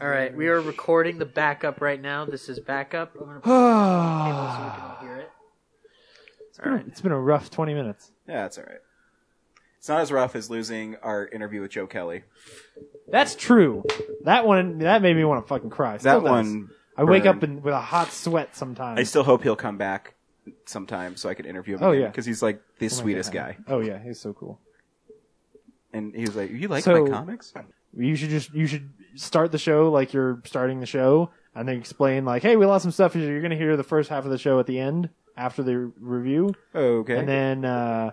All right, we are recording the backup right now. This is backup. I'm gonna put it on the table so we it's can hear it. All been a- right. it's been a rough 20 minutes. Yeah, that's all right. It's not as rough as losing our interview with Joe Kelly. That's true. That one, that made me want to fucking cry. Still That does. one, I wake burned. up in, with a hot sweat sometimes. I still hope he'll come back sometime so I could interview him. Oh, yeah. because he's like the Oh my sweetest God. guy. Oh yeah, he's so cool. And he was like, "You like So- my comics?" You should just you should start the show like you're starting the show, and then explain like, hey, we lost some stuff. You're gonna hear the first half of the show at the end after the review, Okay. and then uh,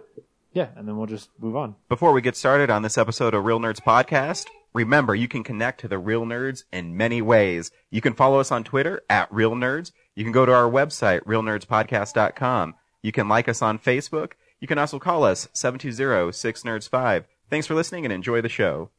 yeah, and then we'll just move on. Before we get started on this episode of Real Nerds Podcast, remember you can connect to the Real Nerds in many ways. You can follow us on Twitter at Real Nerds. You can go to our website, realnerdspodcast.com. You can like us on Facebook. You can also call us 720-6nerds5. Thanks for listening and enjoy the show.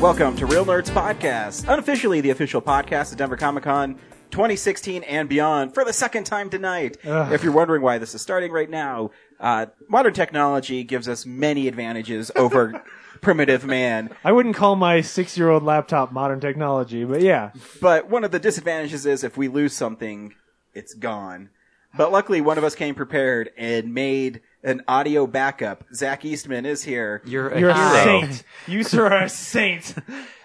Welcome to Real Nerds Podcast, unofficially the official podcast of Denver Comic Con 2016 and beyond for the second time tonight. Ugh. If you're wondering why this is starting right now, uh, modern technology gives us many advantages over primitive man. I wouldn't call my six year old laptop modern technology, but yeah, But one of the disadvantages is if we lose something, it's gone. But luckily, one of us came prepared and made an audio backup. Zach Eastman is here. You're a you're a hero. saint. You sir are a saint.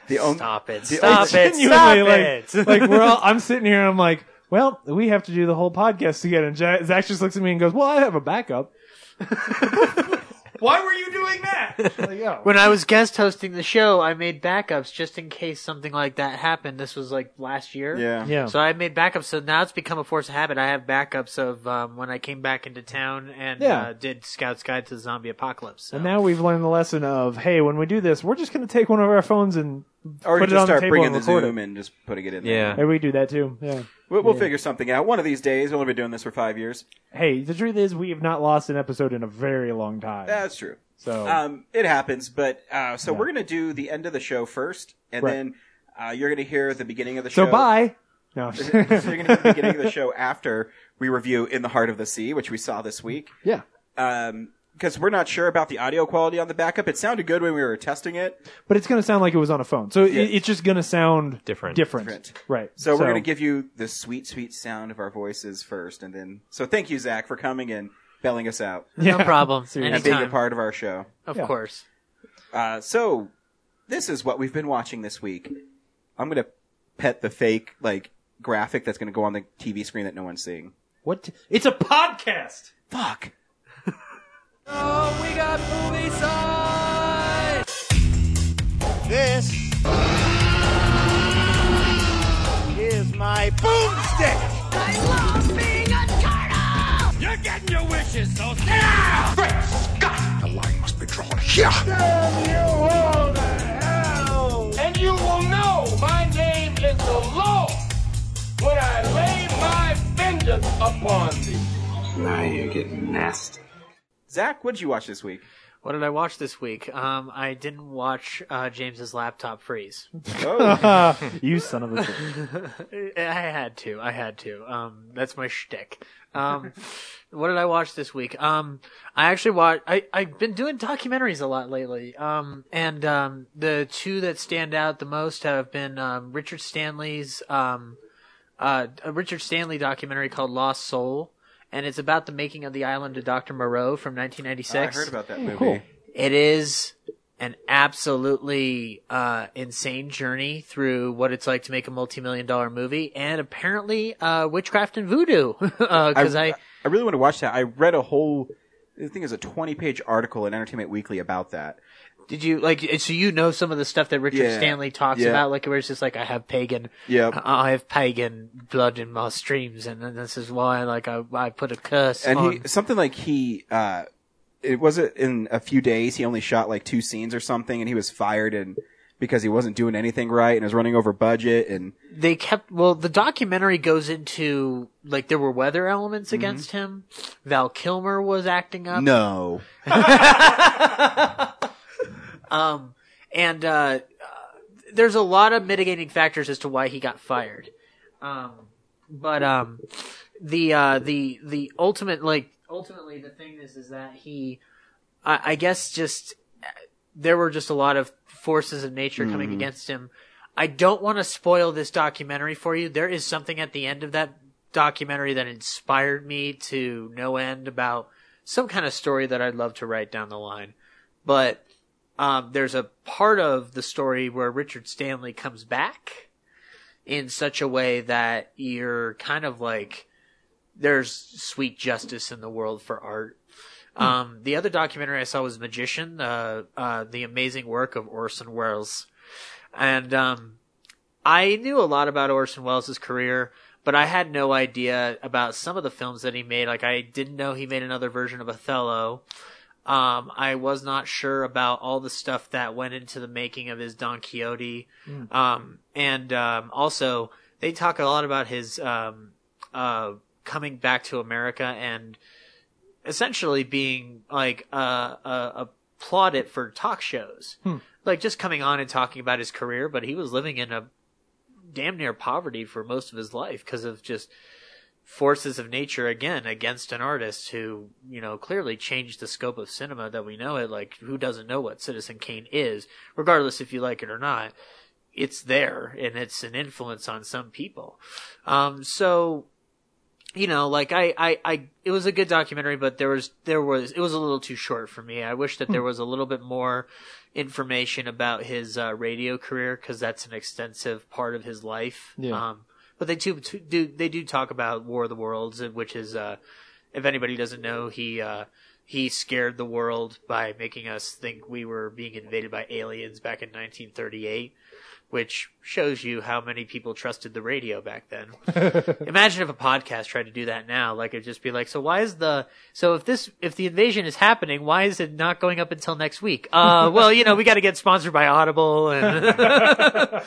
The only Stop it! The Stop only- it! Stop Genuinely, it! like, like we're all, I'm sitting here and I'm like, well, we have to do the whole podcast together. And Ja- Zach just looks at me and goes, well, I have a backup. Why were you doing that? Like, oh. when I was guest hosting the show, I made backups just in case something like that happened. This was like last year. yeah. Yeah. So I made backups. So now it's become a force of habit. I have backups of um, when I came back into town and Yeah. uh, did Scout's Guide to the Zombie Apocalypse. So. and now we've learned the lesson of, hey, when we do this, we're just going to take one of our phones and Or put it just on the start table bringing and the record Zoom it. and just putting it in there. Yeah. Hey, we do that too. Yeah. We'll, we'll figure something out. One of these days, we'll only been doing this for five years. Hey, the truth is, we have not lost an episode in a very long time. That's true. so Um, it happens, but uh, so we're gonna do the end of the show first, and Right. then uh, you're gonna hear the beginning of the so show. bye. No. so you're gonna hear the beginning of the show after we review "In the Heart of the Sea," which we saw this week. yeah. Because we're not sure about the audio quality on the backup. It sounded good when we were testing it, But it's going to sound like it was on a phone. So Yeah. it, it's just going to sound Different. Different. Different. Right. so, we're gonna give you the sweet, sweet sound of our voices first, and then. So thank you, Zach, for coming and belling us out no problem. Seriously. and being a Anytime, part of our show. of Yeah. course. Uh, so this is what we've been watching this week. I'm gonna pet the fake like graphic that's gonna go on the TV screen that no one's seeing. What? It's a podcast. Fuck. This is my boomstick. I love being a turtle! You're getting your wishes, so sit down! Great Scott! A line must be drawn here! And you will know Oh, my name is the Lord when I lay my vengeance upon thee. Now you're getting nasty. Zach, what did you watch this week? What did I watch this week? Um, I didn't watch uh, James's laptop freeze. Oh, Ah. you son of a. bitch. I had to. I had to. Um, that's my shtick. Um, what did I watch this week? Um, I actually watched. I I've been doing documentaries a lot lately. Um, and um, the two that stand out the most have been um, Richard Stanley's um, uh, a Richard Stanley documentary called Lost Soul. And it's about the making of the island of Dr. Moreau from 1996. Oh, I heard about that movie. cool. it is an absolutely uh, insane journey through what it's like to make a multi-million dollar movie and apparently uh, witchcraft and voodoo because I, I really want to watch that. I read a whole. I think it was a 20 page article in Entertainment Weekly about that. did you like so you know some of the stuff that richard Yeah, stanley talks yeah. about like where it's just like i have pagan Yep. i have pagan blood in my streams and this is why like i, I put a curse And on he something like he uh it was it in a few days he only shot like two scenes or something and he was fired and because he wasn't doing anything right and was running over budget and they kept well the documentary goes into like there were weather elements Mm-hmm. against him val kilmer was acting up no. um and uh, uh there's a lot of mitigating factors as to why he got fired um but um the uh the the ultimate like ultimately the thing is is that he i, I guess just uh, there were just a lot of forces of nature coming against him I don't want to spoil this documentary for you. There is something at the end of that documentary that inspired me to no end about some kind of story that I'd love to write down the line. But um, there's a part of the story where Richard Stanley comes back in such a way that you're kind of like, there's sweet justice in the world for art. Um, the other documentary I saw was Magician, uh, uh, the amazing work of Orson Welles. And um, I knew a lot about Orson Welles' career, but I had no idea about some of the films that he made. Like I didn't know he made another version of Othello. Um, I was not sure about all the stuff that went into the making of his Don Quixote. Um, and um, also, they talk a lot about his um, uh, coming back to America and essentially being like a, a, a plaudit for talk shows like just coming on and talking about his career, but he was living in a damn near poverty for most of his life because of just forces of nature again against an artist who you know clearly changed the scope of cinema that we know it like who doesn't know what citizen kane is regardless if you like it or not it's there and it's an influence on some people um so you know like I, I i it was a good documentary but there was there was it was a little too short for me i wish that there was a little bit more information about his uh, radio career because that's an extensive part of his life. Yeah. Um, but they do, do they do talk about War of the Worlds, uh, which is uh, if anybody doesn't know, he uh, he scared the world by making us think we were being invaded by aliens back in 1938. Which shows you how many people trusted the radio back then. Imagine if a podcast tried to do that now. Like it'd just be like, so why is the so if this if the invasion is happening, why is it not going up until next week? Uh, well, you know, we got to get sponsored by Audible and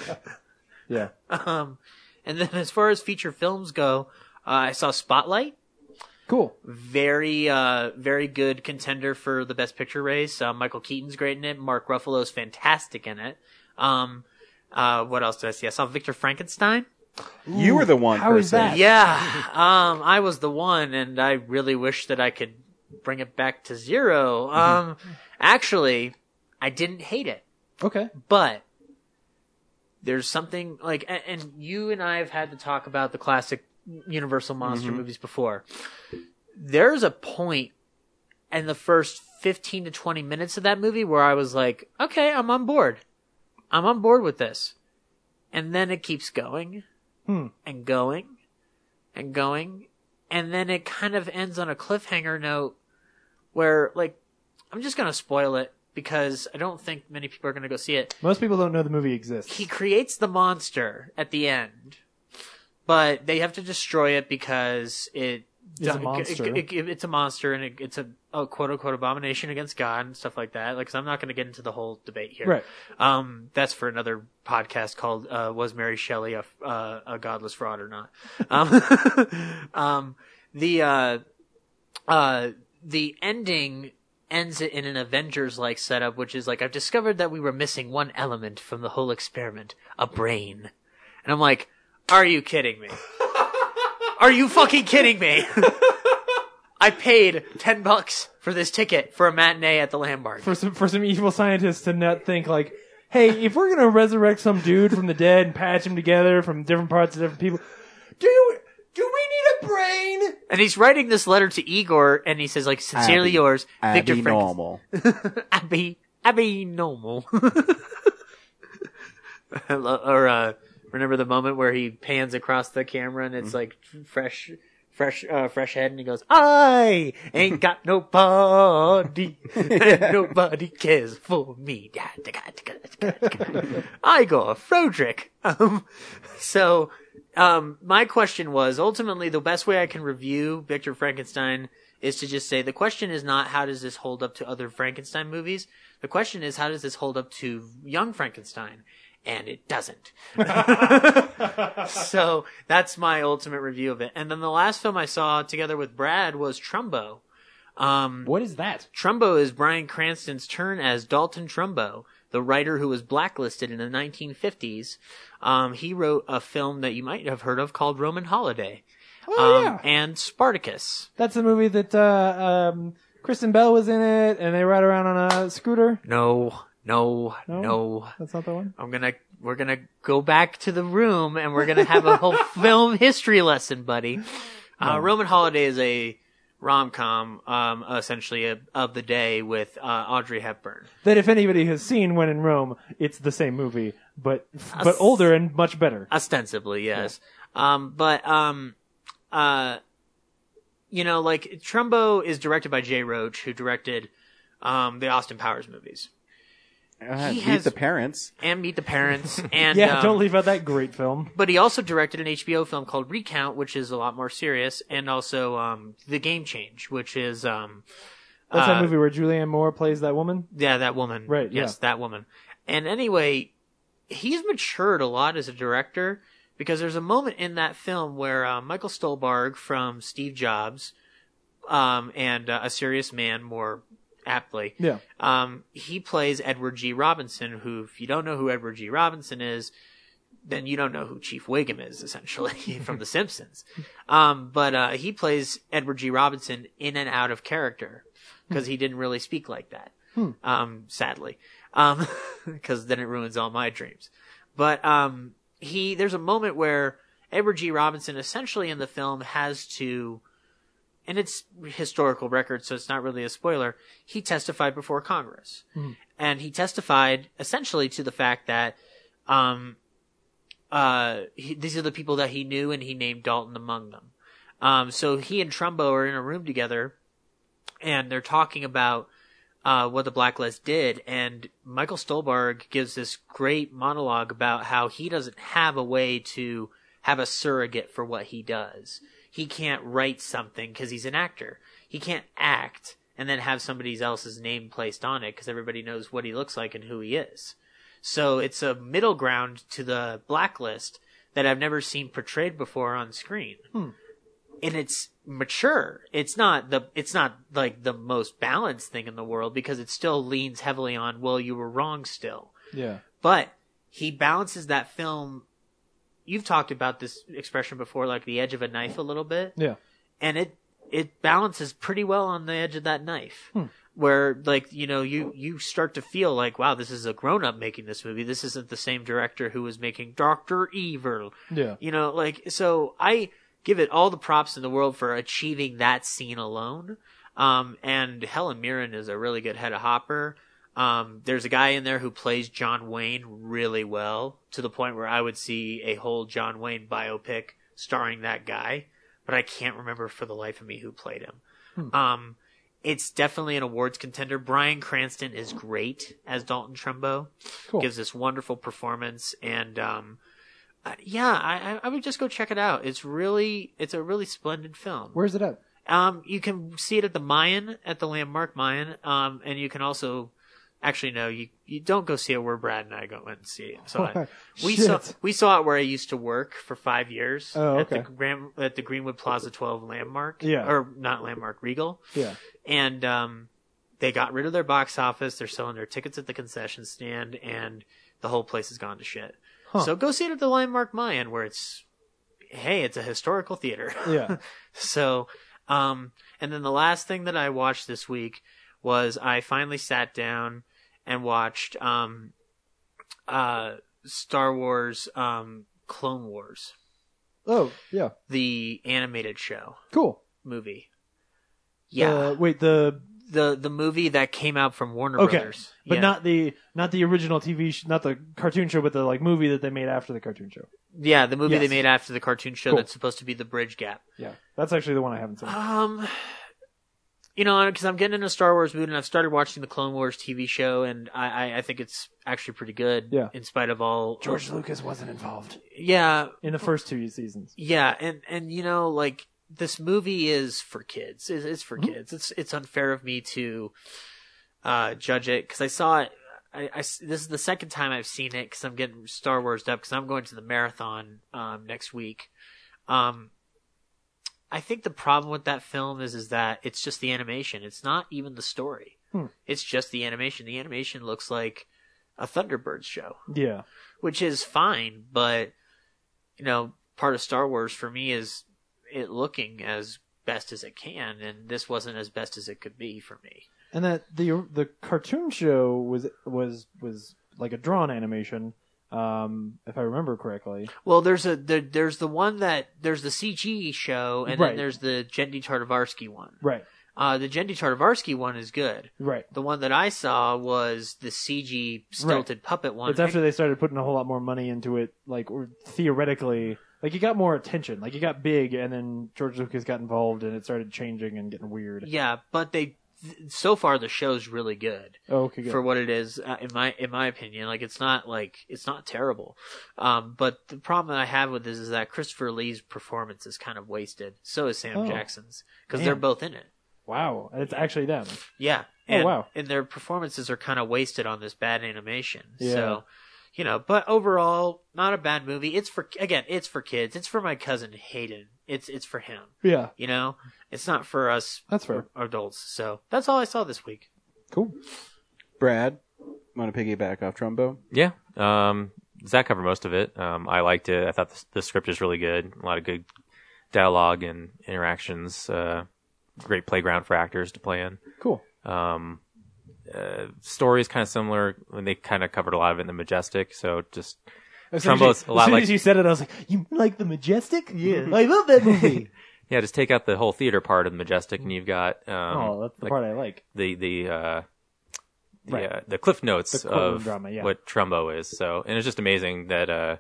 Yeah. um, and then as far as feature films go, uh, I saw Spotlight. Cool. Very, uh, very good contender for the best picture race. Uh, Michael Keaton's great in it. Mark Ruffalo's fantastic in it. Um, uh, what else did I see? I saw Victor Frankenstein. you were the one How person. is that? Yeah. Um, I was the one and I really wish that I could bring it back to zero. Um, actually, I didn't hate it, Okay. but there's something like, and, and you and I have had to talk about the classic Universal monster movies before. There's a point in the first 15 to 20 minutes of that movie where I was like, okay, I'm on board. I'm on board with this. And then it keeps going and going and going. And then it kind of ends on a cliffhanger note where, like, I'm just going to spoil it because I don't think many people are going to go see it. Most people don't know the movie exists. He creates the monster at the end, but they have to destroy it because it. It's a monster. it- it- it's a monster, and it, it's a, a quote unquote abomination against God and stuff like that. Like, 'cause I'm not going to get into the whole debate here. Right. Um, that's for another podcast called uh, "Was Mary Shelley a, uh, a Godless Fraud or Not?" Um, um, the uh, uh, the ending ends it in an Avengers like setup, which is like I've discovered that we were missing one element from the whole experiment: a brain. And I'm like, "Are you kidding me? Are you fucking kidding me?" I paid ten bucks for this ticket for a matinee at the Landmark. for some for some evil scientists to not think like, hey, if we're gonna resurrect some dude from the dead and patch him together from different parts of different people, do you do we need a brain? And he's writing this letter to Igor, and he says, like, sincerely Abby. yours, Victor Abby Frank. normal. Abby, Abby Normal. I lo- or, uh, remember the moment where he pans across the camera and it's like fresh, fresh, uh, fresh head, and he goes, I ain't got nobody, and nobody cares for me. Igor Frodrick. Um, so, um, my question was ultimately the best way I can review Victor Frankenstein is to just say the question is not how does this hold up to other Frankenstein movies. The question is how does this hold up to Young Frankenstein, and it doesn't. so that's my ultimate review of it. And then the last film I saw together with Brad was Trumbo. Um, What is that? Trumbo is Brian Cranston's turn as Dalton Trumbo, the writer who was blacklisted in the 1950s. Um, he wrote a film that you might have heard of called Roman Holiday. Oh, um, And Spartacus. That's the movie that uh, um, Kristen Bell was in it, and they ride around on a scooter. No, no, No? no. That's not the one. I'm gonna, we're gonna go back to the room and we're gonna have a whole film history lesson, buddy. Uh, Roman Holiday is a rom-com, um, essentially a, of the day with, uh, Audrey Hepburn. That if anybody has seen When in Rome, it's the same movie, but but older and much better. ostensibly yes um but um uh you know like trumbo is directed by jay roach who directed um the austin powers movies Uh, He meet has- the parents. and meet the parents and Yeah, um, don't leave out that great film. but he also directed an hbo film called recount which is a lot more serious and also um the game change which is um That's uh, that movie where Julianne Moore plays that woman. Yeah, that woman. Right, Yes, that woman. And anyway, he's matured a lot as a director because there's a moment in that film where uh, Michael Stolbarg from Steve Jobs um, and uh, A Serious Man, more aptly, Yeah. um, he plays Edward G. Robinson, who, if you don't know who Edward G. Robinson is, then you don't know who Chief Wiggum is, essentially, from The Simpsons. Um, but uh, he plays Edward G. Robinson in and out of character because he didn't really speak like that, um, sadly, because then it ruins all my dreams. But um, he, there's a moment where Edward G. Robinson, essentially in the film, has to and it's historical record, so it's not really a spoiler. He testified before Congress, and he testified essentially to the fact that um, uh, he, these are the people that he knew, and he named Dalton among them. Um, so he and Trumbo are in a room together, and they're talking about uh, what the blacklist did. And Michael Stolberg gives this great monologue about how he doesn't have a way to have a surrogate for what he does. He can't write something because he's an actor. He can't act and then have somebody else's name placed on it because everybody knows what he looks like and who he is. So it's a middle ground to the blacklist that I've never seen portrayed before on screen. And it's mature. It's not the it's not like the most balanced thing in the world because it still leans heavily on well you were wrong still. Yeah. But he balances that film you've talked about this expression before like the edge of a knife a little bit Yeah. and it it balances pretty well on the edge of that knife where like you know you you start to feel like wow this is a grown up making this movie this isn't the same director who was making Doctor Evil Yeah. you know like so I give it all the props in the world for achieving that scene alone um and Helen Mirren is a really good head of hopper um there's a guy in there who plays John Wayne really well to the point where I would see a whole John Wayne biopic starring that guy but I can't remember for the life of me who played him. Um, it's definitely an awards contender. Brian Cranston is great as Dalton Trumbo. Cool. Gives this wonderful performance, and um, uh, yeah, I, I- I would just go check it out. It's really, it's a really splendid film. Where's it at? Um, you can see it at the Mayan, at the Landmark Mayan. Um, and you can also, actually, no, you, you don't go see it where Brad and I go and see it. So I, we Shit. saw we saw it where I used to work for five years Oh, at okay. the Grand, at the Greenwood Plaza Twelve Landmark, Yeah. or not Landmark Regal, Yeah. and um, they got rid of their box office. They're selling their tickets at the concession stand, and the whole place has gone to shit. So go see it at the Landmark Mayan, where it's hey, it's a historical theater. Yeah. So, um, and then the last thing that I watched this week was I finally sat down and watched, um, uh, Star Wars, um, Clone Wars, Oh, yeah. the animated show Cool. movie. Yeah. Uh, wait, the the, the movie that came out from Warner okay, Brothers. but Yeah. not the not the original TV, sh- not the cartoon show, but the like movie that they made after the cartoon show. yeah, the movie Yes. they made after the cartoon show Cool. that's supposed to be the bridge gap. Yeah, that's actually the one I haven't seen. Um, you know, because I'm getting into Star Wars mood, and I've started watching the Clone Wars TV show, and I, I, I think it's actually pretty good. Yeah. In spite of all, George Lucas wasn't involved yeah, in the first two seasons. yeah, and and you know, like this movie is for kids. It's, it's for kids. It's it's unfair of me to uh, judge it because I saw it. I, I s- this is the second time I've seen it because I'm getting Star Wars up because I'm going to the marathon um, next week. Um, I think the problem with that film is is that it's just the animation. It's not even the story. It's just the animation. The animation looks like a Thunderbirds show Yeah. which is fine, but you know, part of Star Wars for me is it looking as best as it can, and this wasn't as best as it could be for me. and that the the cartoon show was was was like a drawn animation um if i remember correctly Well, there's a there, there's the one that there's the CG show, and Right. then there's the Jendy Tartavarski one. right Uh, the Jendy Tartavarski one is good. right The one that I saw was the CG stilted puppet one. it's after they started putting a whole lot more money into it like or theoretically like it got more attention like it got big and then george lucas got involved and it started changing and getting weird yeah, but they th- so far the show's really good. oh, okay good for what it is uh, in my in my opinion like it's not like it's not terrible um but the problem that i have with this is that christopher lee's performance is kind of wasted so is sam Oh. jackson's because they're Man. both in it wow and it's actually them yeah Oh, and, wow. and their performances are kind of wasted on this bad animation Yeah. so you know but overall not a bad movie it's for again it's for kids it's for my cousin hayden it's it's for him yeah you know it's not for us that's fair adults so that's all i saw this week cool Brad, want to piggyback off Trumbo? Yeah. Um, Zach covered most of it. Um, I liked it. I thought the, the script is really good. A lot of good dialogue and interactions. Uh, great playground for actors to play in. cool Um, uh, story is kind of similar. They kind of covered a lot of it in the Majestic. So just as soon, as you, Trumbo's a lot as, soon like- as you said it i was like you like the majestic yeah i love that movie yeah, just take out the whole theater part of the Majestic, and you've got um, oh that's the like part i like the the uh, the, Right. uh, the cliff notes The courtroom of drama, yeah. what Trumbo is. So, and it's just amazing that uh,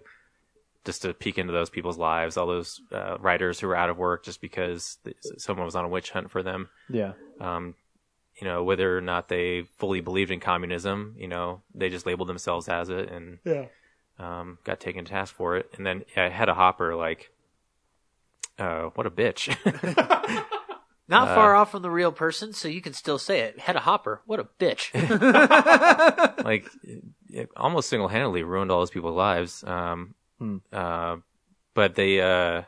just to peek into those people's lives, all those uh, writers who were out of work just because th- someone was on a witch hunt for them. yeah Um, you know, whether or not they fully believed in communism, you know, they just labeled themselves as it and yeah um, got taken to task for it. And then yeah, Hedda Hopper, like, uh, what a bitch. Not far off from the real person, so you can still say it. Had a hopper. What a bitch. like it- it almost single-handedly ruined all those people's lives. Um, Hmm. uh, but they, uh,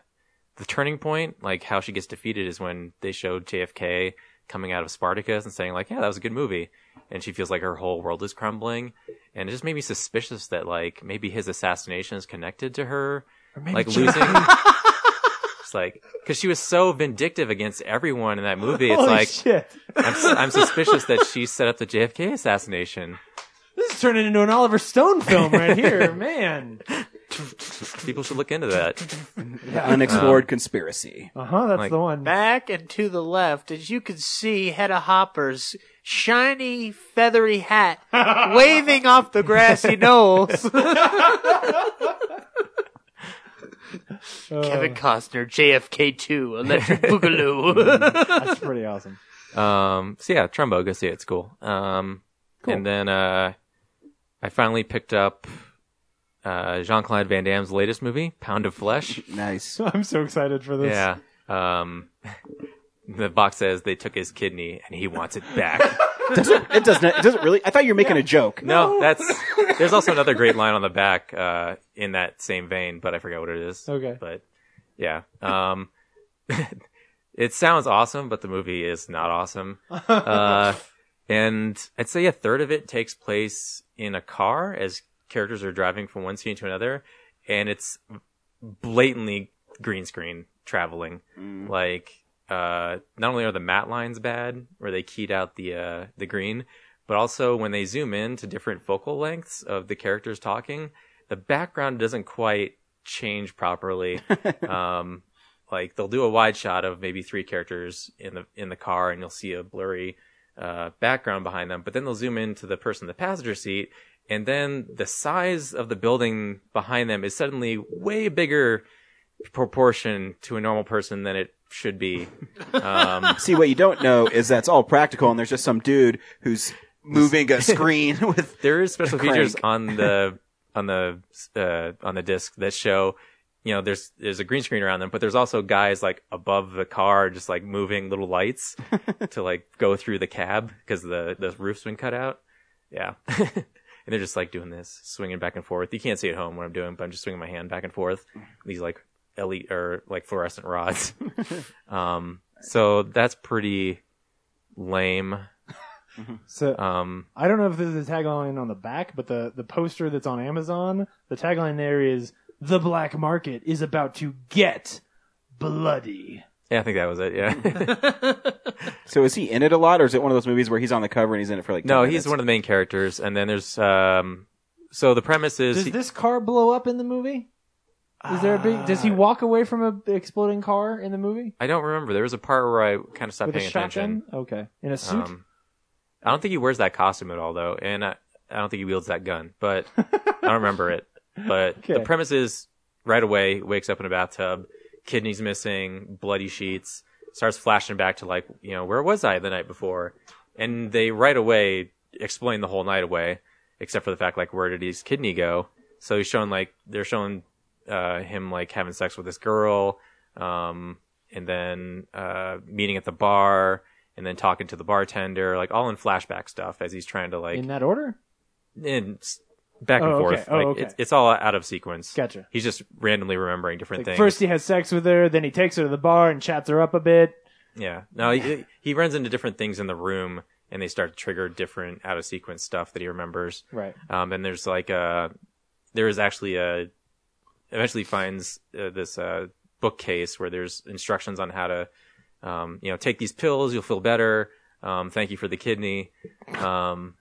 the turning point, like how she gets defeated, is when they showed JFK coming out of Spartacus and saying like, "Yeah, that was a good movie," and she feels like her whole world is crumbling, and it just made me suspicious that like maybe his assassination is connected to her, like losing. it's like because she was so vindictive against everyone in that movie. It's Holy like shit. I'm, s- I'm suspicious that she set up the JFK assassination. This is turning into an Oliver Stone film right here, man. People should look into that. The unexplored conspiracy. Uh huh. That's Like- the one. Back and to the left, as you can see, Hedda Hopper's shiny, feathery hat waving off the grassy knolls. Uh, Kevin Costner, JFK 2, Electric Boogaloo. That's pretty awesome. Um, so yeah, Trumbo, go see it. It's cool. Um, and then, uh, I finally picked up, uh, Jean-Claude Van Damme's latest movie, Pound of Flesh. Nice. I'm so excited for this. yeah. Um, the box says they took his kidney and he wants it back. it doesn't. It doesn't really. I thought you were making a joke. no, that's, there's also another great line on the back, uh, in that same vein, but I forget what it is. Okay. But yeah. Um, it sounds awesome, but the movie is not awesome. Uh, and I'd say a third of it takes place in a car as characters are driving from one scene to another, and it's blatantly green screen traveling. Like, uh, not only are the matte lines bad, where they keyed out the uh, the green, but also when they zoom in to different focal lengths of the characters talking, the background doesn't quite change properly. um, like they'll do a wide shot of maybe three characters in the in the car, and you'll see a blurry uh, background behind them. But then they'll zoom in to the person in the passenger seat, and then the size of the building behind them is suddenly way bigger proportion to a normal person than it should be. Um, See, what you don't know is that's all practical, and there's just some dude who's moving a screen with. there is special Crank. features on the on the uh, on the disc that show you know, there's there's a green screen around them, but there's also guys like above the car, just like moving little lights to like go through the cab because the the roof's been cut out. Yeah, and they're just like doing this, swinging back and forth. You can't see at home what I'm doing, but I'm just swinging my hand back and forth. These like elite or like fluorescent rods. um, so that's pretty lame. So Um, I don't know if this is the tagline on the back, but the, the poster that's on Amazon, the tagline there is The Black Market is about to get bloody. yeah, I think that was it. Yeah. So is he in it a lot, or is it one of those movies where he's on the cover and he's in it for like? no, he's one of the main characters, and then there's um. So the premise is Does he- this car blow up in the movie? Is there a big does Uh, he walk away from a exploding car in the movie? I don't remember. There was a part where I kind of stopped With a paying shotgun? attention. Okay. In a suit? Um, I don't think he wears that costume at all, though, and I, I don't think he wields that gun. But I don't remember it. But the Okay. premise is right away wakes up in a bathtub, kidneys missing, bloody sheets, starts flashing back to like you know where was I the night before, and they right away explain the whole night away, except for the fact like where did his kidney go? So he's showing like they're showing uh, him like having sex with this girl, um, and then uh, meeting at the bar, and then talking to the bartender, like all in flashback stuff as he's trying to like in that order? and s- back and Oh, okay. forth. Oh, like okay. it's, it's all out of sequence. Gotcha. He's just randomly remembering different Like, things. first he has sex with her, then he takes her to the bar and chats her up a bit. yeah. No, he, he runs into different things in the room, and they start to trigger different out of sequence stuff that he remembers. Right. Um, and there's like a, there is actually a, eventually finds uh, this uh, bookcase where there's instructions on how to, um, you know, take these pills, you'll feel better. Um, thank you for the kidney. Um,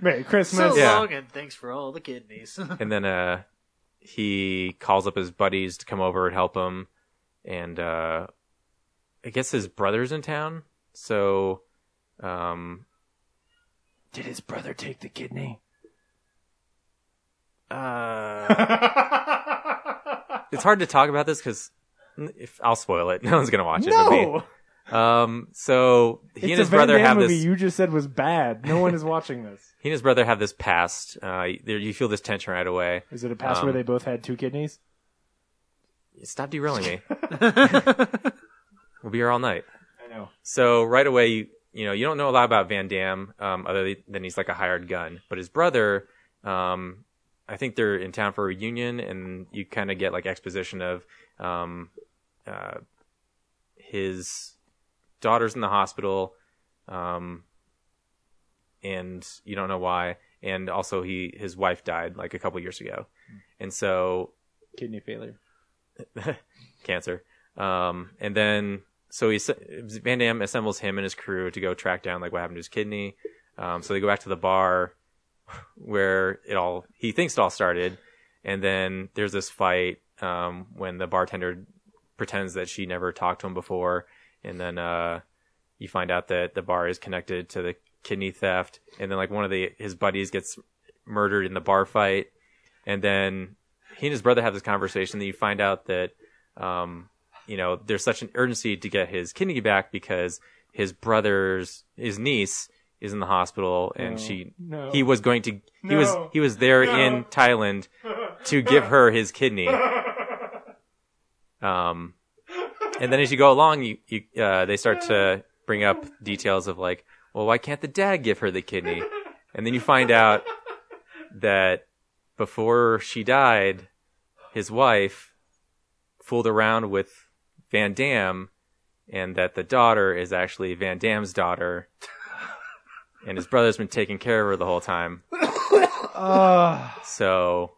Merry Christmas. So Yeah. long, and thanks for all the kidneys. and then uh he calls up his buddies to come over and help him and uh i guess his brother's in town so um Did his brother take the kidney? uh it's hard to talk about this because if i'll spoil it no one's gonna watch it but me. No. um so he it's and his a Van brother Damme have movie this you just said was bad. No one is watching this. he and his brother have this past uh there you feel this tension right away Is it a past where Um, they both had two kidneys? stop derailing me we'll be here all night I know. So right away, you, you know, you don't know a lot about Van Damme, um, other than he's like a hired gun. But his brother, um, I think they're in town for a reunion, and you kind of get like exposition of um, uh, his daughter's in the hospital, um, and you don't know why. And also, he his wife died like a couple years ago, and so Kidney failure. cancer. Um, and then so he Van Damme assembles him and his crew to go track down like what happened to his kidney. Um, so they go back to the bar where it all he thinks it all started, and then there's this fight um, when the bartender pretends that she never talked to him before, and then uh, you find out that the bar is connected to the kidney theft, and then like one of the his buddies gets murdered in the bar fight, and then he and his brother have this conversation. Then you find out that um, you know, there's such an urgency to get his kidney back because his brother's his niece is in the hospital and No. she No. he was going to he was No. he was there in Thailand to give her his kidney. Um and then as you go along you, you uh, they start to bring up details of like, well why can't the dad give her the kidney? And then you find out that before she died, his wife fooled around with Van Damme and that the daughter is actually Van Damme's daughter and his brother's been taking care of her the whole time. Ah. So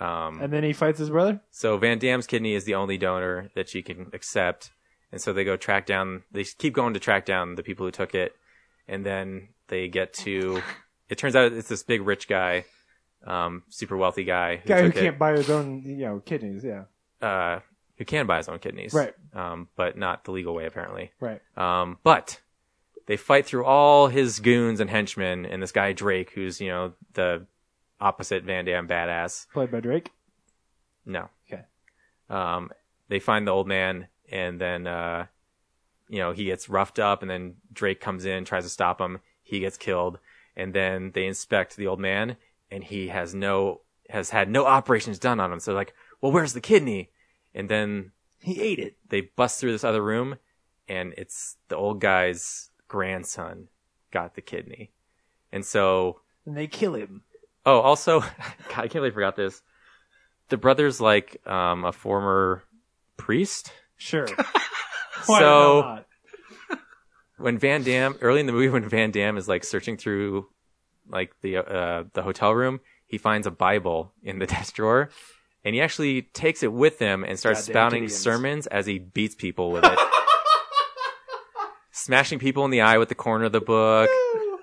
um and then he fights his brother? so Van Damme's kidney is the only donor that she can accept. And so they go track down they keep going to track down the people who took it and then they get to it turns out it's this big rich guy, um, super wealthy guy who Guy who took it. can't buy his own, you know, kidneys, yeah. uh, who can buy his own kidneys, Right. Um, but not the legal way apparently. Right. Um, but they fight through all his goons and henchmen, and this guy Drake, who's you know the opposite Van Damme badass. Played by Drake. No. Okay. Um, they find the old man, and then uh, you know he gets roughed up, and then Drake comes in, tries to stop him. He gets killed, and then they inspect the old man, and he has no has had no operations done on him. So like, well, where's the kidney? and then He ate it. they bust through this other room and it's the old guy's grandson got the kidney. And so And they kill him. oh also God, I can't believe I forgot this. The brother's like um a former priest. Sure. So Why the hell not? when Van Damme early in the movie when Van Damme is like searching through like the uh the hotel room, he finds a Bible in the desk drawer and he actually takes it with him and starts Goddamn spouting Gideons. sermons as he beats people with it. Smashing people in the eye with the corner of the book,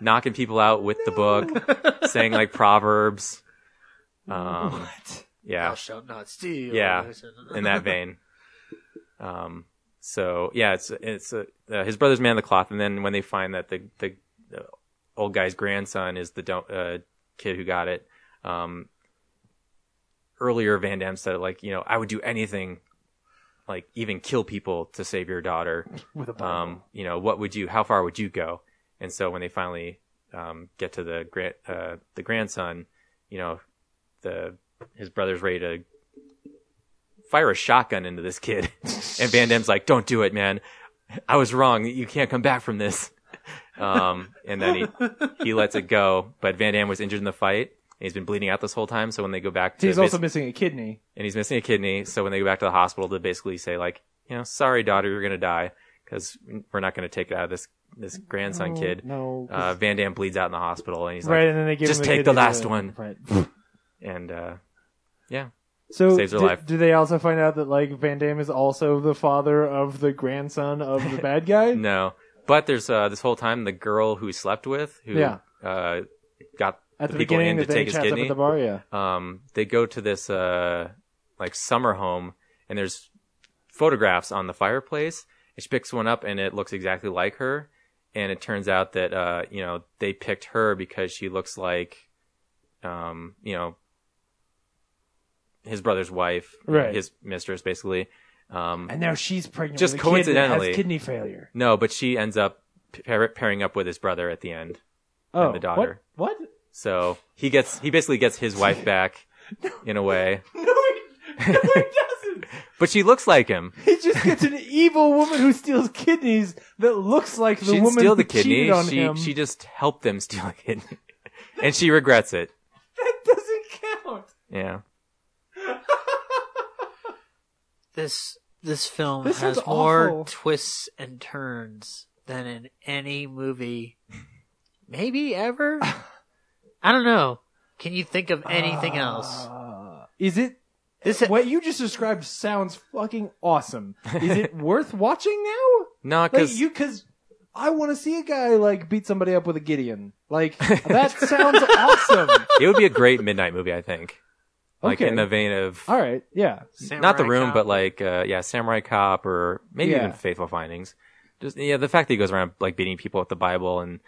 knocking people out with the book, saying like proverbs. Um, Yeah Thou shalt not steal. Yeah. in that vein. Um, so yeah, it's it's uh, uh, his brother's man of the cloth, and then when they find that the the uh, old guy's grandson is the don- uh, kid who got it. Um, earlier, Van Damme said like, you know, I would do anything, like even kill people to save your daughter. With a Bible. Um, you know, what would you? How far would you go? And so when they finally um, get to the grand uh, the grandson, you know, the his brother's ready to fire a shotgun into this kid. and Van Damme's like, don't do it, man. I was wrong. You can't come back from this. Um, and then he, he lets it go. But Van Damme was injured in the fight. And he's been bleeding out this whole time. So when they go back to He's vis- also missing a kidney. and he's missing a kidney. So when they go back to the hospital, they basically say like, you know, sorry, daughter, you're going to die because we're not going to take it out of this, this grandson kid. No. 'cause- Uh, Van Damme bleeds out in the hospital and he's Oh. right, like, and then they give just him take kidney the to last one. Right. and, uh, So Saves her do- life. do they also find out that like Van Damme is also the father of the grandson of the bad guy? no, but there's, uh, this whole time the girl who he slept with, who, Yeah. uh, got At the the, people beginning, in to that they take his chats up kidney. at the bar. Yeah. um, they go to this uh, like summer home, and there's photographs on the fireplace. And she picks one up, and it looks exactly like her. And it turns out that uh, you know they picked her because she looks like, um, you know, his brother's wife, Right. His mistress, basically. Um, And now she's pregnant. Just with a kid that has coincidentally. kidney failure. no, but she ends up pair- pairing up with his brother at the end. Oh, the daughter. What? what? So he gets he basically gets his wife back in a way, No, he, no, he doesn't. but she looks like him. He just gets an evil woman who steals kidneys that looks like the she didn't woman steal the who cheated kidney. on She him. she just helped them steal a kidney, and she regrets it. That doesn't count. Yeah, This this film This has sounds more awful. twists and turns than in any movie, maybe ever. I don't know. Can you think of anything Ah. else? Uh, is it? This what you just described sounds fucking awesome. Is it worth watching now? no, Like because you, because I want to see a guy like beat somebody up with a Gideon. Like that sounds awesome. it would be a great midnight movie. I think, like Okay. in the vein of All right, yeah. not the Samurai room, Cop. but like uh, yeah, Samurai Cop or maybe Yeah. even Faithful Findings. Just yeah, the fact that he goes around like beating people with the Bible and.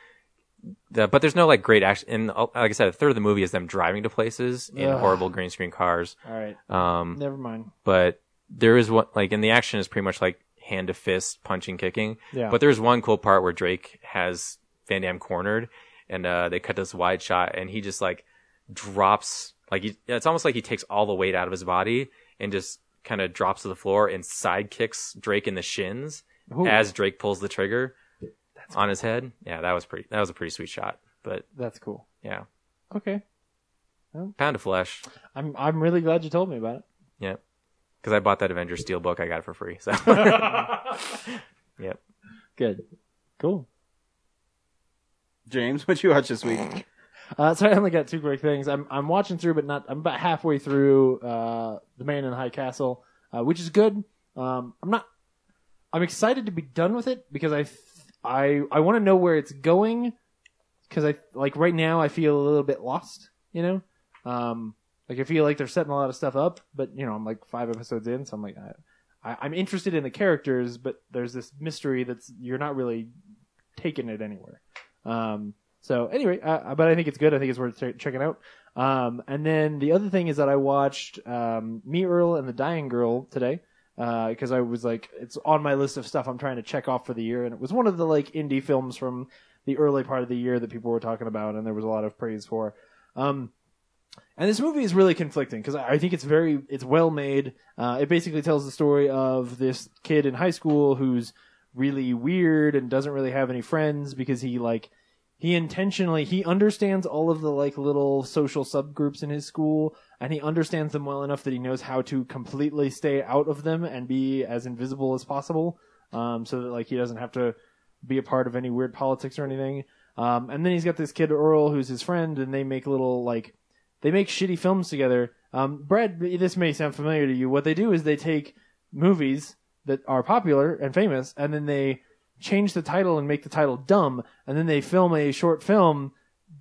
The, but there's no like great action, and uh, like I said, a third of the movie is them driving to places in Ugh. horrible green screen cars. All right, Um, never mind. but there is one like and the action is pretty much like hand to fist punching kicking Yeah. but there's one cool part where drake has van damme cornered and uh they cut this wide shot and he just like drops like he, it's almost like he takes all the weight out of his body and just kind of drops to the floor and side kicks drake in the shins Ooh, as drake pulls the trigger on his head yeah that was pretty that was a pretty sweet shot but that's cool. yeah Okay, pound of flesh I'm I'm really glad you told me about it. yeah because i bought that avengers steel book i got it for free so yep Good, cool. James, what you watch this week? Uh, so I only got two quick things. I'm I'm watching through, but not. I'm about halfway through uh, the Man in High Castle, uh, which is good. Um, I'm not. I'm excited to be done with it because I th- I I want to know where it's going because I like right now I feel a little bit lost. You know, um, like I feel like they're setting a lot of stuff up, but you know I'm like five episodes in, so I'm like I, I I'm interested in the characters, but there's this mystery that's you're not really taking it anywhere. Um, so anyway, uh, but I think it's good. I think it's worth ch- checking out. Um, and then the other thing is that I watched um, Me Earl and the Dying Girl today because I was like, it's on my list of stuff I'm trying to check off for the year, and it was one of the like indie films from the early part of the year that people were talking about, and there was a lot of praise for. Um, And this movie is really conflicting because I I think it's very it's well made. Uh, it basically tells the story of this kid in high school who's really weird and doesn't really have any friends because he like he intentionally he understands all of the like little social subgroups in his school and he understands them well enough that he knows how to completely stay out of them and be as invisible as possible um, so that like he doesn't have to be a part of any weird politics or anything um, and then he's got this kid earl who's his friend and they make little like they make shitty films together. Um, Brad, this may sound familiar to you. What they do is they take movies that are popular and famous, and then they change the title and make the title dumb, and then they film a short film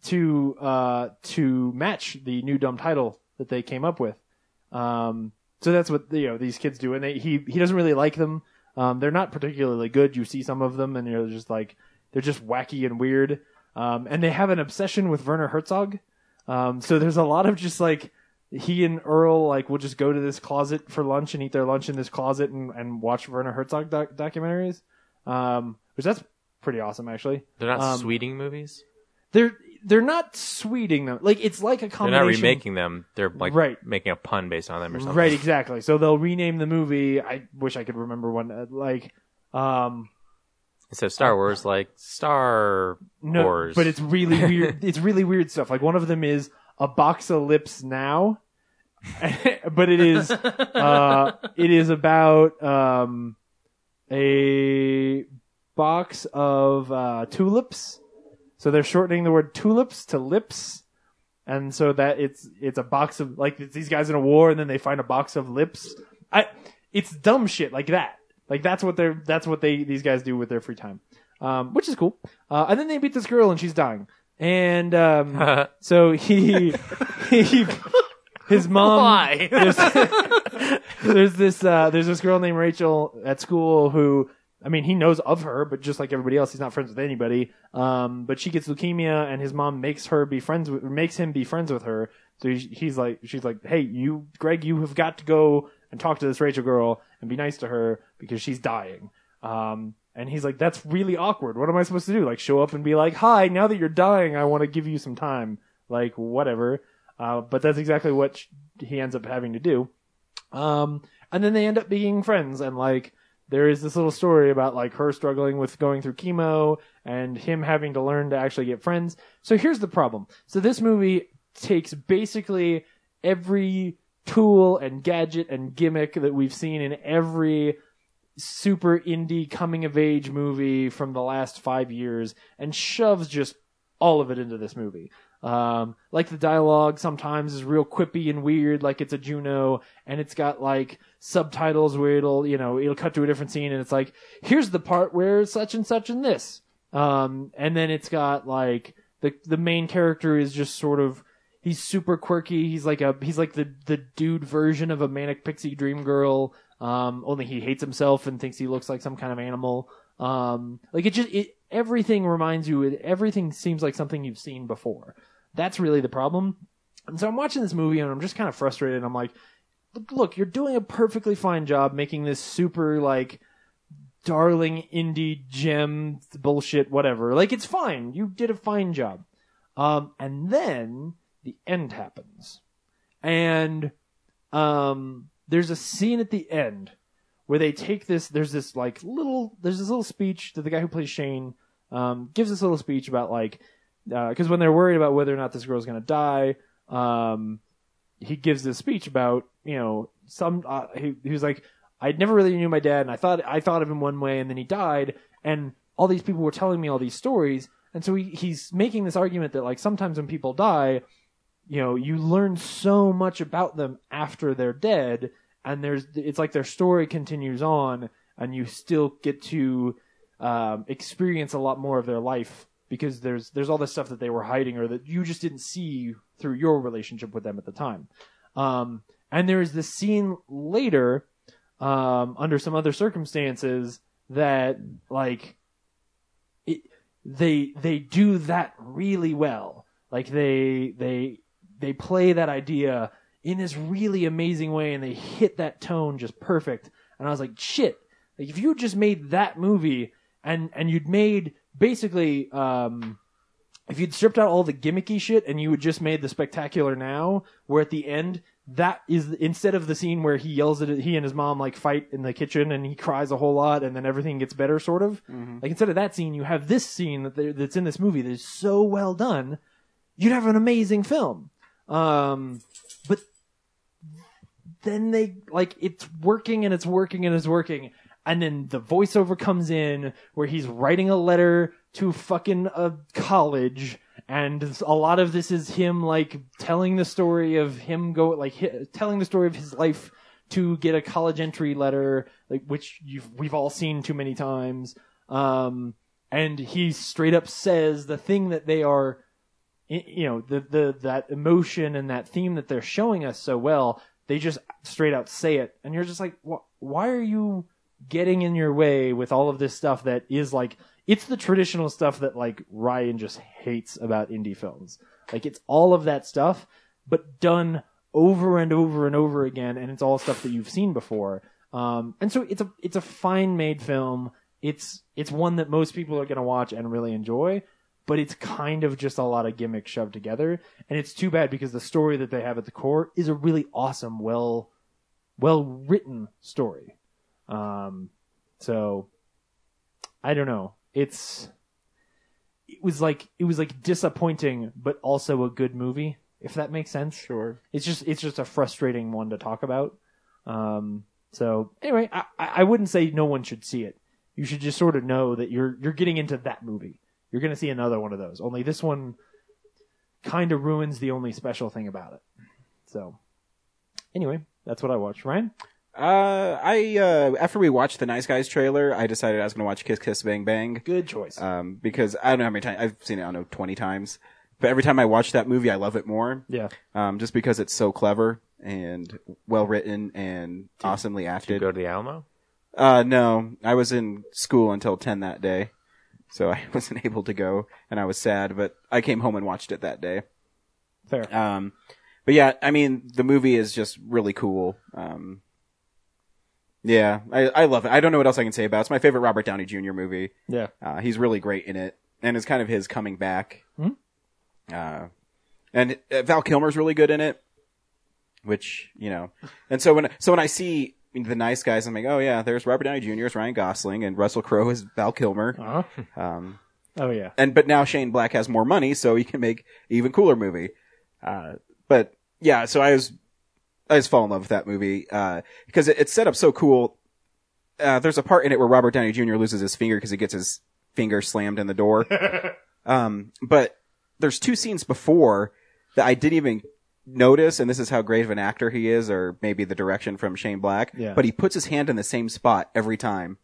to uh, to match the new dumb title that they came up with. Um, so that's what you know these kids do, and they, he he doesn't really like them. Um, they're not particularly good. You see some of them, and you're just like they're just wacky and weird. Um, and they have an obsession with Werner Herzog. Um, so there's a lot of just like he and Earl like will just go to this closet for lunch and eat their lunch in this closet and, and watch Werner Herzog doc- documentaries, um, which that's pretty awesome actually. They're not Um, sweeting movies. They're they're not sweeting them like it's like a They're combination. not remaking them. They're like Right. making a pun based on them or something. Right, exactly. So they'll rename the movie. I wish I could remember one uh, like um Instead of Star Wars, like Star No, Wars. but it's really weird. it's really weird stuff. Like one of them is a box of lips now, but it is uh, it is about um, a box of uh, tulips. So they're shortening the word tulips to lips, and so that it's it's a box of like it's these guys in a war, and then they find a box of lips. I it's dumb shit like that. Like that's what they're that's what they these guys do with their free time, um, which is cool. Uh, and then they beat this girl, and she's dying. And um, so he he his mom Why? there's, there's this uh, there's this girl named Rachel at school who I mean he knows of her, but just like everybody else, he's not friends with anybody. Um, but she gets leukemia, and his mom makes her be friends with makes him be friends with her. So he's, he's like she's like, hey, you Greg, you have got to go and talk to this Rachel girl and be nice to her because she's dying. Um, and he's like, that's really awkward. What am I supposed to do? Like show up and be like, hi, now that you're dying, I want to give you some time. Like whatever. Uh, but that's exactly what sh- he ends up having to do. Um, and then they end up being friends, and like there is this little story about like her struggling with going through chemo and him having to learn to actually get friends. So here's the problem. So this movie takes basically every tool and gadget and gimmick that we've seen in every super indie coming of age movie from the last five years and shoves just all of it into this movie. Um, like the dialogue sometimes is real quippy and weird, like it's a Juno, and it's got like subtitles where it'll, you know, it'll cut to a different scene and it's like, here's the part where such and such and this. Um, and then it's got like the, the main character is just sort of, he's super quirky. He's like a, he's like the, the dude version of a manic pixie dream girl. Um, only he hates himself and thinks he looks like some kind of animal. Um, like it just it, everything reminds you. It, everything seems like something you've seen before. That's really the problem. And so I'm watching this movie and I'm just kind of frustrated. I'm like, look, look, you're doing a perfectly fine job making this super like darling indie gem bullshit whatever. Like it's fine. You did a fine job. Um, and then the end happens, and um, there's a scene at the end where they take this there's this like little there's this little speech that the guy who plays Shane um, gives this little speech about like because uh, when they're worried about whether or not this girl's gonna die um, he gives this speech about you know some uh, he, he was like I never really knew my dad and I thought I thought of him one way and then he died and all these people were telling me all these stories and so he, he's making this argument that like sometimes when people die you know you learn so much about them after they're dead and there's it's like their story continues on and you still get to um, experience a lot more of their life because there's there's all this stuff that they were hiding or that you just didn't see through your relationship with them at the time um, and there is this scene later um, under some other circumstances that like it, they they do that really well like they they they play that idea in this really amazing way and they hit that tone just perfect and i was like shit like if you just made that movie and and you'd made basically um if you'd stripped out all the gimmicky shit and you had just made the spectacular now, where at the end that is instead of the scene where he yells at he and his mom like fight in the kitchen and he cries a whole lot and then everything gets better sort of like instead of that scene you have this scene that they- that's in this movie that is so well done you'd have an amazing film um but then they like it's working and it's working and it's working and then the voiceover comes in where he's writing a letter to fucking a college and a lot of this is him like telling the story of him go like hi telling the story of his life to get a college entry letter like which you've we've all seen too many times um and he straight up says the thing that they are i- you know the the that emotion and that theme that they're showing us so well they just straight out say it and you're just like "Wh- why are you getting in your way with all of this stuff that is like it's the traditional stuff that like Ryan just hates about indie films like it's all of that stuff but done over and over and over again and it's all stuff that you've seen before um and so it's a it's a fine made film it's it's one that most people are going to watch and really enjoy but it's kind of just a lot of gimmicks shoved together and it's too bad because the story that they have at the core is a really awesome well well written story um so i don't know it's it was like it was like disappointing but also a good movie if that makes sense Sure. it's just it's just a frustrating one to talk about um so anyway i i I wouldn't say no one should see it you should just sort of know that you're you're getting into that movie you're going to see another one of those only this one kind of ruins the only special thing about it so anyway that's what i watched ryan Uh, I uh, after we watched the Nice Guys trailer, I decided I was going to watch Kiss Kiss Bang Bang. good choice Um, because I don't know how many times I've seen it. I don't know twenty times, but every time I watch that movie, I love it more. yeah Um, just because it's so clever and well written and awesomely acted. Go to the Alamo. Uh, no, I was in school until ten that day, so I wasn't able to go, and I was sad. But I came home and watched it that day. fair Um, but yeah, I mean, the movie is just really cool. Um, yeah, I, I love it. I don't know what else I can say about it. It's my favorite Robert Downey Jr. movie. yeah Uh, he's really great in it, and it's kind of his coming back. Mhm. Uh, and uh, Val Kilmer's really good in it, which you know. And so when so when I see the nice guys, I'm like, oh yeah, there's Robert Downey Jr. is Ryan Gosling, and Russell Crowe is Val Kilmer. uh-huh. Um, oh yeah and but now Shane Black has more money, so he can make an even cooler movie. Uh, but yeah, so I was I just fall in love with that movie uh, because it, it's set up so cool. Uh, there's a part in it where Robert Downey Jr. loses his finger because he gets his finger slammed in the door. um, but there's two scenes before that I didn't even notice, and this is how great of an actor he is, or maybe the direction from Shane Black. Yeah. But he puts his hand in the same spot every time.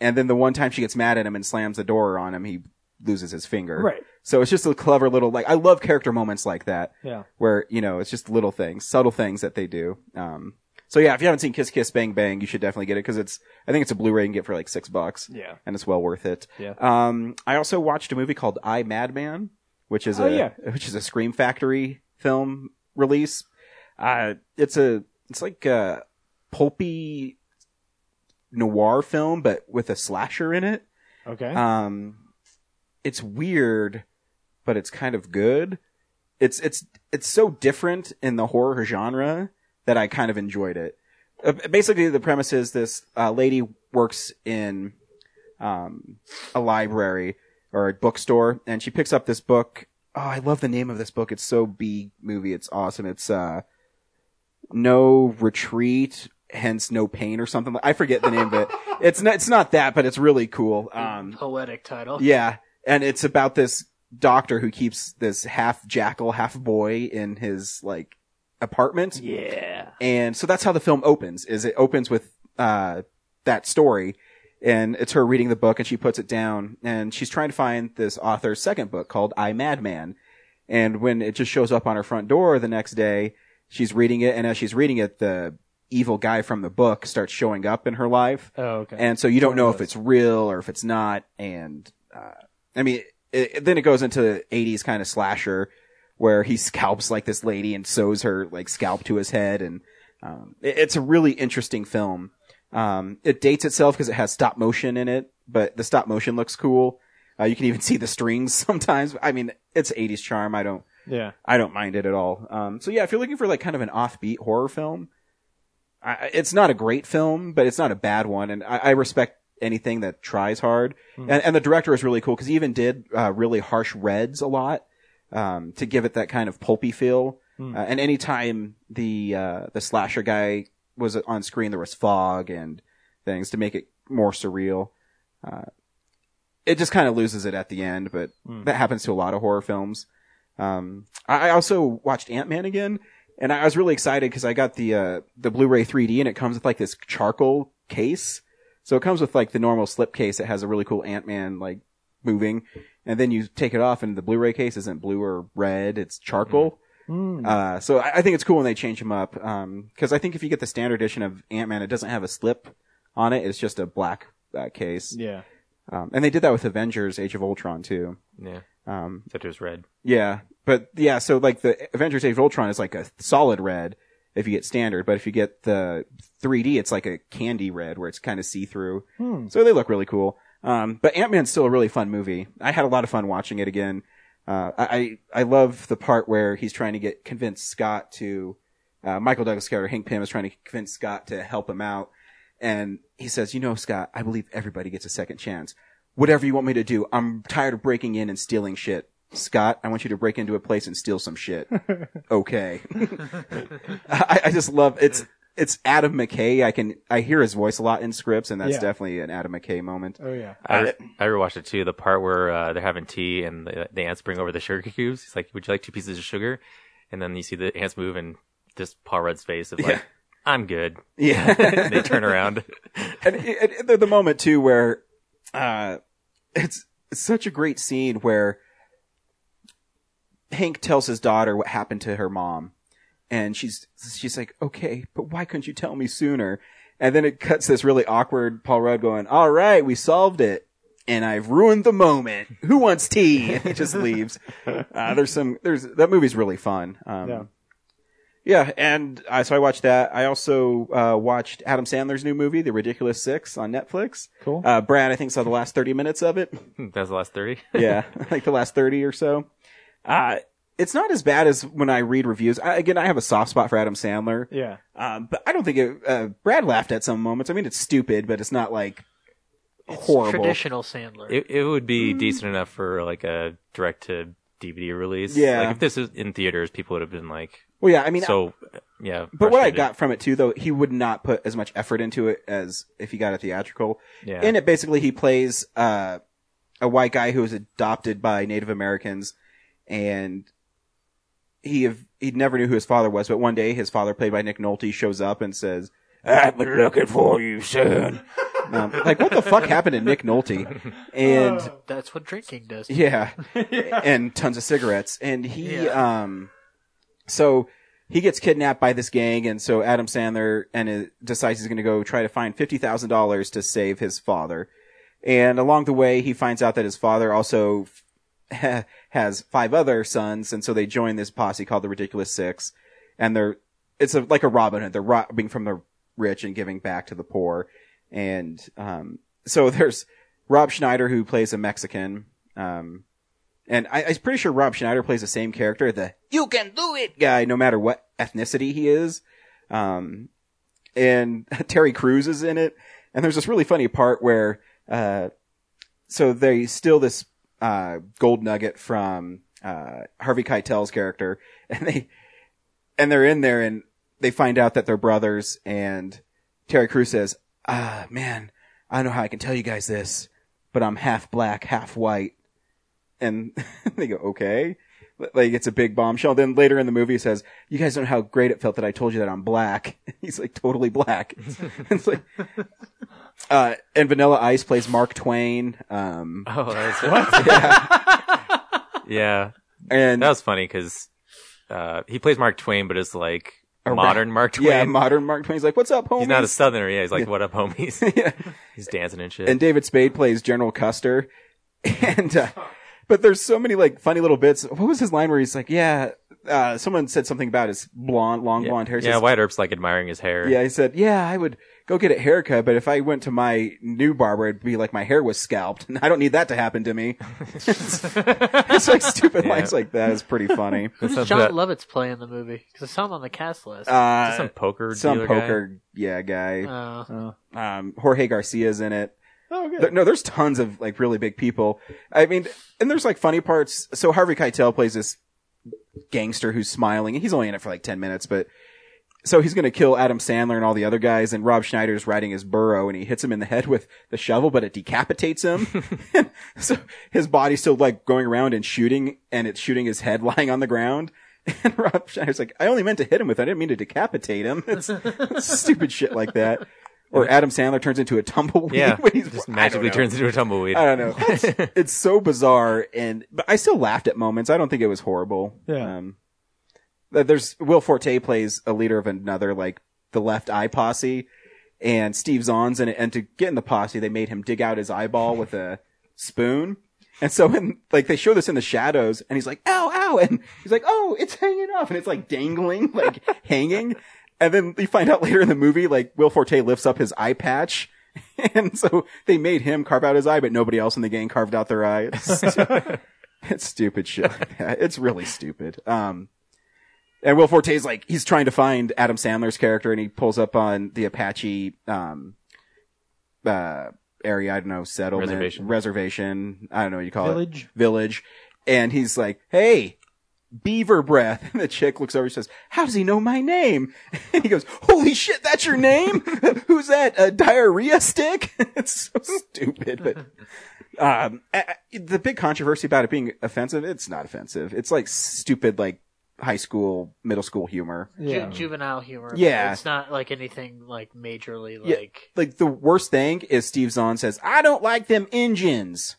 And then the one time she gets mad at him and slams the door on him, he loses his finger. Right. So it's just a clever little like I love character moments like that yeah where you know it's just little things, subtle things that they do. Um, so yeah, if you haven't seen Kiss Kiss Bang Bang, you should definitely get it because it's I think it's a Blu-ray you can get for like six bucks. Yeah. and it's well worth it. Yeah. Um, I also watched a movie called I Madman, which is Oh, a yeah. which is a Scream Factory film release. Uh, it's a it's like a pulpy noir film, but with a slasher in it. okay Um, it's weird, but it's kind of good. It's it's it's so different in the horror genre that I kind of enjoyed it. Uh, basically, the premise is this uh, lady works in um, a library or a bookstore, and she picks up this book. Oh, I love the name of this book. It's so B movie. It's awesome. It's uh, no retreat, hence no pain, or something. I forget the name of it. It's not. It's not that, but it's really cool. Um, Poetic title. yeah, and it's about this doctor who keeps this half jackal, half boy in his like apartment. yeah And so that's how the film opens. Is it opens with uh, that story, and it's her reading the book, and she puts it down, and she's trying to find this author's second book called I Madman. And when it just shows up on her front door the next day, she's reading it, and as she's reading it, the evil guy from the book starts showing up in her life, oh okay and so you don't know if those. it's real or if it's not. And uh, I mean, it, it- then it goes into '80s kind of slasher, where he scalps like this lady and sews her like scalp to his head, and um, it- it's a really interesting film. Um, it dates itself because it has stop motion in it, but the stop motion looks cool. Uh, you can even see the strings sometimes. I mean, it's 80s charm. I don't, Yeah. I don't mind it at all. Um, so yeah, if you're looking for like kind of an offbeat horror film, I, I- it's not a great film, but it's not a bad one, and I, I respect anything that tries hard. And, and the director is really cool because he even did uh, really harsh reds a lot um, to give it that kind of pulpy feel. Uh, and anytime the uh, the slasher guy was on screen, there was fog and things to make it more surreal. Uh, it just kind of loses it at the end, but Hmm. that happens to a lot of horror films. Um, I I also watched Ant Man again, and I was really excited because I got the uh, the Blu-ray 3D, and it comes with like this charcoal case. So it comes with like the normal slip case. It has a really cool Ant Man like moving, and then you take it off, and the Blu-ray case isn't blue or red; it's charcoal. Hmm. Mm-hmm. Uh, so I, I think it's cool when they change them up because I think if you get the standard edition of Ant Man, it doesn't have a slip on it; it's just a black uh, case. Yeah. Um, and they did that with Avengers: Age of Ultron too. Yeah. Um, Except it was red. yeah, but yeah, so like the Avengers Age of Ultron is like a solid red if you get standard, but if you get the 3D, it's like a candy red where it's kind of see through. Hmm. So they look really cool. Um, but Ant Man's still a really fun movie. I had a lot of fun watching it again. Uh, I I I love the part where he's trying to get convince Scott to uh, Michael Douglas character Hank Pym is trying to convince Scott to help him out, and he says, "You know, Scott, I believe everybody gets a second chance. Whatever you want me to do, I'm tired of breaking in and stealing shit." Scott, I want you to break into a place and steal some shit. okay. I, I just love it's it's Adam McKay. I can I hear his voice a lot in scripts, and that's Yeah. definitely an Adam McKay moment. Oh yeah. I, I rewatched it too. The part where uh, they're having tea and the, the ants bring over the sugar cubes. He's like, "Would you like two pieces of sugar?" And then you see the ants move and this Paul Rudd's face of like, Yeah. "I'm good." Yeah. and they turn around. and it, it- the- the moment too where uh, it's, it's such a great scene where Hank tells his daughter what happened to her mom, and she's she's like, "Okay, but why couldn't you tell me sooner?" And then it cuts this really awkward Paul Rudd going, "All right, we solved it." And I've ruined the moment. Who wants tea? And he just leaves. Uh, there's some. There's that movie's really fun. Um, Yeah. yeah, and uh, so I watched that. I also uh, watched Adam Sandler's new movie, The Ridiculous Six, on Netflix. Cool. Uh, Brad, I think saw the last thirty minutes of it. that was the last thirty. yeah, like the last thirty or so. Uh, it's not as bad as when I read reviews. I, again, I have a soft spot for Adam Sandler, Yeah. um, but I don't think it, uh, Brad laughed at some moments. I mean, it's stupid, but it's not like horrible. Traditional Sandler. It it would be decent enough for like a direct to DVD release. Yeah. Like if this is in theaters, people would have been like, Well, yeah, I mean, "So, yeah." But what I frustrated. got from it too, though, he would not put as much effort into it as if he got a theatrical. Yeah. In it, basically, he plays uh, a white guy who was adopted by Native Americans, and he have, he never knew who his father was. But one day, his father, played by Nick Nolte, shows up and says, "I've been looking for you, son." um, like, what the fuck happened to Nick Nolte? And That's what drinking does. to yeah. And tons of cigarettes. And he, Yeah. um, so he gets kidnapped by this gang. And so Adam Sandler and uh, decides he's going to go try to find $50,000 to save his father. And along the way, he finds out that his father also f- has five other sons. And so they join this posse called the Ridiculous Six. And they're, it's a, like a Robin Hood. They're robbing from the rich and giving back to the poor. And, um, so there's Rob Schneider who plays a Mexican. Um, and I, I'm pretty sure Rob Schneider plays the same character, the "You can do it" guy, no matter what ethnicity he is. Um, and Terry Crews is in it, and there's this really funny part where, uh, so they steal this uh, gold nugget from uh, Harvey Keitel's character, and they and they're in there, and they find out that they're brothers, and Terry Crews says, "Ah, man, I don't know how I can tell you guys this, but I'm half black, half white." and they go, okay. Like it's a big bombshell. Then later in the movie, he says, "You guys don't know how great it felt that I told you that I'm black." He's like totally black. it's like, uh, and Vanilla Ice plays Mark Twain. Um, Oh, that's what? yeah. yeah. and That was funny because uh, he plays Mark Twain, but it's like ra- modern Mark Twain. yeah, modern Mark Twain's like, "What's up, homie?" he's not a southerner. Yeah, he's like, "What up, homies?" Yeah. he's dancing and shit. and David Spade plays General Custer, and uh, but there's so many like funny little bits. What was his line where he's like, "Yeah," uh, someone said something about his blonde, long yeah, blonde hair. He yeah says, White Earp's like admiring his hair. Yeah, he said, "Yeah, I would go get a haircut, but if I went to my new barber, it'd be like my hair was scalped, and I don't need that to happen to me. it's like stupid lines like that is pretty funny. Who does Sounds John about- Lovitz play in the movie? Because I saw him on the cast list. Uh, some poker some dealer poker, yeah, guy. Uh, Um, Jorge Garcia's in it. Oh, good. There- no, there's tons of like really big people. I mean, and there's like funny parts. So Harvey Keitel plays this gangster who's smiling, and he's only in it for like ten minutes, but so he's gonna kill Adam Sandler and all the other guys, and Rob Schneider's riding his burro, and he hits him in the head with the shovel, but it decapitates him. so his body's still like going around and shooting, and it's shooting his head lying on the ground. And Rob Schneider's like, I only meant to hit him with it. I didn't mean to decapitate him. It's, it's stupid shit like that. Or Adam Sandler turns into a tumbleweed Yeah, when he's just I don't magically know. turns into a tumbleweed. I don't know. It's, it's so bizarre, and but I still laughed at moments. I don't think it was horrible. Yeah. Um, th- there's Will Forte plays a leader of another like the Left Eye Posse, and Steve Zahn's in it. And to get in the posse, they made him dig out his eyeball with a spoon. And so when like they show this in the shadows, and he's like, "Ow, ow!" and he's like, "Oh, it's hanging off," and it's like dangling, like hanging. And then you find out later in the movie, like Will Forte lifts up his eye patch, and so they made him carve out his eye, but nobody else in the gang carved out their eye. It's, stu- it's stupid shit. like that. It's really stupid. Um, and Will Forte's like he's trying to find Adam Sandler's character, and he pulls up on the Apache um, uh, area. I don't know settlement Reservation. reservation. I don't know what you call Village. it village. And he's like, "Hey, Beaver Breath. And the chick looks over and says, How does he know my name? And he goes, Holy shit, that's your name? Who's that? A diarrhea stick? it's so stupid. But um, I- I- the big controversy about it being offensive, it's not offensive. It's like stupid, like high school, middle school humor. ju- Yeah. juvenile humor. but Yeah. it's not like anything like majorly Yeah. like. Like the worst thing is Steve Zahn says, I don't like them engines.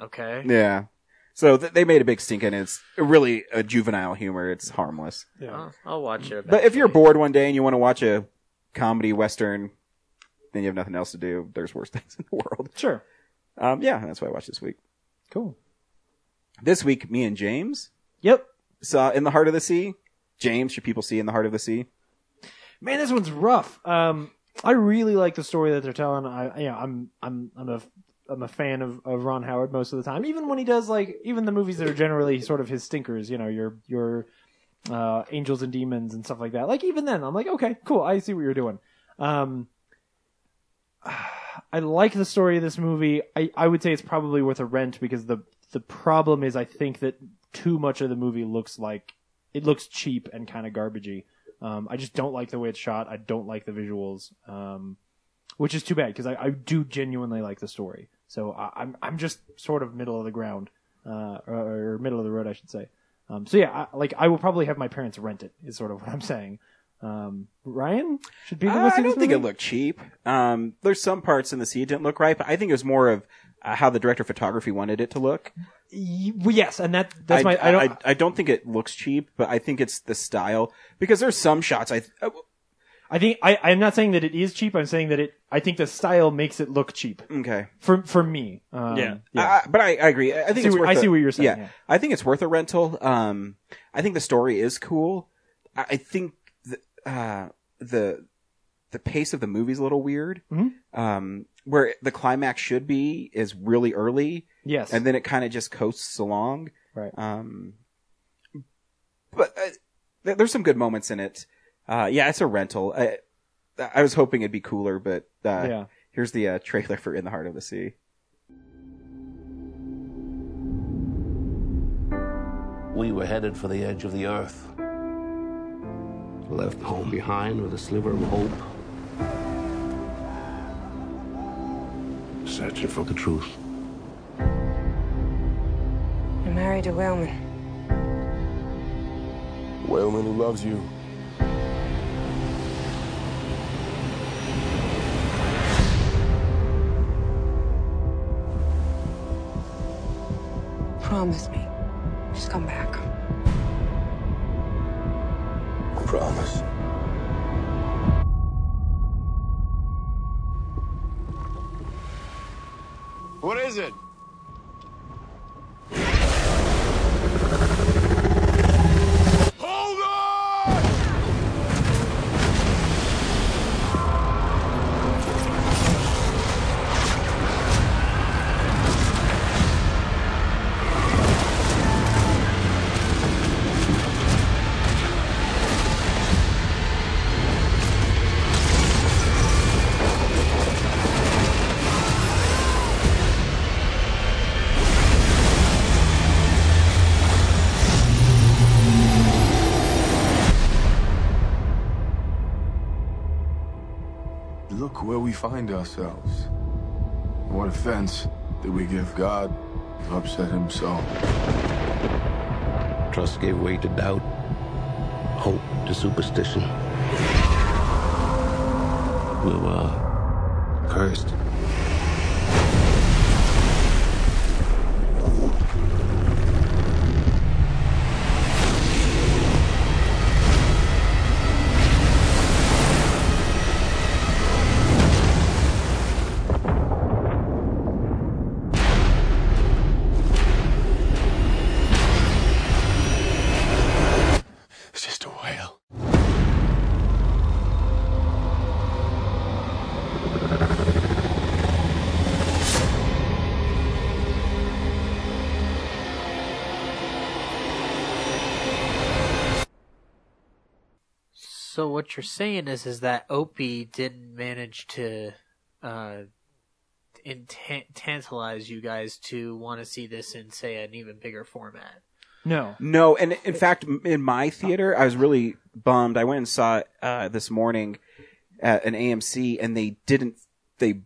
Okay, Yeah. So th- they made a big stink and it's really a juvenile humor. It's harmless. I'll, I'll watch it. But if you're eventually. bored one day and you want to watch a comedy western, then you have nothing else to do. There's worse things in the world. Sure. Um, yeah, that's what I watched this week. Cool. This week, me and James Yep. saw In the Heart of the Sea. James, should people see In the Heart of the Sea? Man, this one's rough. Um, I really like the story that they're telling. I, you know, I'm, I'm, I'm a, I'm a fan of, of Ron Howard most of the time. Even when he does like, even the movies that are generally sort of his stinkers. You know, your, your, uh, Angels and Demons and stuff like that. Like even then, I'm like, okay, cool, I see what you're doing. Um, I like the story of this movie. I, I would say it's probably worth a rent because the the problem is I think that too much of the movie looks like it looks cheap and kind of garbagey. Um, I just don't like the way it's shot. I don't like the visuals, um, which is too bad because I, I do genuinely like the story. So I, I'm I'm just sort of middle of the ground uh, or, or middle of the road, I should say. Um, so yeah, I, like I will probably have my parents rent it. Is sort of what I'm saying. Um, Ryan should be the I, list Uh, I don't think it looked cheap. Um, there's some parts in the sea that didn't look right, but I think it was more of uh, how the director of photography wanted it to look. Y- well, yes, and that that's I, my I don't I, I don't think it looks cheap, but I think it's the style because there's some shots I, uh, I think I I'm not saying that it is cheap. I'm saying that it I think the style makes it look cheap okay. for for me. Um, I- I- but I, I agree. I I think See it's what- worth I see a- what you're saying, Yeah, yeah. I think it's worth a rental. Um, I think the story is cool. I, I think the uh, the the pace of the movie's a little weird. Mhm. Um, where the climax should be is really early, Yes. and then it kind of just coasts along. Right. Um, but uh, th- there's some good moments in it. Uh, yeah, it's a rental. I, I was hoping it'd be cooler, but uh, yeah. here's the uh, trailer for In the Heart of the Sea. We were headed for the edge of the earth. Left home behind with a sliver of hope. Searching for the truth. You're married to Wellman. Whaleman who loves you. Promise me. Just come back. Promise. What is it? Hold on! where we find ourselves. What offense did we give God to upset himself? Trust gave way to doubt, hope to superstition. We were cursed. It's just a whale. So what you're saying is, is that Opie didn't manage to uh, intan- tantalize you guys to want to see this in, say, an even bigger format. No. No, and in fact, m- in my theater, I was really bummed. I went and saw it uh, this morning at an AMC, and they didn't they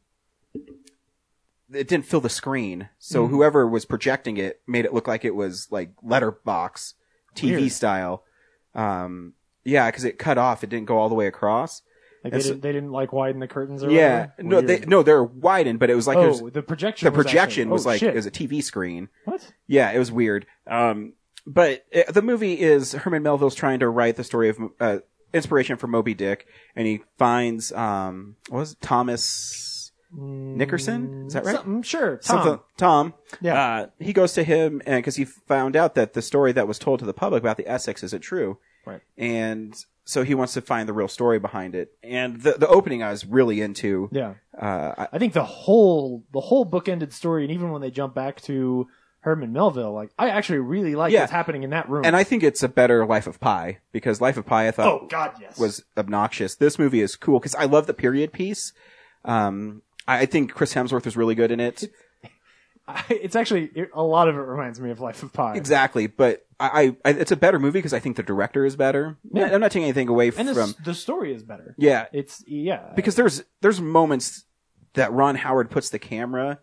it didn't fill the screen. So Mhm. whoever was projecting it made it look like it was like letterbox TV Weird. style. Um, yeah, because it cut off. It didn't go all the way across. Like they, And so- didn't, they didn't like widen the curtains or yeah, whatever? no, they Weird. no, they're widened, but it was like Oh, it was- the projection The was actually- projection was, oh, like shit. it was a TV screen. What? Yeah, it was weird. Um, but uh the movie is Herman Melville's trying to write the story of uh, inspiration for Moby Dick, and he finds um, what was it, Thomas Mm, Nickerson? Is that right? Something, sure. Tom. Something- Tom. Yeah. Uh, he goes to him and because he found out that the story that was told to the public about the Essex isn't true, Right. and so he wants to find the real story behind it. And the the opening I was really into. Yeah. Uh, I, I think the whole the whole bookended story, and even when they jump back to Herman Melville, like I actually really like Yeah. what's happening in that room. And I think it's a better Life of Pi because Life of Pi I thought Oh, God, yes. was obnoxious. This movie is cool because I love the period piece. Um, I I think Chris Hemsworth was really good in it. it's actually it, a lot of it reminds me of Life of Pi. Exactly, but I, I I- it's a better movie because I think the director is better. Yeah. I'm not taking anything away And from this, the story is better. yeah It's yeah. because there's there's moments that Ron Howard puts the camera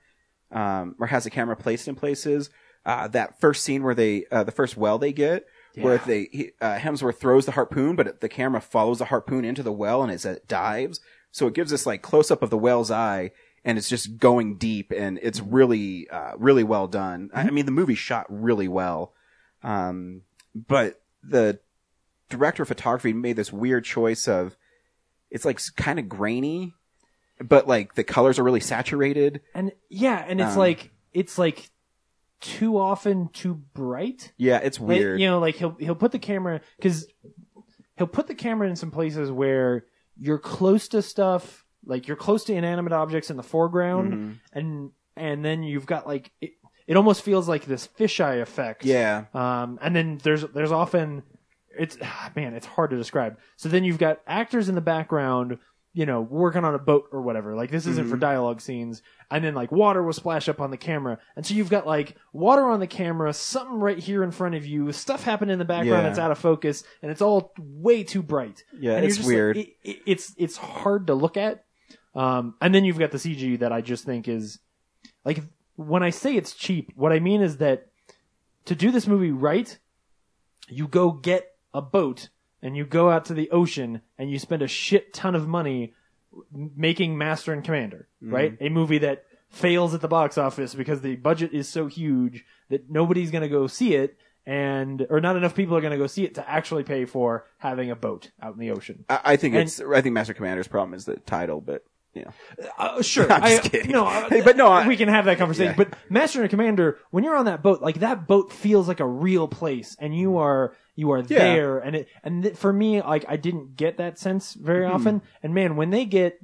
um, or has the camera placed in places. Uh, that first scene where they uh, the first well they get where Yeah. they he, uh, Hemsworth throws the harpoon, but it- the camera follows the harpoon into the well and as it dives, so it gives us like close up of the well's eye. And it's just going deep, and it's really, uh, really well done. I I mean, the movie shot really well, um, but the director of photography made this weird choice of it's like kind of grainy, but like the colors are really saturated. and yeah, and it's Um, like it's like too often too bright. Yeah, it's Like, weird. you know, like he'll he'll put the camera because he'll put the camera in some places where you're close to stuff, like you're close to inanimate objects in the foreground, Mhm. and and then you've got like it, it almost feels like this fisheye effect. Yeah. Um, and then there's there's often it's man, it's hard to describe. So then you've got actors in the background, you know, working on a boat or whatever. Like this isn't for Mhm. dialogue scenes. And then like water will splash up on the camera, and so you've got like water on the camera, something right here in front of you, stuff happening in the background Yeah. that's out of focus, and it's all way too bright. Yeah, And you're it's just like- weird. it- it- it's it's hard to look at. Um, and then you've got the CG that I just think is like when I say it's cheap, what I mean is that to do this movie right, you go get a boat and you go out to the ocean and you spend a shit ton of money m- making Master and Commander, Mm-hmm. right? A movie that fails at the box office because the budget is so huge that nobody's going to go see it and or not enough people are going to go see it to actually pay for having a boat out in the ocean. I, I think And- it's. I think Master Commander's problem is the title, but you know, Uh, sure, I'm just I- kidding. No, uh, Hey, but no, I- we can have that conversation. Yeah. But Master and Commander, when you're on that boat, like that boat feels like a real place, and you are you are Mm. Yeah. there, and it and th- for me, like I didn't get that sense very Mm-hmm. often. And man, when they get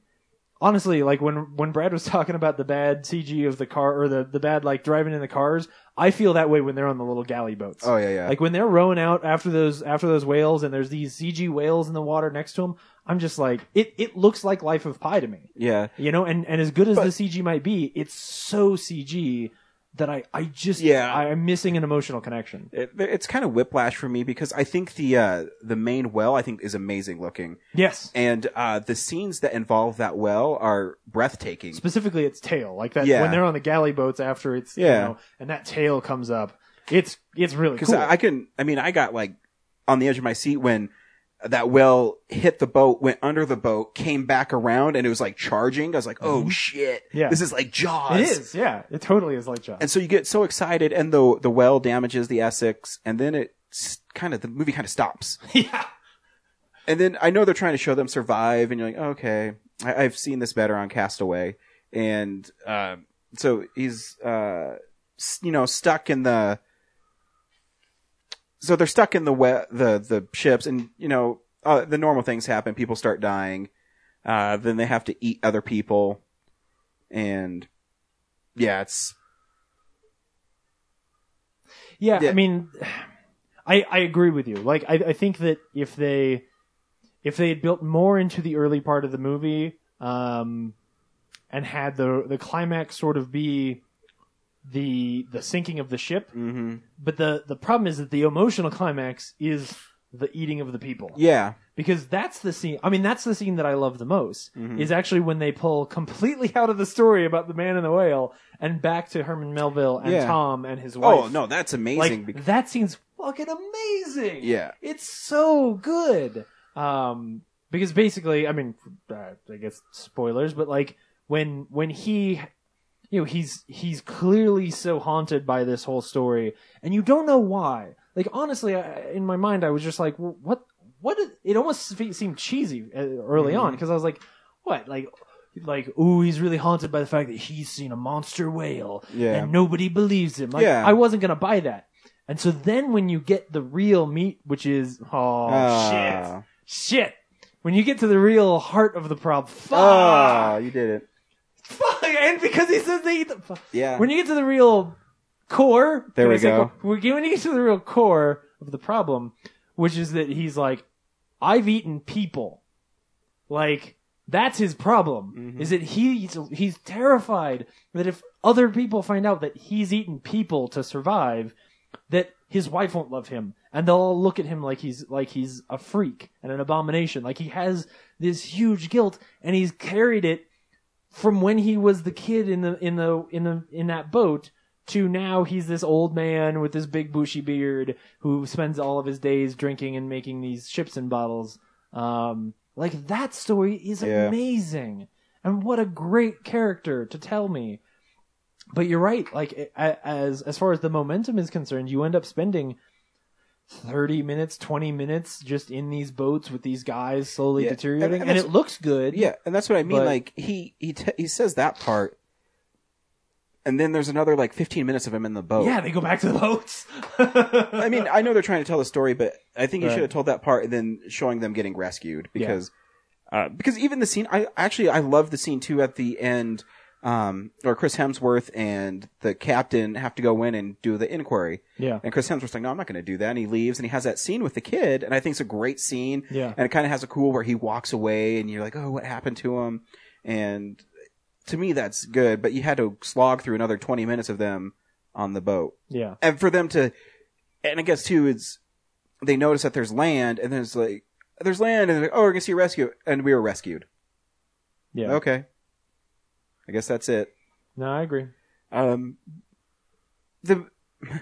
honestly, like when when Brad was talking about the bad CG of the car or the the bad like driving in the cars, I feel that way when they're on the little galley boats. Oh, yeah, yeah. Like when they're rowing out after those after those whales, and there's these CG whales in the water next to them. I'm just like it. It looks like Life of Pi to me yeah. you know and and as good as the cg might be it's so cg that I I just Yeah. I, am missing an emotional connection. It, it's kind of whiplash for me because I think the uh, the main well I think is amazing looking. Yes. and uh, the scenes that involve that well are breathtaking. Specifically, its tail, like that Yeah. when they're on the galley boats after it's you Yeah. know, and that tail comes up. It's it's really Because cool. I can, I mean, I got like on the edge of my seat when that well hit the boat, went under the boat, came back around, and it was like charging. I was like, oh shit, Mm-hmm. Yeah. this is like Jaws. It is, yeah. It totally is like Jaws. And so you get so excited, and the the well damages the Essex, and then it kind of the movie kind of stops. yeah. And then I know they're trying to show them survive, and you're like, okay, I, I've seen this better on Castaway, and uh, so he's uh, s- you know stuck in the. So they're stuck in the we- the the ships, and you know uh, the normal things happen. People start dying. Uh, then they have to eat other people, and yeah, it's Yeah, Yeah. I mean, I I agree with you. Like, I, I think that if they if they had built more into the early part of the movie, um, and had the the climax sort of be the the sinking of the ship, mm-hmm. but the the problem is that the emotional climax is the eating of the people. yeah. Because that's the scene. I mean, that's the scene that I love the most. Mhm. Is actually when they pull completely out of the story about the man and the whale and back to Herman Melville and Yeah. Tom and his wife. Oh no, that's amazing. Like, bec- that scene's fucking amazing. Yeah. It's so good. Um, because basically, I mean, uh, I guess spoilers, but like when when he, you know, he's he's clearly so haunted by this whole story, and you don't know why. Like honestly, I, in my mind, I was just like, well, what what? Is, it almost fe- seemed cheesy uh, early Mm-hmm. on because I was like, what like. Like, ooh, he's really haunted by the fact that he's seen a monster whale, Yeah. and nobody believes him. Like, Yeah. I wasn't gonna buy that. And so then when you get the real meat, which is oh Ah. shit, shit. When you get to the real heart of the problem, fuck. Ah, you did it. Fuck, and because he says they eat the fuck. Yeah. When you get to the real core, There did I we say go. core? When you when you get to the real core of the problem, which is that he's like, I've eaten people. Like that's his problem. Mm-hmm. Is that he's he's terrified that if other people find out that he's eaten people to survive, that his wife won't love him and they'll all look at him like he's like he's a freak and an abomination. Like he has this huge guilt and he's carried it from when he was the kid in the in the in the in that boat to now he's this old man with this big bushy beard who spends all of his days drinking and making these ships and bottles. Um, like that story is Yeah. amazing, and what a great character to tell me. But you're right. Like a- a- as as far as the momentum is concerned, you end up spending. 30 minutes 20 minutes just in these boats with these guys slowly Yeah. And- deteriorating and and that's- it looks good Yeah, and that's what I mean. But- like he he t- he says that part, and then there's another like 15 minutes of him in the boat. Yeah, they go back to the boats. I mean, I know they're trying to tell the story, but I think you Right. should have told that part and then showing them getting rescued because uh, because even the scene I actually I love the scene too at the end um or Chris Hemsworth and the captain have to go in and do the inquiry. Yeah. And Chris Hemsworth's like, no, I'm not going to do that. And he leaves and he has that scene with the kid. And I think it's a great scene. Yeah. And it kind of has a cool where he walks away and you're like, oh, what happened to him? And to me, that's good. But you had to slog through another 20 minutes of them on the boat. Yeah. And for them to, and I guess too, it's, they notice that there's land and then it's like, there's land and they're like, oh, we're going to see a rescue. And we were rescued. Yeah. Okay. I guess that's it. No, I agree. Um, the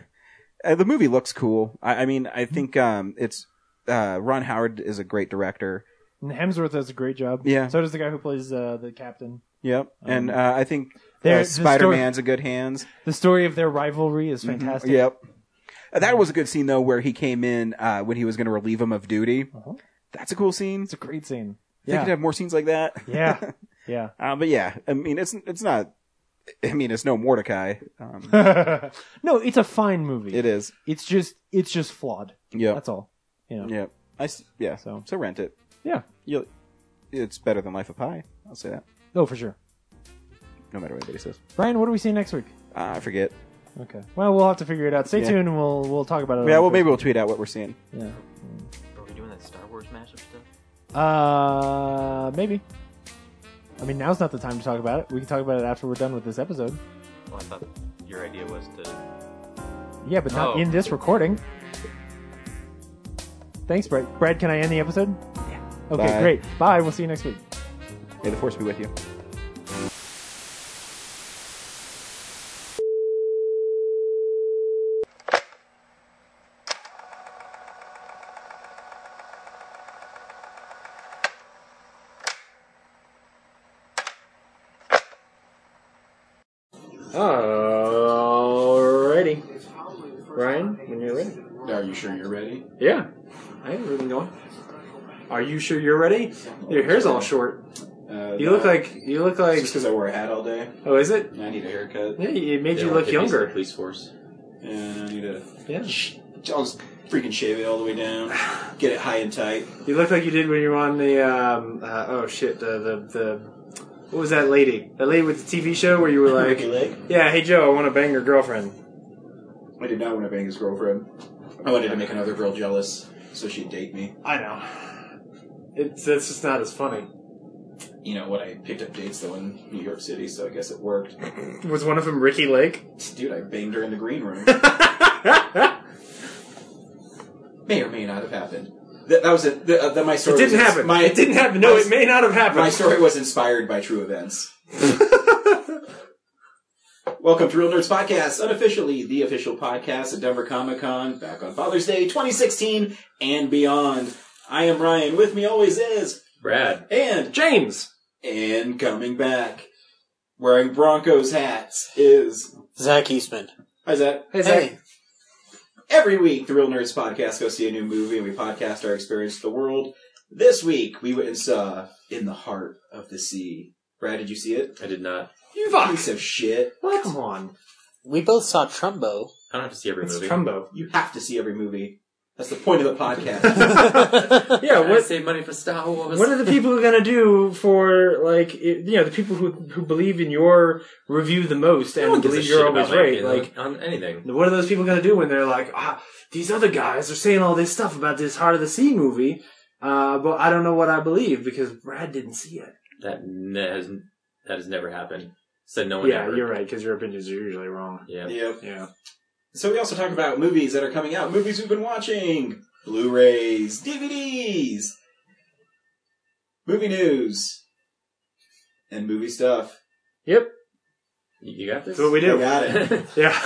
uh, the movie looks cool. I, I mean, I Mm-hmm. think um, it's uh, Ron Howard is a great director. And Hemsworth does a great job. Yeah. So does the guy who plays uh, the captain. Yep, and Um, uh, I think there- uh, the story- Spider Man's in good hands. The story of their rivalry is Mm-hmm. fantastic. Yep. Uh, That was a good scene though, where he came in uh, when he was going to relieve him of duty. That's a cool scene. It's Uh-huh. a great scene. They Yeah. could have more scenes like that. Yeah. Yeah. uh, but yeah, I mean, it's it's not. I mean, it's no Mordecai. Um, no, it's a fine movie. it is. It's just it's just flawed. Yep. That's all. You know. Yep. I s- yeah. So so rent it. Yeah. You'll, it's better than Life of Pi. I'll say that. No, Oh, for sure. No matter what anybody says. Brian, what do we see next week? Uh, I forget. Okay. Well, we'll have to figure it out. Stay Yeah. tuned and we'll we'll talk about it. Yeah. on Well, maybe Thursday. we'll tweet out what we're seeing. Yeah. Are we doing that Star Wars mashup stuff? Uh, maybe. I mean, now's not the time to talk about it. We can talk about it after we're done with this episode. Well, Oh, I thought your idea was to. Yeah, but not Oh. in this recording. Thanks, Brad. Brad, can I end the episode? Yeah. Okay, Bye. great. Bye. We'll see you next week. May the force be with you. Alrighty. Ryan, when you're ready. Are you sure you're ready? Yeah. I ain't really going. Are you sure you're ready? Your hair's all short. Uh, You look like you look like. because I wore a hat all day. Oh, is it? I need a haircut. Yeah, it made They you look want hippies in the younger. Police force. And I need a yeah. I'll just freaking shave it all the way down. Get it high and tight. You look like you did when you were on the um, uh, oh shit the, the the what was that lady? That lady with the TV show where you were like, Ricky Lake? yeah, hey Joe, I want to bang your girlfriend. I did not want to bang his girlfriend. I wanted to make another girl jealous so she'd date me. I know. It's that's just not as funny. You know what? I picked up dates though in New York City, so I guess it worked. Was one of them Ricky Lake? Dude, I banged her in the green room. may or may not have happened. That, that was it. That, uh, that my story. It didn't was, happen. My, It didn't happen. No, my- it may not have happened. My story was inspired by true events. Welcome to Real Nerds Podcast, unofficially the official podcast at Denver Comic Con, back on Father's Day 2016 and beyond. I am Ryan. With me always is Brad. and James. And coming back, wearing Broncos hats, is Zach Eastman. Hi, Zach. Hey, Zach. Every week, the Real Nerds Podcast goes see a new movie and we podcast our experience with the world. This week, we went and saw In the Heart of the Sea. Brad, did you see it? I did not. You Fuck. piece of shit. What? Come on. We both saw Trumbo. I don't have to see every It's movie. Trumbo. You have to see every movie. That's the point of the podcast. yeah, what save money for Star Wars? What are the people gonna do for like it- you know the people who who believe in your review the most No one and gives a believe you're shit about always my right? opinion Like on anything. What are those people gonna do when they're like, ah, these other guys are saying all this stuff about this Heart of the Sea movie, uh, but I don't know what I believe because Brad didn't see it. That ne- has that has never happened. Said no one yeah, ever. you're right because your opinions are usually wrong. Yeah. Yep. Yeah. So we also talk about movies that are coming out, movies we've been watching, Blu-rays, DVDs, movie news, and movie stuff. Yep. You got this. That's what we do. I got it. yeah.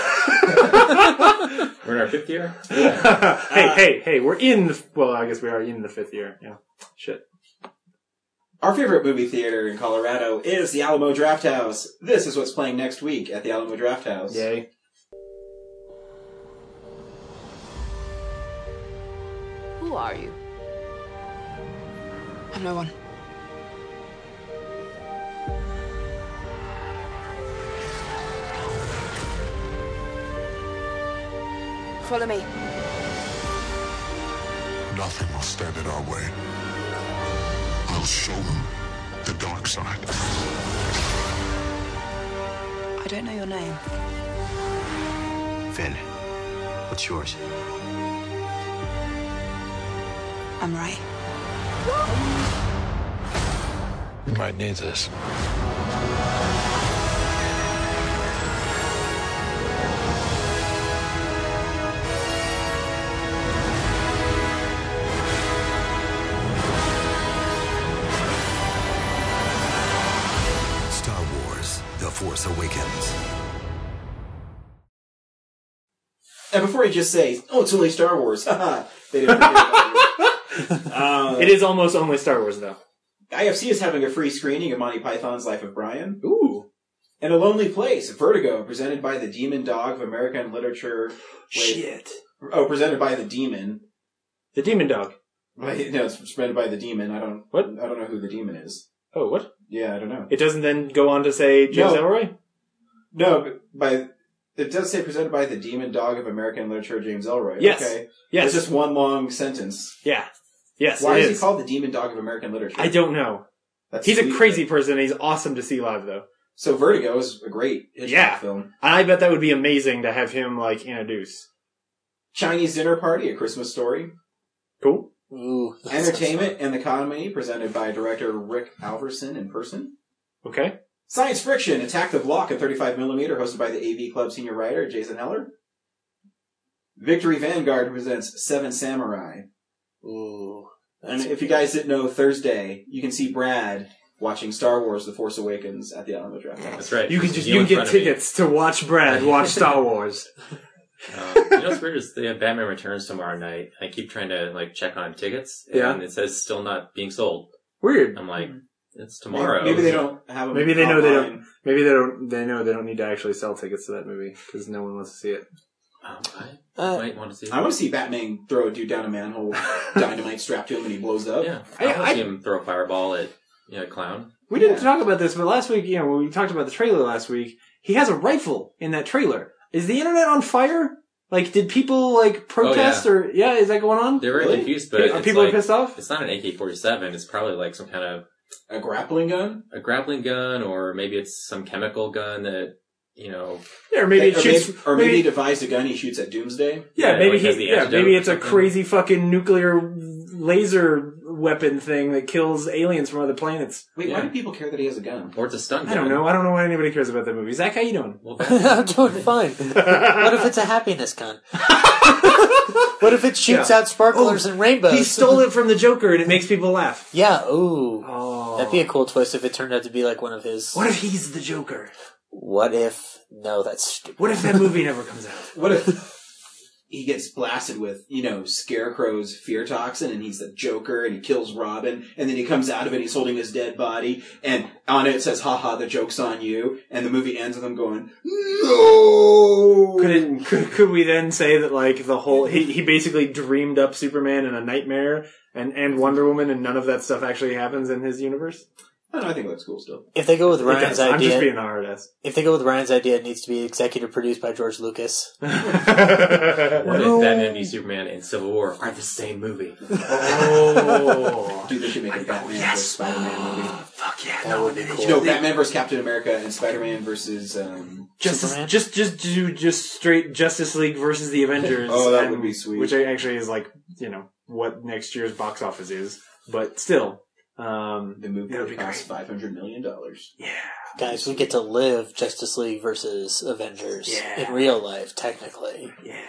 We're in our fifth year. hey, hey, hey! We're in the well. I guess we are in the fifth year. Yeah. Shit. Our favorite movie theater in Colorado is the Alamo Drafthouse. This is what's playing next week at the Alamo Drafthouse. Yay. Who are you? I'm no one. Follow me. Nothing will stand in our way. I'll show them the dark side. I don't know your name. Finn, what's yours? I'm Ray. You might need this. Star Wars The Force Awakens. And before you just say, oh, it's only Star Wars, haha, they didn't forget about you. um, It is almost only Star Wars though. IFC is having a free screening of Monty Python's Life of Brian. Ooh. In a Lonely Place, Vertigo, presented by the Demon Dog of American Literature. Shit. Oh, presented by the Demon. The Demon Dog. Wait, no, it's presented by the Demon. I don't. What? I don't know who the Demon is. Oh, what? Yeah, I don't know. It doesn't then go on to say James No. Ellroy. No, but by it does say presented by the Demon Dog of American Literature, James Elroy. Yes. Okay. Yes. It's just one long sentence. Yeah. Yes. Why it is, is. he called the Demon Dog of American Literature? I don't know. That's he's a sweet, crazy person. He's awesome to see live though. So Vertigo is a great Hitchcock yeah. film. And I bet that would be amazing to have him like introduce. Chinese dinner party, a Christmas story. Cool. Ooh. Entertainment and the Economy, presented by director Rick Alverson in person. Okay. Science Friction, Attack the Block at 35mm, hosted by the AV Club senior writer Jason Heller. Victory Vanguard presents Seven Samurai. Ooh. And if you guys didn't know, Thursday, you can see Brad watching Star Wars The Force Awakens at the Alamo Draft House. That's right. You can just You you in can get front of me. tickets to watch Brad watch Star Wars. Uh, you know what's weird is they have Batman Returns tomorrow night. I keep trying to like check on tickets, and Yeah. it says still not being sold. Weird. I'm like, it's tomorrow. Um, Maybe they don't have them Maybe they know they online. don't. Maybe they don't. They know they don't need to actually sell tickets to that movie because no one wants to see it. Uh, Might want to see. I want to see Batman throw a dude down a manhole, dynamite strapped to him, and he blows up. Yeah, I want to see him throw a fireball at you know, clown. We didn't talk about this, but last week, you know, when we talked about the trailer last week, he has a rifle in that trailer. Is the internet on fire? Like, did people like protest Oh, yeah. or yeah? Is that going on? They're very Really? confused, but are it's people like- pissed off? It's not an AK-47. It's probably like some kind of a grappling gun, a grappling gun, or maybe it's some chemical gun that you know. Yeah, or maybe it or shoots. maybe, or maybe he devised a gun he shoots at Doomsday. yeah, yeah, maybe like, has he, the yeah, antidote maybe or it's a something. crazy fucking nuclear laser weapon thing that kills aliens from other planets. Wait, Yeah. why do people care that he has a gun? Or it's a stun I don't know. I don't know why anybody cares about that movie. Zach, how you doing? I'm doing fine. what if it's a happiness gun? what if it shoots Yeah. out sparklers and rainbows? He stole it from the Joker, and it makes people laugh. Yeah. Ooh. Oh. That'd be a cool twist if it turned out to be like one of his. What if he's the Joker? What if? No, that's stupid. What if that movie never comes out? What if he gets blasted with, you know, Scarecrow's fear toxin and he's the Joker and he kills Robin and then he comes out of it, he's holding his dead body and on it says, haha, the joke's on you. And the movie ends with him going, no! Could, it, could could we then say that like the whole he he basically dreamed up Superman in a nightmare and and Wonder Woman and none of that stuff actually happens in his universe? I don't know, I think it looks cool still. If they go with It Ryan's does. I'm idea, just being a hard ass. if they go with Ryan's idea, it needs to be executive produced by George Lucas. What No. if Batman v Superman and Civil War are the same movie? Oh. Dude, they should make a Batman versus Spider-Man movie. Fuck yeah, that would be cool. No, Batman versus Captain America and Spider-Man versus, um, Just just just do just straight Justice League versus the Avengers. Oh, that and- would be sweet. Which actually is like you know what next year's box office is, but still, um, the movie that would be great. cost $500 million. Yeah. Guys, we get to live Justice League versus Avengers Yeah. in real life, technically. Yeah.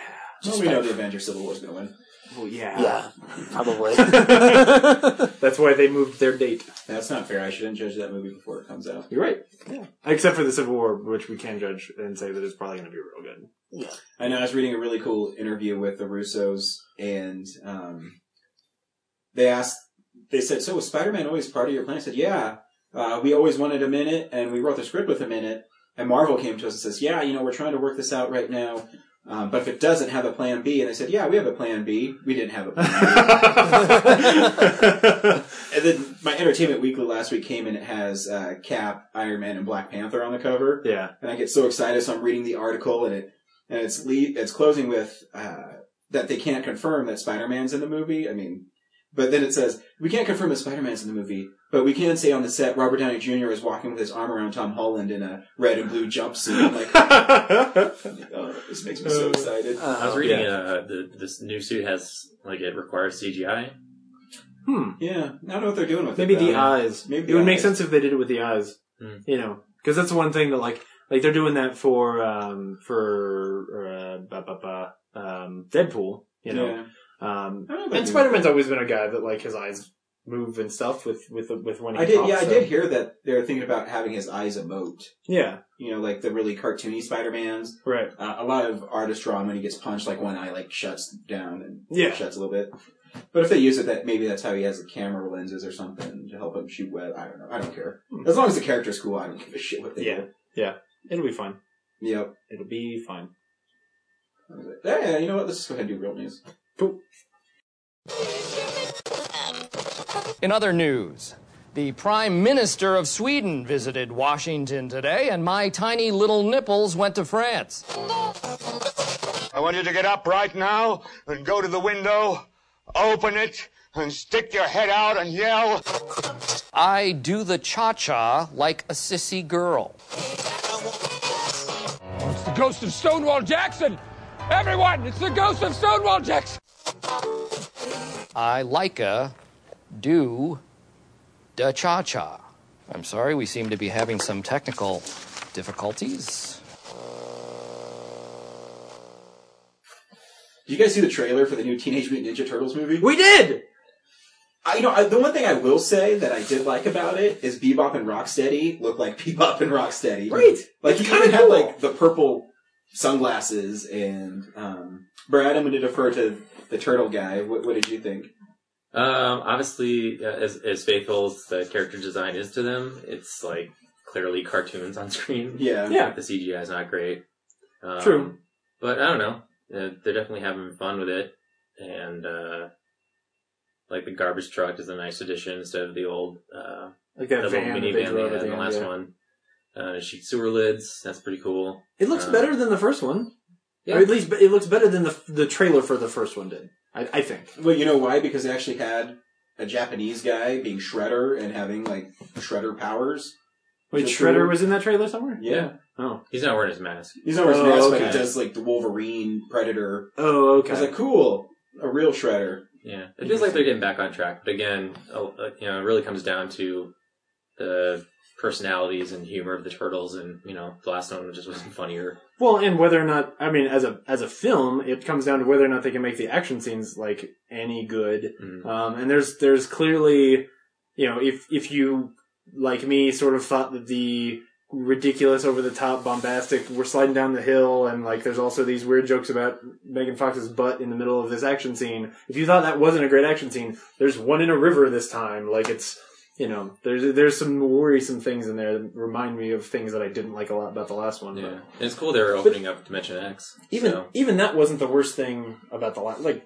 Well, we know the Avengers Civil War's gonna win. Well, yeah. Yeah, probably. That's why they moved their date. That's not fair. I shouldn't judge that movie before it comes out. You're right. Except for the Civil War, which we can judge and say that it's probably going to be real good. Yeah. I know I was reading a really cool interview with the Russos, and um, they asked, they said, "So was Spider-Man always part of your plan?" I said, "Yeah, uh, we always wanted him in it, and we wrote the script with him in it." And Marvel came to us and says, "Yeah, you know, we're trying to work this out right now, um, but if it doesn't have a plan B," and they said, "Yeah, we have a plan B. We didn't have a plan B." and then my Entertainment Weekly last week came and it has uh, Cap, Iron Man, and Black Panther on the cover Yeah. and I get so excited. So I'm reading the article, and it and it's le- it's closing with uh, that they can't confirm that Spider-Man's in the movie. I mean, but then it says we can't confirm that Spider-Man's in the movie, but we can say on the set Robert Downey Jr. is walking with his arm around Tom Holland in a red and blue jumpsuit. I'm like, oh, this makes me so excited. I was reading uh, the this new suit has like it requires CGI. Hmm. Yeah, I don't know what they're doing with Maybe it. the though. eyes. Maybe it would the make eyes. sense if they did it with the eyes. Hmm. You know, because that's one thing that like like they're doing that for um for uh, ba ba ba, um Deadpool. You know, Yeah. um, I don't know if they and do. Spider Man's always been a guy that like his eyes move and stuff with with with when he I did. talks, Yeah, I so- did hear that they're thinking about having his eyes emote. Yeah, You know, like the really cartoony Spider-Mans. right. Uh, a lot of artists draw him when he gets punched, like one eye like shuts down and Yeah. shuts a little bit. But if they use it, that maybe that's how he has the camera lenses or something to help him shoot web. I don't know. I don't care. As long as the character's cool, I don't give a shit what they Hmm. Yeah, do. yeah. It'll be fun. Yep. It'll be fun. Yeah, yeah, you know what? Let's just go ahead and do real news. In other news, the Prime Minister of Sweden visited Washington today, and my tiny little nipples went to France. I want you to get up right now and go to the window, open it, and stick your head out and yell. I do the cha cha like a sissy girl. It's the ghost of Stonewall Jackson! Everyone, it's the ghost of Stonewall Jackson! I like a do the cha cha. I'm sorry, we seem to be having some technical difficulties. Did you guys see the trailer for the new Teenage Mutant Ninja Turtles movie? We did. I you know I, the one thing I will say that I did like about it is Bebop and Rocksteady look like Bebop and Rocksteady. Right. Like It's you kind of kinda had cool. like the purple sunglasses and um Brad. I'm going to defer to the turtle guy. What, what did you think? Um, obviously, uh, as as faithful as the character design is to them, it's like clearly cartoons on screen. Yeah. yeah. The CGI is not great. Um, True. but I don't know. Uh, they're definitely having fun with it, and uh, like the garbage truck is a nice addition instead of the old uh, Like that the old van that they minivan drove had at in the the end, last yeah. one. Uh, they shoot sewer lids. That's pretty cool. It looks Uh, better than the first one. Yeah. Or at least it looks better than the the trailer for the first one did. I, I think. Well, you know why? Because they actually had a Japanese guy being Shredder and having like Shredder powers. Wait, Just Shredder through- was in that trailer somewhere? Yeah. Oh. He's not wearing his mask. He's not wearing Oh, his mask, okay. but he does like the Wolverine Predator. Oh, okay. I was like, cool, a real Shredder. Yeah, it feels like they're getting back on track. But again, uh, uh, you know, it really comes down to the personalities and humor of the turtles, and you know, the last one just wasn't funnier. Well, and whether or not I mean, as a as a film, it comes down to whether or not they can make the action scenes like any good. Mm. Um, and there's there's clearly, you know, if if you like me, sort of thought that the ridiculous, over the top, bombastic, we're sliding down the hill, and like there's also these weird jokes about Megan Fox's butt in the middle of this action scene. If you thought that wasn't a great action scene, there's one in a river this time. Like it's. You know, there's there's some worrisome things in there that remind me of things that I didn't like a lot about the last one. Um, but- Yeah, and it's cool they're opening up Dimension X. even so. even that wasn't the worst thing about the last like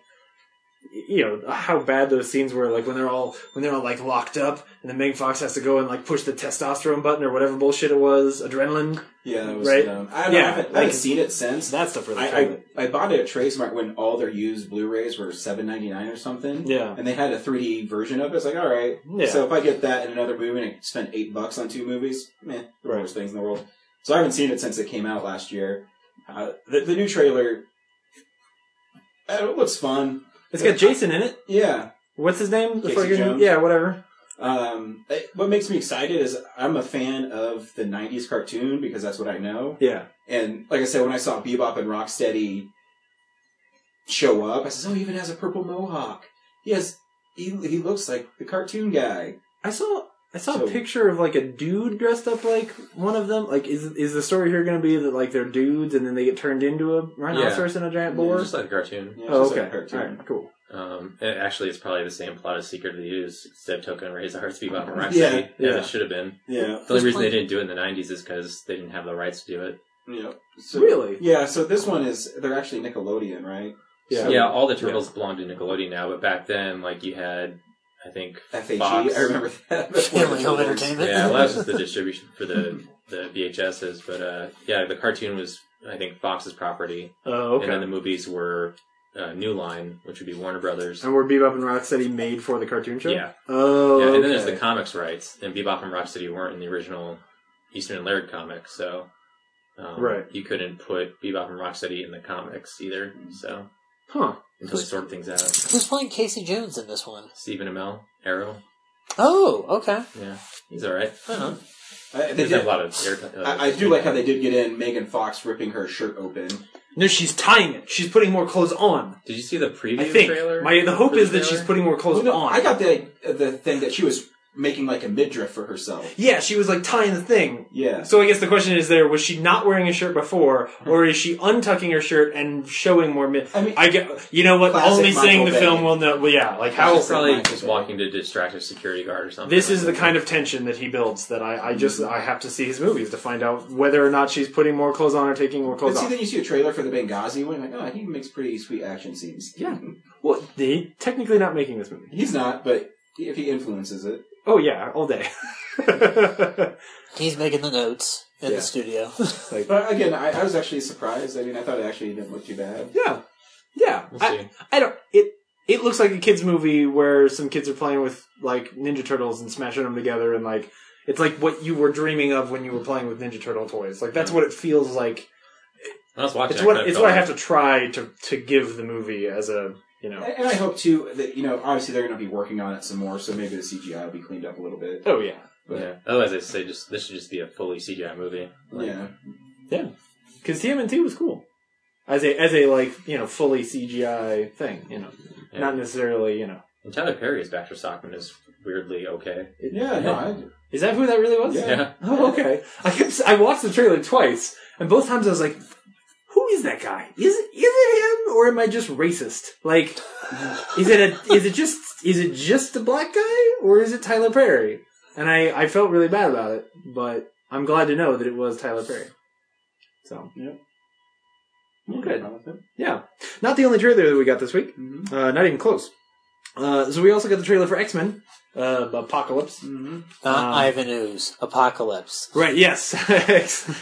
y- you know how bad those scenes were like when they're all when they're all like locked up and then Megan Fox has to go and like push the testosterone button or whatever bullshit it was adrenaline Yeah, that was right dumb. I don't know, I haven't- I haven't seen it since that stuff really I, I I bought it at Tracemark when all their used Blu-rays were seven ninety nine or something. Yeah. and they had a three D version of it. It's like, all right, Yeah. So if I get that in another movie and I spent eight bucks on two movies, meh, the worst things in the world. So I haven't seen it since it came out last year. Uh, the, the new trailer, uh, it looks fun. it's got Jason in it Yeah, what's his name the Casey fucking- Jones. yeah whatever Um, it- what makes me excited is I'm a fan of the '90s cartoon because that's what I know. yeah And like I said, when I saw Bebop and Rocksteady show up, I says, "Oh, he even has a purple mohawk. He has he he looks like the cartoon guy." I saw I saw So- a picture of like a dude dressed up like one of them like is is the story here going to be that like they're dudes and then they get turned into a rhinoceros and a giant Yeah, boar just like a cartoon. oh, okay all right cool Um, and actually, it's probably the same plot as Secret of the Use, except Toko and Razor Hearts Bebop and Rocksteady, Yeah, as yeah. it should have been. Yeah. The only reason they didn't do it in the 90s is because they didn't have the rights to do it. Yeah. So, Really? Yeah. So this one is they're actually Nickelodeon, right? Yeah, So- all the turtles belong to Nickelodeon now, but back then, like you had, I think FHE, Fox. E, I remember that. Family Home Entertainment. Yeah, well, that was just the distribution for the the VHSs, but uh, yeah, the cartoon was I think Fox's property. Oh, okay. And then the movies were uh, New Line, which would be Warner Brothers. And were Bebop and Rocksteady made for the cartoon show? Yeah. Oh. yeah, and then there's okay. the comics rights, and Bebop and Rocksteady weren't in the original Eastman and Laird comic, so um, Right. you couldn't put Bebop and Rocksteady in the comics either. So Huh. until they sorted things out, Who's playing Casey Jones in this one? Stephen Amell, Arrow, Oh, okay. yeah, he's all right. Uh-huh. I, There's a lot of air- uh, I, I do like how they did get in Megan Fox ripping her shirt open. No, she's tying it. She's putting more clothes on. Did you see the preview I think. trailer? My the hope for the is that trailer? she's putting more clothes Well, no, on. I got the the thing that she was making like a midriff for herself. Yeah, she was like tying the thing. Yeah. So I guess the question is there was she not wearing a shirt before or is she untucking her shirt and showing more mid I mean I get you know what Classic only seeing Michael the Bay. film will know well, yeah like how She's probably just walking to distract a security guard or something. This is the kind of tension that he builds that I, I just Mm-hmm. I have to see his movies to find out whether or not she's putting more clothes on or taking more But clothes see, off. then you see a trailer for the Benghazi one. Like, oh, he makes pretty sweet action scenes. Yeah. Well, they technically not making this movie. He's not, but if he influences it, Oh yeah, all day. He's making the notes in Yeah. the studio. but again, I, I was actually surprised. I mean, I thought it actually didn't look too bad. Yeah, yeah. I, I don't. It it looks like a kids movie where some kids are playing with like Ninja Turtles and smashing them together, and like it's like what you were dreaming of when you were playing with Ninja Turtle toys. Like that's what it feels like. I was watching. It's that what clip, it's though. what I have to try to to give the movie as a you know. And I hope too that you know, obviously they're going to be working on it some more, so maybe the CGI will be cleaned up a little bit. Oh yeah, But- yeah. Otherwise, I say just this should just be a fully CGI movie. yeah. Yeah, because TMNT was cool as a as a like you know fully CGI thing. You know, Yeah. not necessarily you know. And Tyler Perry as Baxter Stockman is weirdly okay. Yeah, no, I, Is that who that really was? Yeah. Yeah. Oh, okay. I kept, I watched the trailer twice, and both times I was like, "Who is that guy? Is is it him, or am I just racist? Like, is it a is it just is it just a black guy, or is it Tyler Perry?" And I I felt really bad about it, but I'm glad to know that it was Tyler Perry. So yeah, good. with it. Yeah, not the only trailer that we got this week. Mhm. Uh, not even close. Uh, so we also got the trailer for X Men uh, Apocalypse. Mm-hmm. Not Ivan Ooze. Apocalypse. Right. Yes.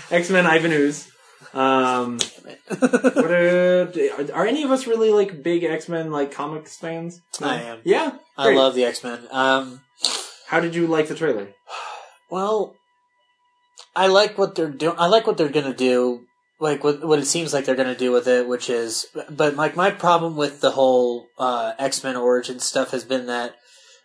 X Men Ivanhoe's. Um, what are, are any of us really like big X Men like comics fans? I am. Yeah, I Great. love the X Men. Um, How did you like the trailer? well, I like what they're doing. I like what they're gonna do. Like what what it seems like they're gonna do with it, which is, but like my problem with the whole uh, X Men origin stuff has been that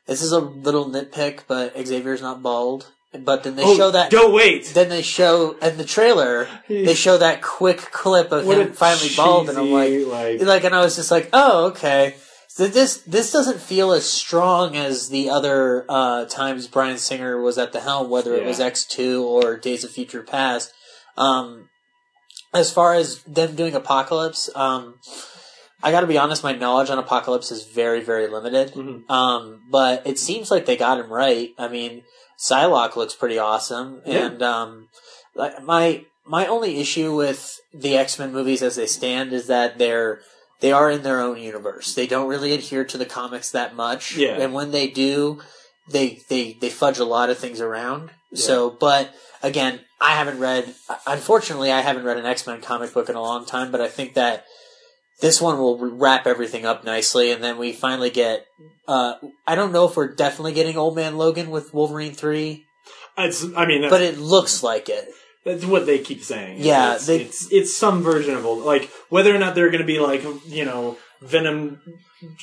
this is a little nitpick, but Xavier's not bald. But then they Oh, show that. don't wait. Then they show in the trailer. They show that quick clip of What a him finally bald, and I'm like, cheesy, like, like and I was just like, oh okay. So this this doesn't feel as strong as the other uh, times Brian Singer was at the helm, whether it was Yeah. X two or Days of Future Past. Um, as far as them doing Apocalypse, um, I got to be honest, my knowledge on Apocalypse is very very limited. mm-hmm. Um, but it seems like they got him right. I mean, Psylocke looks pretty awesome, Yeah. and um, like my my only issue with the X Men movies as they stand is that they're they are in their own universe. They don't really adhere to the comics that much, Yeah. and when they do, they they they fudge a lot of things around. So, but again, I haven't read. Unfortunately, I haven't read an X Men comic book in a long time, but I think that this one will wrap everything up nicely, and then we finally get. Uh, I don't know if we're definitely getting Old Man Logan with Wolverine three, It's, I mean, that's, but it looks like it. that's what they keep saying. Yeah, it's, they- it's it's some version of old, like whether or not they're going to be like you know Venom,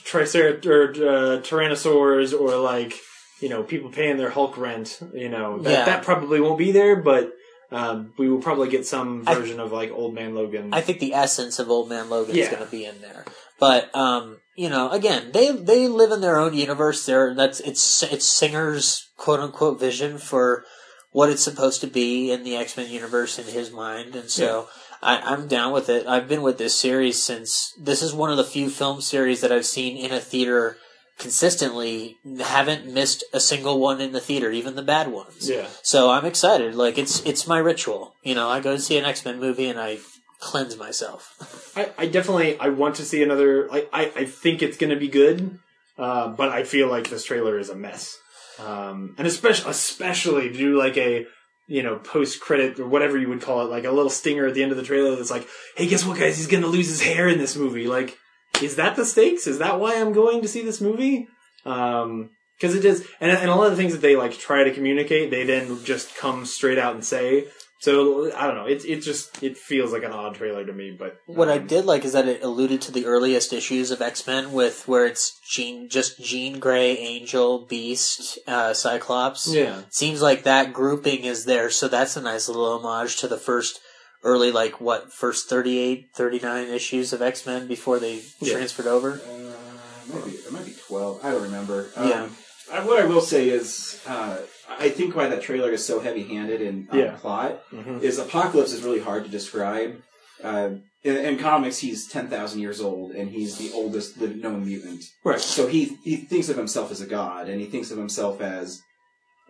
Tricerat or uh, Tyrannosaurs, or like you know people paying their Hulk rent. You know that Yeah. that probably won't be there, but um, we will probably get some version of like Old Man Logan. I think the essence of Old Man Logan is Yeah. going to be in there. But um, you know, again, they they live in their own universe. There, that's it's it's Singer's quote unquote vision for what it's supposed to be in the X Men universe in his mind, and so. I, I'm down with it. I've been with this series since this is one of the few film series that I've seen in a theater consistently. Haven't missed a single one in the theater, even the bad ones. Yeah. So I'm excited. Like it's it's my ritual. You know, I go to see an X Men movie and I cleanse myself. I, I definitely I want to see another. I I, I think it's going to be good, uh, but I feel like this trailer is a mess. Um, and especially especially to do like a you know post credit or whatever you would call it, like a little stinger at the end of the trailer that's like, hey, guess what, guys? He's going to lose his hair in this movie. Like, is that the stakes? Is that why I'm going to see this movie? Um, because it is, and, and a lot of the things that they like try to communicate, they then just come straight out and say. So I don't know. It's it just it feels like an odd trailer to me, but um, What I did like is that it alluded to the earliest issues of X Men with where it's Jean just Jean Grey, Angel, Beast, uh, Cyclops. Yeah. Seems like that grouping is there, so that's a nice little homage to the first early like what first 38 39 issues of x-men before they Yeah. transferred over Uh, Maybe it might be twelve. I don't remember. Yeah. Um, I, what I will say is, uh, I think why that trailer is so heavy-handed in um, Yeah. plot Mhm. is Apocalypse is really hard to describe. Uh, in, in comics, he's ten thousand years old, and he's the oldest living known mutant. Right. So he he thinks of himself as a god, and he thinks of himself as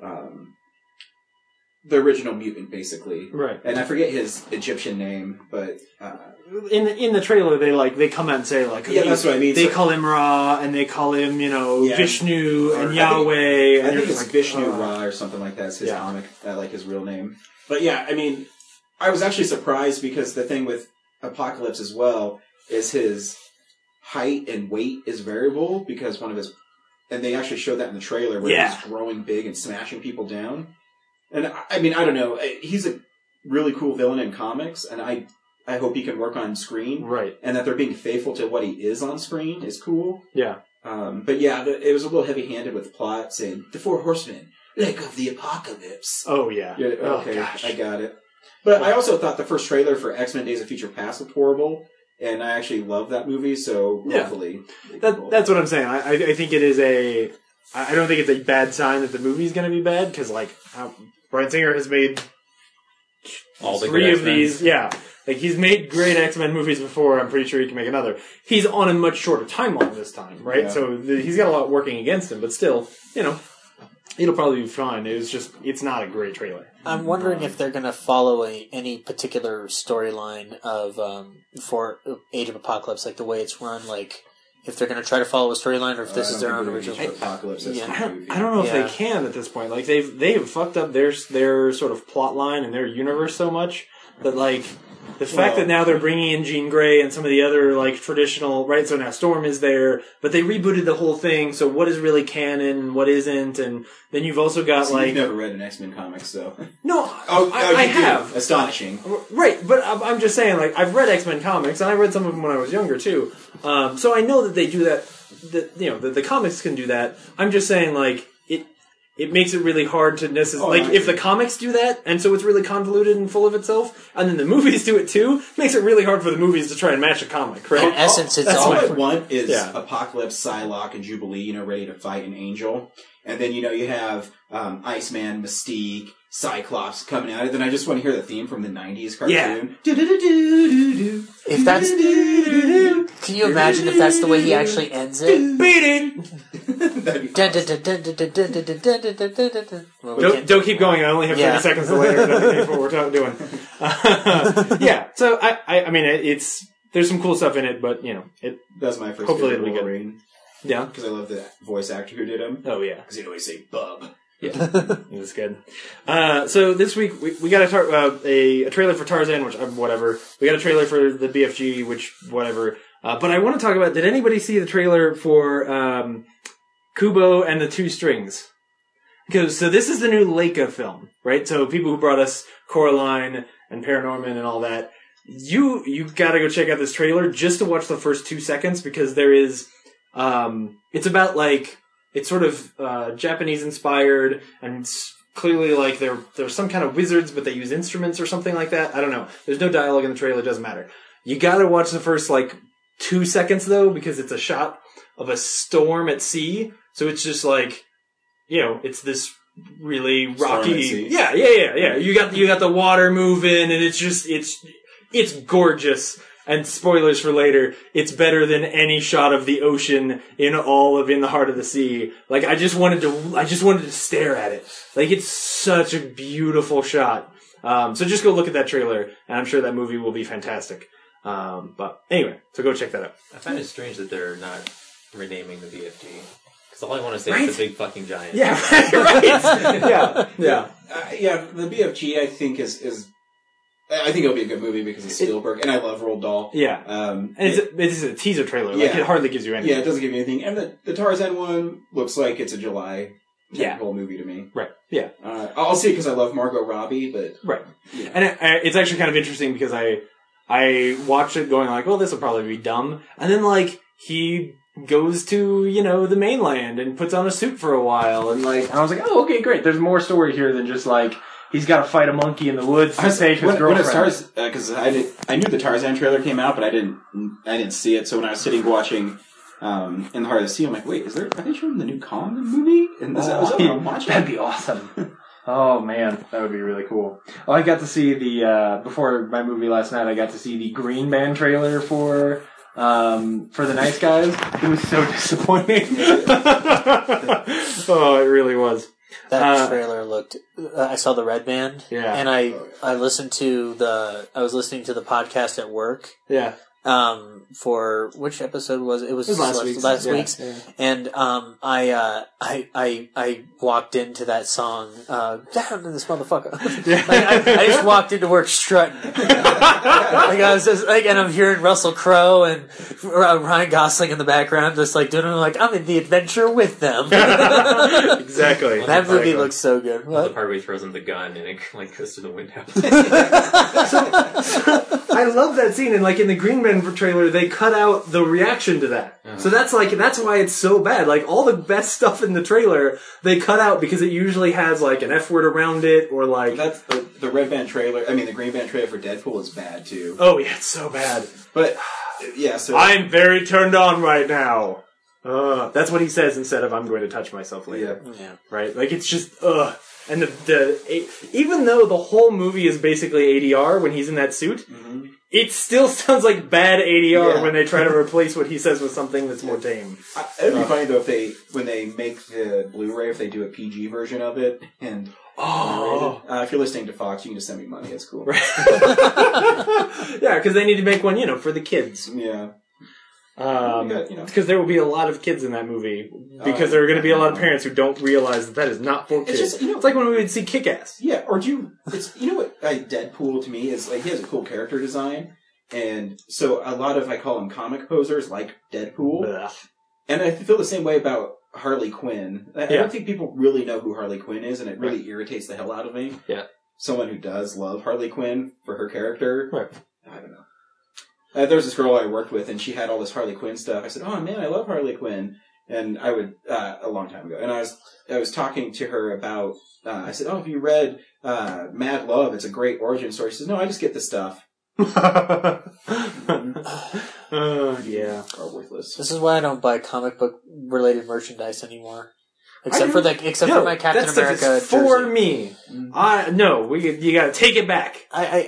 um, the original mutant, basically. Right. And I forget his Egyptian name, but uh, in the, in the trailer they like they come out and say like Yeah, that's what I mean. they So- call him Ra and they call him you know Yeah. Vishnu Or- I and think- Yahweh and I you're think it's just like Vishnu "Oh." Ra or something like that. It's his comic, uh, like his real name. But yeah, I mean, I was actually surprised because the thing with Apocalypse as well is his height and weight is variable because one of his, and they actually showed that in the trailer where Yeah. he's growing big and smashing people down. And I, I mean, I don't know. I- He's a really cool villain in comics, and I I hope he can work on screen. Right. And that they're being faithful to what he is on screen is cool. yeah Um, but yeah, the, it was a little heavy-handed with the plot, saying the four horsemen. relic of the apocalypse. Oh yeah. Yeah, Oh, okay, gosh. I got it. But I also thought the first trailer for X Men Days of Future Past was horrible, and I actually love that movie. So Yeah. hopefully, That, that's what I'm saying. I, I I think it is a. I I don't think it's a bad sign that the movie's going to be bad because, like, how, Brian Singer has made All the three good of X-Men. these. Yeah, like he's made great X Men movies before. I'm pretty sure he can make another. He's on a much shorter timeline this time, right? Yeah. So th he's got a lot working against him, but still, you know, it'll probably be fine. It's just it's not a great trailer. I'm wondering if they're going to follow a, any particular storyline of um, for Age of Apocalypse, like the way it's run. Like if they're going to try to follow a storyline, or if this is their own original. Apocalypse. Yeah. I don't, I don't know Yeah. if they can at this point. Like they've they've fucked up their their sort of plot line and their universe so much that like the fact Well- that now they're bringing in Jean Grey and some of the other like traditional right. So now Storm is there, but they rebooted the whole thing. So what is really canon and what isn't? And then you've also got So like you've never read an X Men comic, so no, oh, I, oh, you I do. have astonishing. Right, but I'm I'm just saying, like, I've read X Men comics, and I read some of them when I was younger too. Um, so I know that they do that. That you know, that the comics can do that. I'm just saying, like, it it makes it really hard to Oh, necessarily I like if the comics do that, and so it's really convoluted and full of itself, and then the movies do it too. Makes it really hard for the movies to try and match a comic, right? That's That's what I my- want is yeah. Apocalypse, Psylocke, and Jubilee. You know, ready to fight an angel, and then you know you have um, Iceman, Mystique, Cyclops coming at it. Then I just want to hear the theme from the '90s cartoon. Yeah. If that's can you imagine if that's the way he actually ends it? Beat it. Dun, dun, dun, dun, dun, dun, dun, dun, dun, dun, dun, dun, dun. Well, we Don't, can't- don't keep going. I only have Yeah. 30 seconds to later. and I think that's what we're ta- doing. yeah. So I, I, I mean, it- it's there's some cool stuff in it, but you know, it. That's my first. Hopefully favorite it'll be good. Wolverine. Yeah. because I love the voice actor who did him. Oh yeah, because he'd always say "bub." Yeah, it's good. Uh, so this week we, we got a, tar- uh, a a trailer for Tarzan, which uh, whatever. We got a trailer for the BFG, which whatever. Uh, but I want to talk about. Did anybody see the trailer for um, Kubo and the Two Strings? Because so this is the new Leica film, right? So people who brought us Coraline and Paranorman and all that, you you got to go check out this trailer just to watch the first two seconds because there is, um, it's about like it's sort of uh, Japanese inspired and it's clearly like they're they're some kind of wizards, but they use instruments or something like that. I don't know. There's no dialogue in the trailer. It doesn't matter. You got to watch the first like two seconds though because it's a shot of a storm at sea. So it's just like you know, it's this really at rocky. sea. Yeah, yeah, yeah, yeah. You got you got the water moving, and it's just it's it's gorgeous. And spoilers for later, it's better than any shot of the ocean in all of In the Heart of the Sea. Like I just wanted to, I just wanted to stare at it. Like it's such a beautiful shot. Um, so just go look at that trailer, and I'm sure that movie will be fantastic. Um, but anyway, so go check that out. I find it strange that they're not renaming the BFG because all I want to say Right? is the big fucking giant. Yeah, right, right. yeah, yeah. Uh, yeah, the BFG I think is is I I think it'll be a good movie because it's Spielberg, and I love Roald Dahl. Yeah. um, And it's a, this is a teaser trailer. Like Yeah. it hardly gives you anything. yeah, it doesn't give me anything. And the, the Tarzan one looks like it's a July Yeah. whole movie to me. Right. Yeah. Uh, I'll see it because I love Margot Robbie, but Right. Yeah. And it, I- it's actually kind of interesting because I I watched it going like, "Oh, this will probably be dumb," and then like he goes to you know the mainland and puts on a suit for a while, and like and I was like, "Oh, okay, great." There's more story here than just like he's got to fight a monkey in the woods to I save his when, when girlfriend. it starts because I did I knew the Tarzan trailer came out, but I didn't I didn't see it. So when I was sitting watching. Um, in the heart of the sea, I'm like, wait, is there? Are they showing the new Conan movie? And this, I was like, "Oh, I'm watching. Uh, That'd be awesome. Oh man, that would be really cool. Oh, I got to see the uh, before my movie last night. I got to see the Green Man trailer for um, for the Nice Guys. It was so disappointing. oh, it really was. That Uh, trailer looked. Uh, I saw the Red Band. Yeah. And I I listened to the I was listening to the podcast at work. Yeah. Um, for which episode was it? It was, It was last last, week's, last yeah, week's. yeah. And um, I uh, I I I walked into that song. Uh, down to this motherfucker. like, I, I just walked into work strutting. like I was just, like, and I'm hearing Russell Crowe and uh, Ryan Gosling in the background, just like doing. it, Like I'm in the adventure with them. exactly. That movie looks so good. The part where he throws him the gun and it like goes through the window. I love that scene, and like in the Green Man trailer, they cut out the reaction to that. So that's like that's why it's so bad. Like all the best stuff in the trailer they cut out because it usually has like an F word around it or like that's the the red band trailer. I mean, the green band trailer for Deadpool is bad too. Oh yeah, it's so bad. But yeah, so I'm very turned on right now. Uh, that's what he says instead of "I'm going to touch myself later." Yeah. Right. Like it's just ugh. And the the it, even though the whole movie is basically ADR when he's in that suit, it still sounds like bad ADR Mm-hmm. Yeah. when they try to replace what he says with something that's more tame. I, it'd be funny though if they when they make the Blu-ray if they do a PG version of it and Oh. uh, if you're listening to Fox, you can just send me money. It's cool. Yeah, because they need to make one, you know, for the kids. Yeah. Because got, you know. Uh, there will be a lot of kids in that movie because yeah. there are going to be a lot of parents who don't realize that that is not for kids. It's just, you know, it's like when we would see Kick Ass. Yeah, or do you? It's you know what? Like Deadpool to me is like he has a cool character design, and so a lot of I call them comic posers like Deadpool, and I feel the same way about Harley Quinn. I, I Yeah. don't think people really know who Harley Quinn is, and it really irritates the hell out of me. Yeah, someone who does love Harley Quinn for her character. Right. I don't know. Uh, there was this girl I worked with, and she had all this Harley Quinn stuff. I said, "Oh man, I love Harley Quinn." And I would uh, a long time ago, and I was I was talking to her about. Uh, I said, "Oh, have you read uh, Mad Love? It's a great origin story." She says, "No, I just get the stuff." Uh, yeah. Are worthless. This is why I don't buy comic book related merchandise anymore. Except I for don't- the except No, for my Captain that stuff is America for jersey. me. I no, we you got to take it back. I I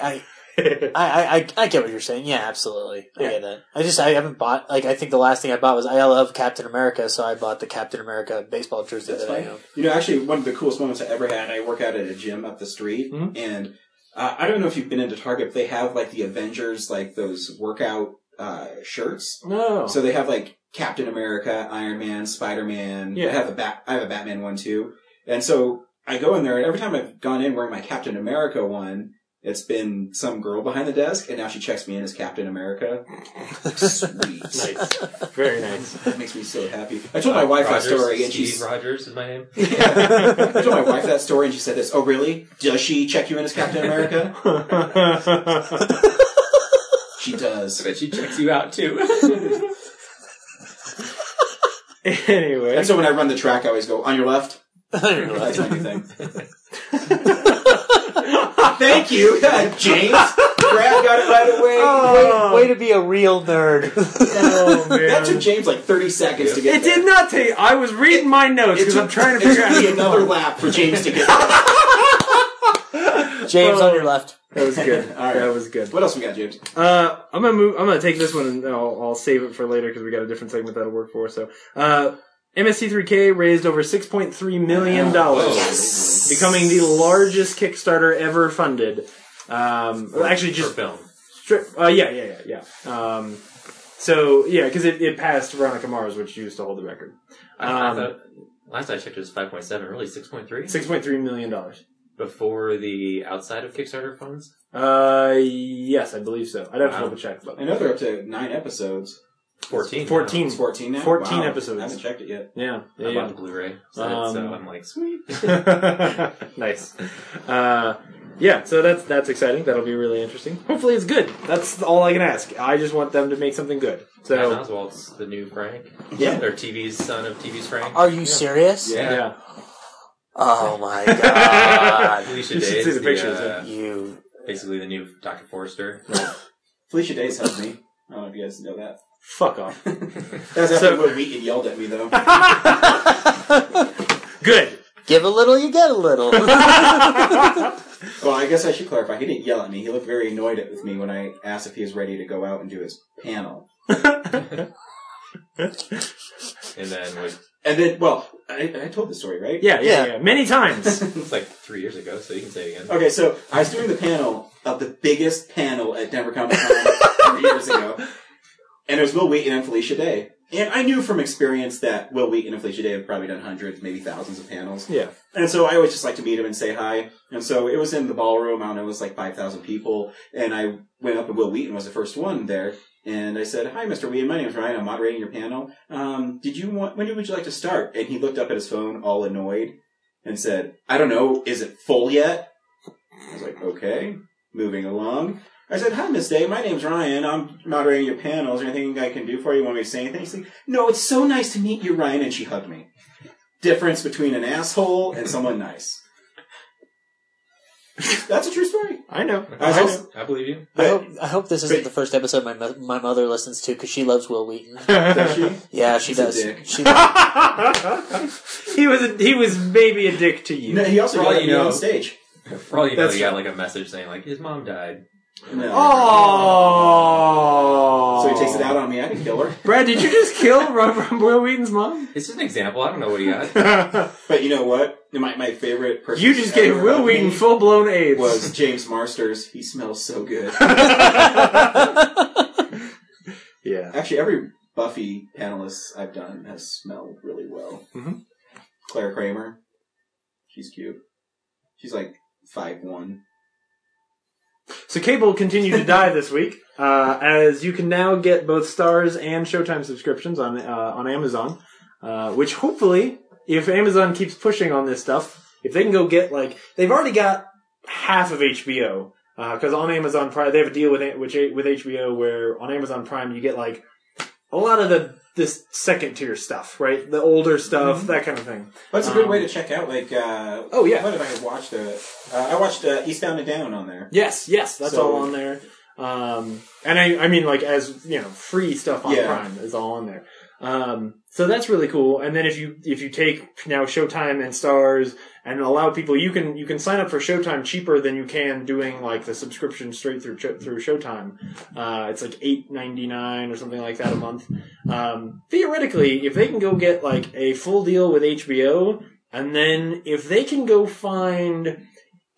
I, I, I I get what you're saying. Yeah, absolutely. I get that. I just I haven't bought like I think the last thing I bought was I love Captain America, so I bought the Captain America baseball jersey That's that fine. I own. You know, actually, one of the coolest moments I ever had. I work out at a gym up the street, and uh, I don't know if you've been into Target. But they have like the Avengers, like those workout uh, shirts. No. So they have like Captain America, Iron Man, Spider Man. Yeah. I have a bat. I have a Batman one too. And so I go in there, and every time I've gone in wearing my Captain America one, it's been some girl behind the desk, and now she checks me in as Captain America. Sweet, nice, very nice. That makes me so happy. I told Uh, my wife Rogers, that story, and Steve she's Rogers is my name. I told my wife that story, and she said this. Oh, really? Does she check you in as Captain America? she does. I bet she checks you out too. anyway, and so when I run the track, I always go on your left. That's my new thing. Thank you, James. Brad got it right away. Um, Way, way to be a real nerd. oh man, That took James like thirty seconds to get. It did not take. I was reading my notes because I'm trying to figure out be another lap for James to get. That James on your left. That was good. All right. That was good. What else we got, James? Uh, I'm gonna move. I'm gonna take this one and I'll, I'll save it for later because we got a different segment that'll work for. us. So, uh, MST3K raised over 6.3 million dollars, becoming the largest Kickstarter ever funded. Um, well, actually, just film. Strip. Uh, yeah, yeah, yeah, yeah. Um, so yeah, because it, it passed Veronica Mars, which used to hold the record. I, I Um, thought last I checked it was five point seven, really six point three. 6.3 million dollars. before the outside of Kickstarter funds. Uh, yes, I believe so. I'd have to Wow. double check. But I know they're up to nine episodes. 14. 14. It's fourteen now. 14 Wow. episodes. I haven't checked it yet. Yeah, I yeah, yeah. bought the Blu-ray, so, Um, so I'm like, sweet. nice. Uh, yeah, so that's that's exciting. That'll be really interesting. Hopefully, it's good. That's all I can ask. I just want them to make something good. Patton So Oswalt's the new Frank. Yeah. Or TV's son of TV's Frank. Are you serious? yeah, Oh my god. Felicia You should Day see is the pictures, the, uh, you basically the new Dr. Forrester. Felicia Days helped me. I don't know if you guys know that. fuck off. That's after So- Will Wheaton yelled at me, though. Good. Give a little, you get a little. well, I guess I should clarify. He didn't yell at me. He looked very annoyed at with me when I asked if he was ready to go out and do his panel. And then like, And then, well, I, I told the story, right? Yeah, yeah, yeah. Many times. it's like three years ago, so you can say it again. Okay, so I was doing the panel of the biggest panel at Denver Comic Con three years ago, and it was Will Wheaton and Felicia Day. And I knew from experience that Will Wheaton and Felicia Day have probably done hundreds, maybe thousands of panels. yeah. And so I always just like to meet him and say hi. And so it was in the ballroom. I don't know, it was like 5,000 people. And I went up and Will Wheaton was the first one there. And I said, hi, Mr. Wheaton. My name is Ryan. I'm moderating your panel. Um, did you want, when would you like to start? And he looked up at his phone all annoyed and said, I don't know. Is it full yet? I was like, okay, moving along. I said, "Hi, Miss Day. My name's Ryan. I'm moderating your panel. Is there anything I can do for you? Want me to say anything?" She's like, "No. It's so nice to meet you, Ryan." And she hugged me. Difference between an asshole and someone nice. That's a true story. I know. I was also- I believe you. I hope, I hope this isn't the first episode my mo- my mother listens to because she loves Will Wheaton. Does she? Yeah, she He's a does. dick. She loves- he was a, he was maybe a dick to you. No, he also For all got you me know. on stage. For all you know, That's you got like a message saying like his mom died. Oh. So he takes it out on me. I could kill her. Brad, did you just kill Robert Will Wheaton's mom? It's just an example. I don't know what he got. but you know what? My, my favorite person. You just ever gave Will hugged Wheaton me full blown AIDS. was James Marsters. He smells so good. yeah. Actually, every Buffy panelist I've done has smelled really well. Mhm. Claire Kramer, she's cute. She's like five one. So cable continued to die this week, uh, as you can now get both stars and Showtime subscriptions on uh, on Amazon, uh, which hopefully, if Amazon keeps pushing on this stuff, if they can go get like they've already got half of HBO because uh, on Amazon Prime they have a deal with A- with H- with HBO where on Amazon Prime you get like a lot of the this second tier stuff, right? The older stuff, that kind of thing. But it's a good Um, way to check out. Like, uh, Oh, yeah. what did I watch? The uh, I watched uh, Eastbound and Down on there. Yes, yes, that's So- all on there. Um, and I, I mean, like as you know, free stuff on Yeah. Prime is all on there. Um, so that's really cool. And then if you if you take now Showtime and Stars and allow people, you can you can sign up for Showtime cheaper than you can doing like the subscription straight through Cho- through Showtime. Uh, it's like eight ninety nine or something like that a month. Um, theoretically, if they can go get like a full deal with HBO, and then if they can go find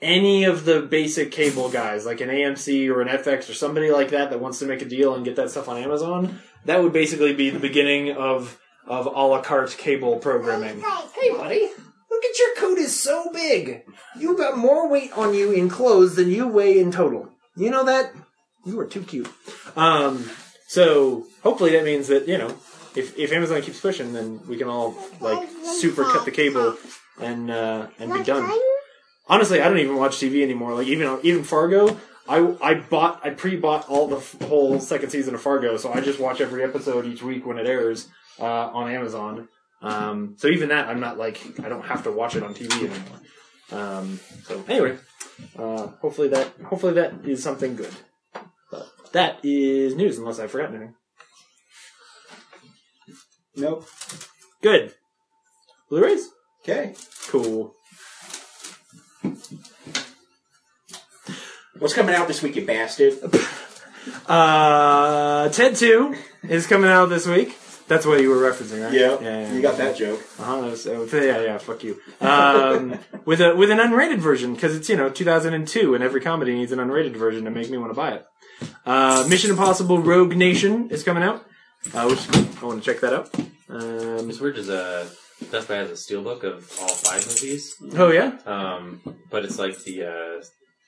any of the basic cable guys, like an AMC or an FX or somebody like that that wants to make a deal and get that stuff on Amazon, that would basically be the beginning of of a la carte cable programming. Hey, buddy. Look at your coat is so big. You've got more weight on you in clothes than you weigh in total. You know that? You are too cute. Um, so hopefully that means that you know, if if Amazon keeps pushing, then we can all like super cut the cable and uh, and be done. Honestly, I don't even watch TV anymore. Like even even Fargo, I I bought I pre bought all the f- whole second season of Fargo, so I just watch every episode each week when it airs uh, on Amazon. Um, so even that, I'm not like I don't have to watch it on TV anymore. Um, so anyway, uh, hopefully that hopefully that is something good. But that is news, unless I've forgotten anything. Nope. Good. Blu-rays. Okay. Cool. What's coming out this week, you bastard? Uh, Ted Two is coming out this week. That's what you were referencing, right? Yeah, you got that joke. Uh-huh, that was- uh, yeah, yeah, fuck you. Um, with a with an unrated version because it's you know 2002 and every comedy needs an unrated version to make me want to buy it. Uh, Mission Impossible Rogue Nation is coming out. Uh, which, I want to check that out. Um, It's weird. As a Best Buy has a steelbook of all five movies. Oh, yeah? Um, but it's like the uh,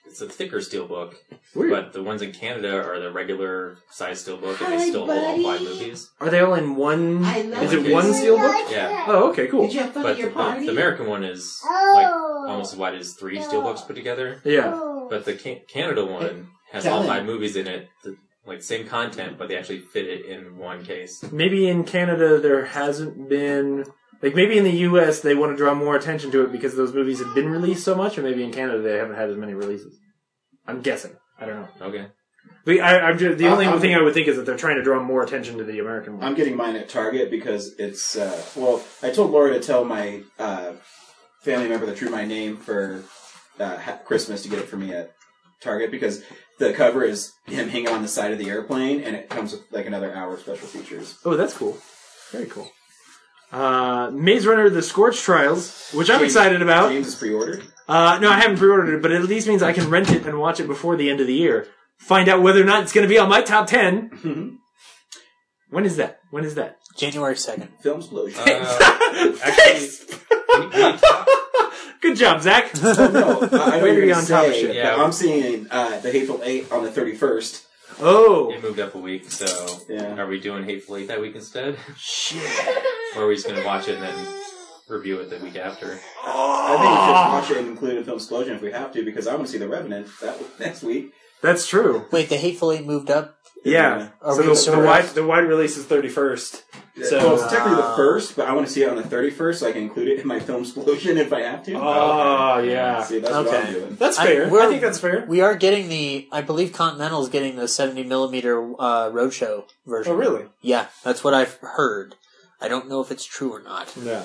it's a thicker steelbook. Weird. But the ones in Canada are the regular size steelbook, and Hi, they still hold all five buddy. movies. Are they all in one? love Is it you. one steelbook? Yeah. Oh, okay, cool. But the, the, the American one is like almost as wide as three steelbooks put together. Yeah. But the can- Canada one has tell all him. five movies in it, the, like same content, but they actually fit it in one case. Maybe in Canada there hasn't been like maybe in the U.S. they want to draw more attention to it because those movies have been released so much, or maybe in Canada they haven't had as many releases. I'm guessing. I don't know. Okay. But I, I'm just, the Uh, only I'm- thing I would think is that they're trying to draw more attention to the American one. I'm getting mine at Target because it's uh, well. I told Laura to tell my uh, family member that drew my name for uh, ha- Christmas to get it for me at Target because the cover is him hanging on the side of the airplane, and it comes with like another hour of special features. Oh, that's cool. Very cool. Uh, Maze Runner: The Scorch Trials, which I'm James- excited about. James is pre-ordered. Uh, no, I haven't pre-ordered it, but it at least means I can rent it and watch it before the end of the year. Find out whether or not it's going to be on my top 10 When is that? When is that? January second. Films Blue. Uh, Good job, Zach. no, I, I know Way you're to be gonna on top of say, shit. but I'm seeing uh, the Hateful Eight on the 31st. Oh, it moved up a week. So are we doing Hateful Eight that week instead? Shit. or are we just gonna watch it and then review it the week after? I think we should watch it and include a film explosion if we have to, because I want to see The Revenant that next week. That's true. Wait, the Hateful Eight moved up. Yeah. Are so we the, the serious? wide the wide release is thirty first. So well, it's technically the first, but I want to see it on the thirty first, so I can include it in my film explosion if I have to. Oh, yeah. See, that's what I'm doing. I think that's fair. We are getting the, I believe Continental's getting the 70 millimeter uh, roadshow version. Oh, really? Yeah, that's what I've heard. I don't know if it's true or not. Yeah.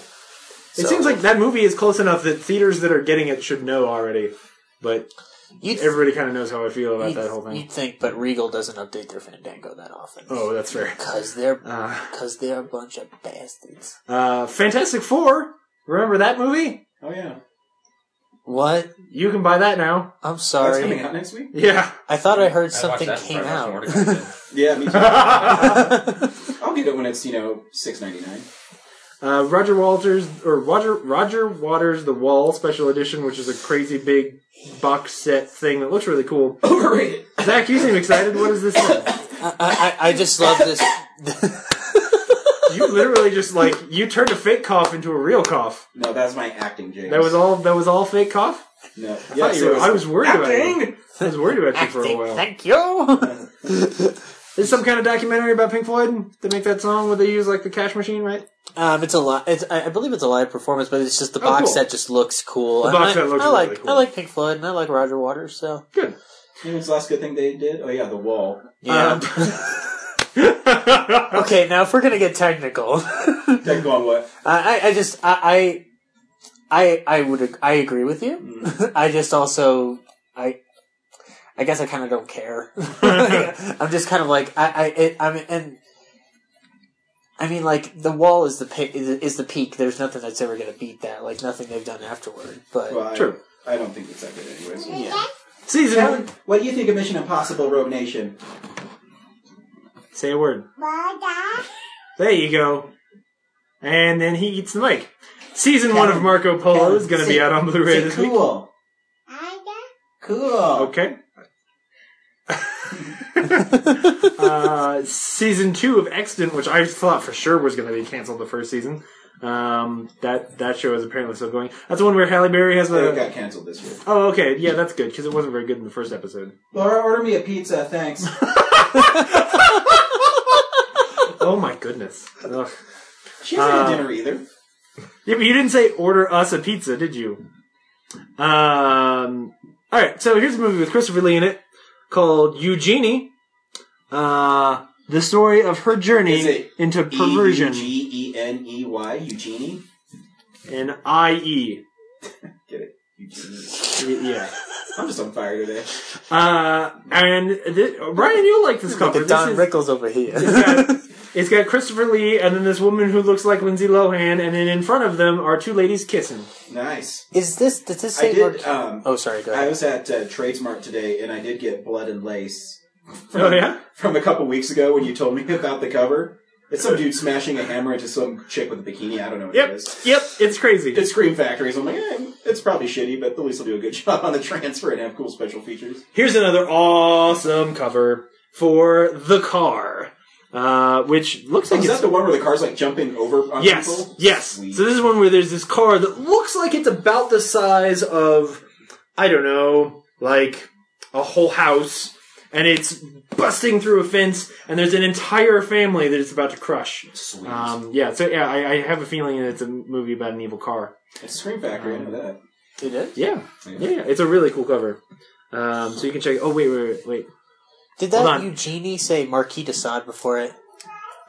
So- It seems like that movie is close enough that theaters that are getting it should know already, but everybody kind of knows how I feel about You'd- that whole thing. You'd think, but Regal doesn't update their Fandango that often. Oh, that's fair. Because they're because they're a bunch of bastards. Uh, Fantastic Four. Remember that movie? Oh yeah. What? You can buy that now. I'm sorry. That's coming out next week? Yeah. I thought I heard I'd watch something that came and try out. to watch Yeah, me too. I'll get it when it's you know six ninety nine. Uh, Roger Walters or Roger Roger Waters the Wall special edition, which is a crazy big box set thing that looks really cool. Overrated. Zach, you seem excited. What is this? Thing? I, I, I just love this. You literally just like you turned a fake cough into a real cough. No, that's my acting, James. That was all. That was all fake cough. No. I, yeah, it was- I was worried about Acting! you. I was worried about you for a Acting, while. Thank you. There's some kind of documentary about Pink Floyd to make that song where they use like the cash machine, right? Um, it's a lot. It's, I I believe it's a live performance, but it's just the Oh, box cool. set just looks cool. The And box I, set looks I like really cool. I like Pink Floyd and I like Roger Waters. So You know what's the last good thing they did? Oh yeah, The Wall. yeah. Um, okay, now if we're gonna get technical, technical on what? I I- I just I I I, I would ag- I agree with you. Mm. I just also I. I guess I kind of don't care. I'm just kind of like I, I, it, I'm, and I mean, like the wall is the pi- is, is the peak. There's nothing that's ever going to beat that. Like nothing they've done afterward. But Well, I, True. I don't think it's that good, anyways. Yeah. Season Kevin, what do you think of Mission Impossible: Rogue Nation? Say a word. There you go. And then he eats the mic. Season one of Marco Polo is going to be out on Blu-ray this week. Cool. Cool. Okay. uh, season two of Extant, which I thought for sure was going to be canceled the first season. Um, that that show is apparently still going. That's the one where Halle Berry has It a. got canceled this year. Oh, okay. Yeah, that's good because it wasn't very good in the first episode. Laura, order me a pizza, thanks. Oh my goodness. Ugh. She hasn't Uh, Um, had dinner either. Yeah, but you didn't say order us a pizza, did you? Um. All right. So here's a movie with Christopher Lee in it called Eugenie. Uh, the story of her Is journey it into perversion. G E N E Y, Eugenie. And I E. Get it? Eugenie. Yeah. I'm just on fire today. Uh, and th- Ryan, you'll like this cover. Look at Don This is, Rickles over here. it's, got, it's got Christopher Lee and then this woman who looks like Lindsay Lohan, and then in front of them are two ladies kissing. Nice. Is this does this I say? did. Lord- Um, oh, sorry. Go I ahead. was at uh, Tradesmart today, and I did get Blood and Lace. From, Oh, yeah? From a couple weeks ago when you told me about the cover. It's some dude smashing a hammer into some chick with a bikini. I don't know what it Yep. is. Yep. It's crazy. It's Scream Factory, so I'm like, eh, it's probably shitty, but at least they'll do a good job on the transfer and have cool special features. Here's another awesome cover for The Car, uh, which looks So like Oh, is it's. that the one where the car's like jumping over on yes, people? yes. So this is one where there's this car that looks like it's about the size of, I don't know, like a whole house, and it's busting through a fence, and there's an entire family that it's about to crush. Sweet. Um, yeah, so yeah, I, I have a feeling that it's a movie about an evil car. It's Scream Factory, I know that. It is. Yeah, yeah, yeah. it's a really cool cover. Um, so you can check. Oh wait, wait, wait, wait. Did hold that on. Eugenie say Marquis de Sade before it?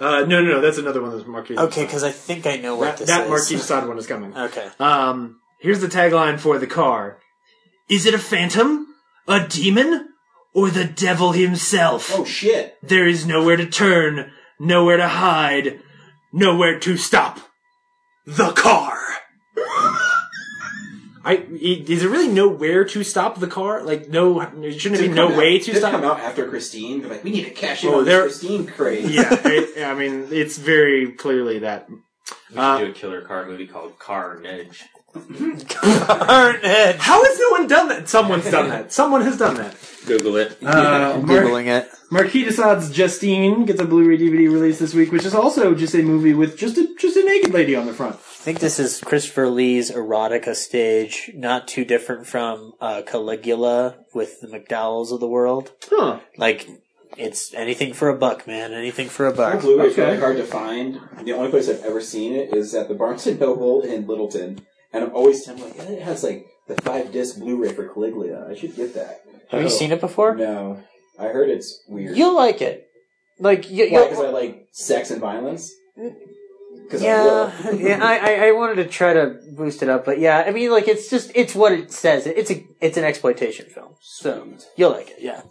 Uh, no, no, no, that's another one that's Marquis. de Okay, Sade. because I think I know what that, this that is. Marquis de Sade one is coming. Okay. Um, here's the tagline for the car: Is it a phantom, a demon, or the devil himself? Oh shit. There is nowhere to turn, nowhere to hide, nowhere to stop. The car. I i- is there really nowhere to stop the car? Like no, it shouldn't Did be it no come way out, to did it stop. come out after Christine. They're like, we need to cash in Oh, on this they're- Christine craze. yeah, it, I mean it's very clearly that. We should do a killer car movie called Car Nudge. Garnet. How has no one done that? Someone's done that. Someone has done that. Google it. Uh, Mar- it. Marquis de Sade's Justine gets a Blu-ray DVD release this week, which is also just a movie with just a just a naked lady on the front. I think this is Christopher Lee's erotica stage, not too different from uh, Caligula with the McDowells of the world. Huh. Like, it's anything for a buck, man. Anything for a buck. That Blu-ray is really hard to find. The only place I've ever seen it is at the Barnes and Noble in Littleton, and I'm always tempted like, eh, it has like the five disc Blu-ray for Caligula. I should get that. Oh. Oh, Have you seen it before? No, I heard it's weird. You'll like it. Like, you, Why? you'll- Because I like sex and violence. Because yeah, I will. yeah. I, I, I wanted to try to boost it up, but yeah, I mean, like it's just it's what it says. It's a it's an exploitation film, so you'll like it. Yeah,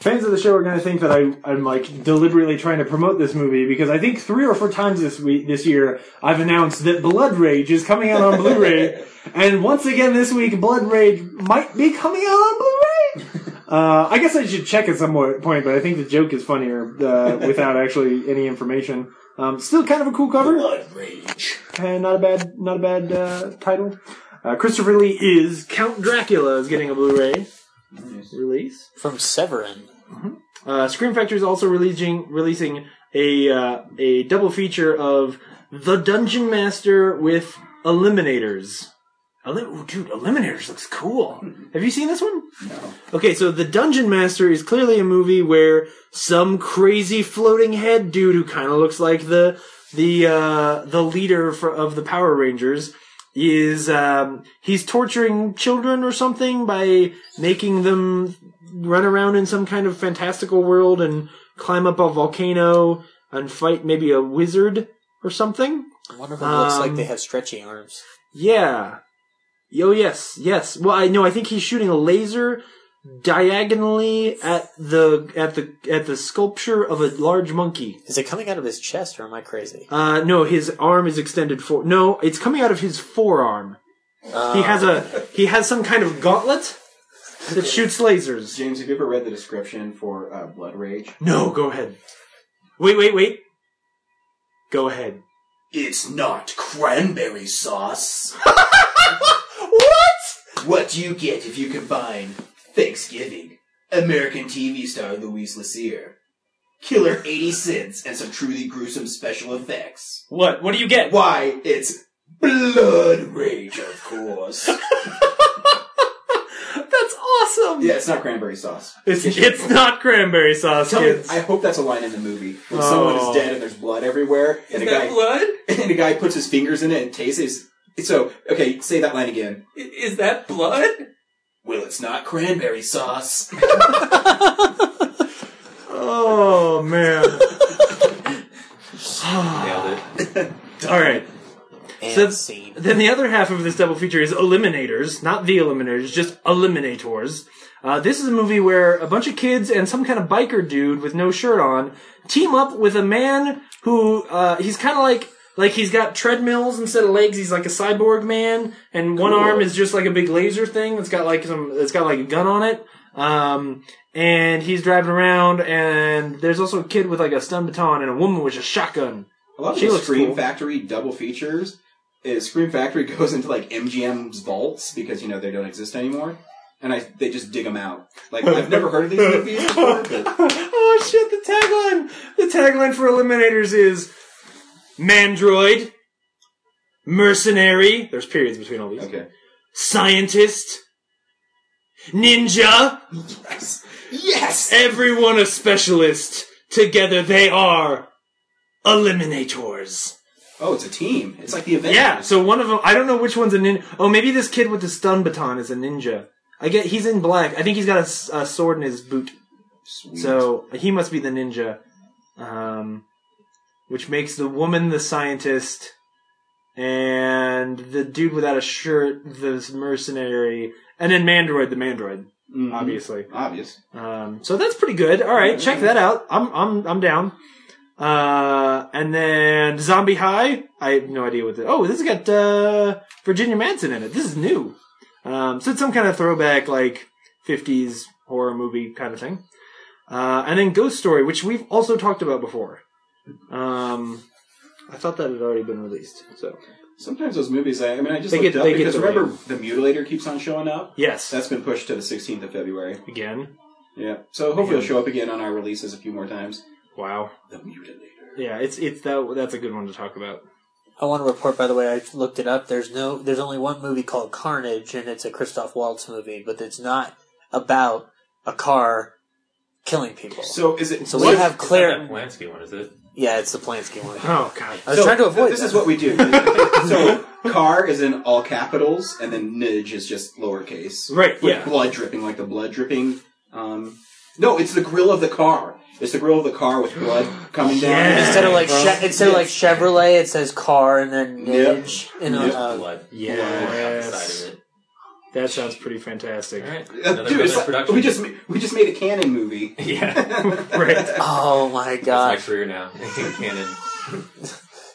Fans of the show are going to think that I, I'm like deliberately trying to promote this movie because I think three or four times this week, this year, I've announced that Blood Rage is coming out on Blu-ray, and once again this week, Blood Rage might be coming out on Blu-ray. Uh, I guess I should check at some more point, but I think the joke is funnier uh, without actually any information. Um, still kind of a cool cover. Blood Rage. And not a bad, not a bad uh, title. Uh, Christopher Lee is Count Dracula is getting a Blu-ray release from Severin. Uh, Scream Factory is also releasing releasing a uh, a double feature of The Dungeon Master with Eliminators. Elim- Ooh, dude, Eliminators looks cool. Have you seen this one? No. Okay, so The Dungeon Master is clearly a movie where some crazy floating head dude who kind of looks like the the uh, the leader for, of the Power Rangers is um, he's torturing children or something by making them run around in some kind of fantastical world and climb up a volcano and fight maybe a wizard or something. One of them looks like Um, they have stretchy arms. Yeah. Yo, yes, yes. Well, I know. I think he's shooting a laser diagonally at the at the at the sculpture of a large monkey. Is it coming out of his chest, or am I crazy? Uh, no, his arm is extended for. No, it's coming out of his forearm. he has a he has some kind of gauntlet that shoots lasers. James, have you ever read the description for uh, Blood Rage? No, go ahead. Wait, wait, wait. Go ahead. It's not cranberry sauce. what? What do you get if you combine Thanksgiving, American TV star Louise Lassier, killer 80 cents, and some truly gruesome special effects? What? What do you get? Why, it's Blood Rage, of course. That's awesome. Yeah, it's not cranberry sauce. It's it's not cranberry sauce, Tell me- kids. I hope that's a line in the movie. When Oh. someone is dead and there's blood everywhere, and Is a that guy and a guy puts his fingers in it and tastes it. So okay, say that line again. Is that blood? Well, it's not cranberry sauce. Oh man. Nailed it. All right. So then the other half of this double feature is Eliminators, not the Eliminators, just Eliminators. Uh, this is a movie where a bunch of kids and some kind of biker dude with no shirt on team up with a man who uh, he's kind of like like he's got treadmills instead of legs. He's like a cyborg man, and one Cool. arm is just like a big laser thing that's got like some that's got like a gun on it. Um, and he's driving around, and there's also a kid with like a stun baton and a woman with a shotgun. A lot of She those looks Scream cool. Factory double features is Scream Factory goes into like MGM's vaults because you know they don't exist anymore, and I they just dig them out. Like I've never heard of these movies before, but oh shit, the tagline! The tagline for Eliminators is Mandroid, Mercenary, there's periods between all these. Okay. Scientist, Ninja, Yes! Everyone a specialist. Together they are Eliminators. Oh, it's a team. It's like the event. Yeah, so one of them, I don't know which one's a ninja. Oh, maybe this kid with the stun baton is a ninja. I get he's in black. I think he's got a s- a, sword in his boot. So he must be the ninja. Um, which makes the woman the scientist and the dude without a shirt the mercenary and then Mandroid the Mandroid. Obviously. Mm-hmm. Obvious. Um, so that's pretty good. All right, check that out. I'm I'm I'm down. Uh, and then Zombie High. I have no idea what. The, oh, this has got uh, Virginia Manson in it. This is new. Um, so it's some kind of throwback, like '50s horror movie kind of thing. Uh, and then Ghost Story, which we've also talked about before. Um, I thought that had already been released. So Sometimes those movies, I, I mean, I just They looked get- up they get because delayed. remember the mutilator keeps on showing up. Yes, that's been pushed to the 16th of February again. Yeah, so hopefully Again. it'll show up again on our releases a few more times. Wow, the mutilator. Yeah, it's it's that that's a good one to talk about. I want to report, by the way, I looked it up. There's no, there's only one movie called Carnage, and it's a Christoph Waltz movie, but it's not about a car killing people. So is it? So we have It's not clear. that Polanski one, is it? Yeah, it's the Polanski one. Oh, God. I was So, trying to th- avoid. This is is what we do. so car is in all capitals, and then nidge is just lowercase. Right. With yeah. Blood dripping, like the blood dripping. Um, no, it's the grill of the car. It's the grill of the car with blood coming down. Instead of like From- che- instead of like Chevrolet, it says car and then Yep. Nidge. And Yep. uh, Yes. That sounds pretty fantastic. Uh, dude, it's like- we just ma- we just made a canon movie. Yeah, right. Oh my god! That's my career now. Canon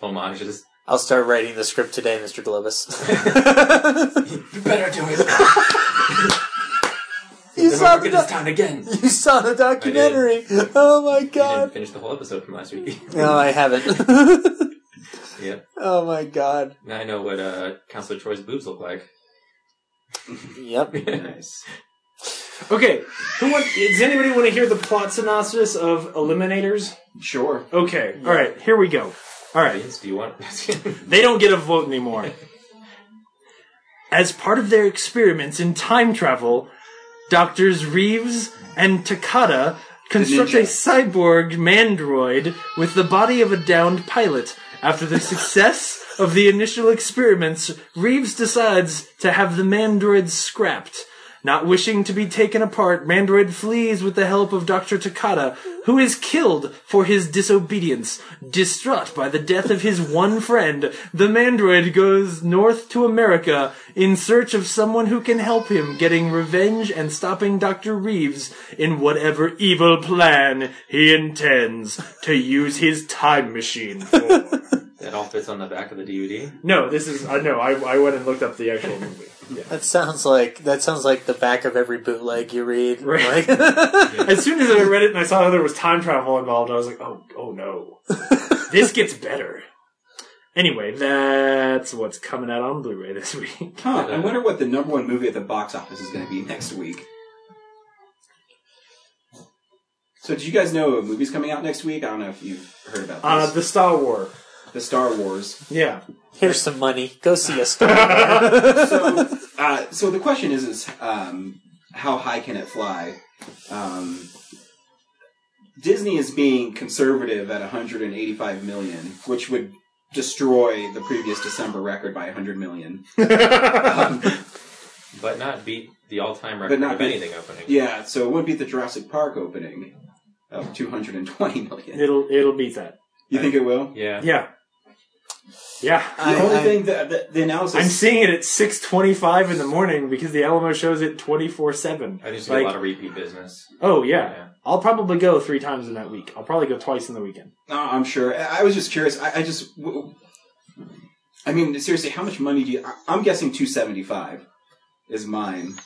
homages. I'll start writing the script today, Mr. Globus. You better do it. you Then saw we'll the get this doc- down again. you saw the documentary. Oh my god! Finished the whole episode from last week. No, I haven't. yeah. oh my god! Now I know what uh, Counselor Troy's boobs look like. Yep. nice. Okay, who want, does anybody want to hear the plot synopsis of Eliminators? Sure. Okay, all right, here we go. All right, do you want? they don't get a vote anymore. As part of their experiments in time travel, doctors Reeves and Takada construct a cyborg mandroid with the body of a downed pilot. After the success of the initial experiments, Reeves decides to have the mandroid scrapped. Not wishing to be taken apart, Mandroid flees with the help of Dr. Takada, who is killed for his disobedience. Distraught by the death of his one friend, the Mandroid goes north to America in search of someone who can help him getting revenge and stopping Dr. Reeves in whatever evil plan he intends to use his time machine for. That all fits on the back of the DVD. no, this is, I know, I, I went and looked up the actual movie. That sounds like that sounds like the back of every bootleg you read. Right. Like, as soon as I read it and I saw there was time travel involved, I was like, oh, oh no, this gets better. Anyway, that's what's coming out on Blu-ray this week. Huh, I wonder what the number one movie at the box office is going to be next week. So, did you guys know a movie's coming out next week? I don't know if you've heard about Uh, this. the Star Wars. the Star Wars. Yeah. Here's some money. Go see a star. so, uh, so the question is, is um, how high can it fly? Um, Disney is being conservative at 185 million, which would destroy the previous December record by 100 million. But not beat the all-time but record not of beat- anything opening. Yeah, so it would beat the Jurassic Park opening of 220 million. It'll it'll beat that. You think it will? Yeah. Yeah. Yeah. The only thing that the, the analysis I'm seeing it at 6:25 in the morning because the Alamo shows it 24/7. I just get Like, a lot of repeat business. Oh yeah. I'll probably go three times in that week. I'll probably go twice in the weekend. No, Uh, I'm sure. I, I was just curious. I, I just, w- I mean, seriously, how much money do you? I, I'm guessing 275 is mine.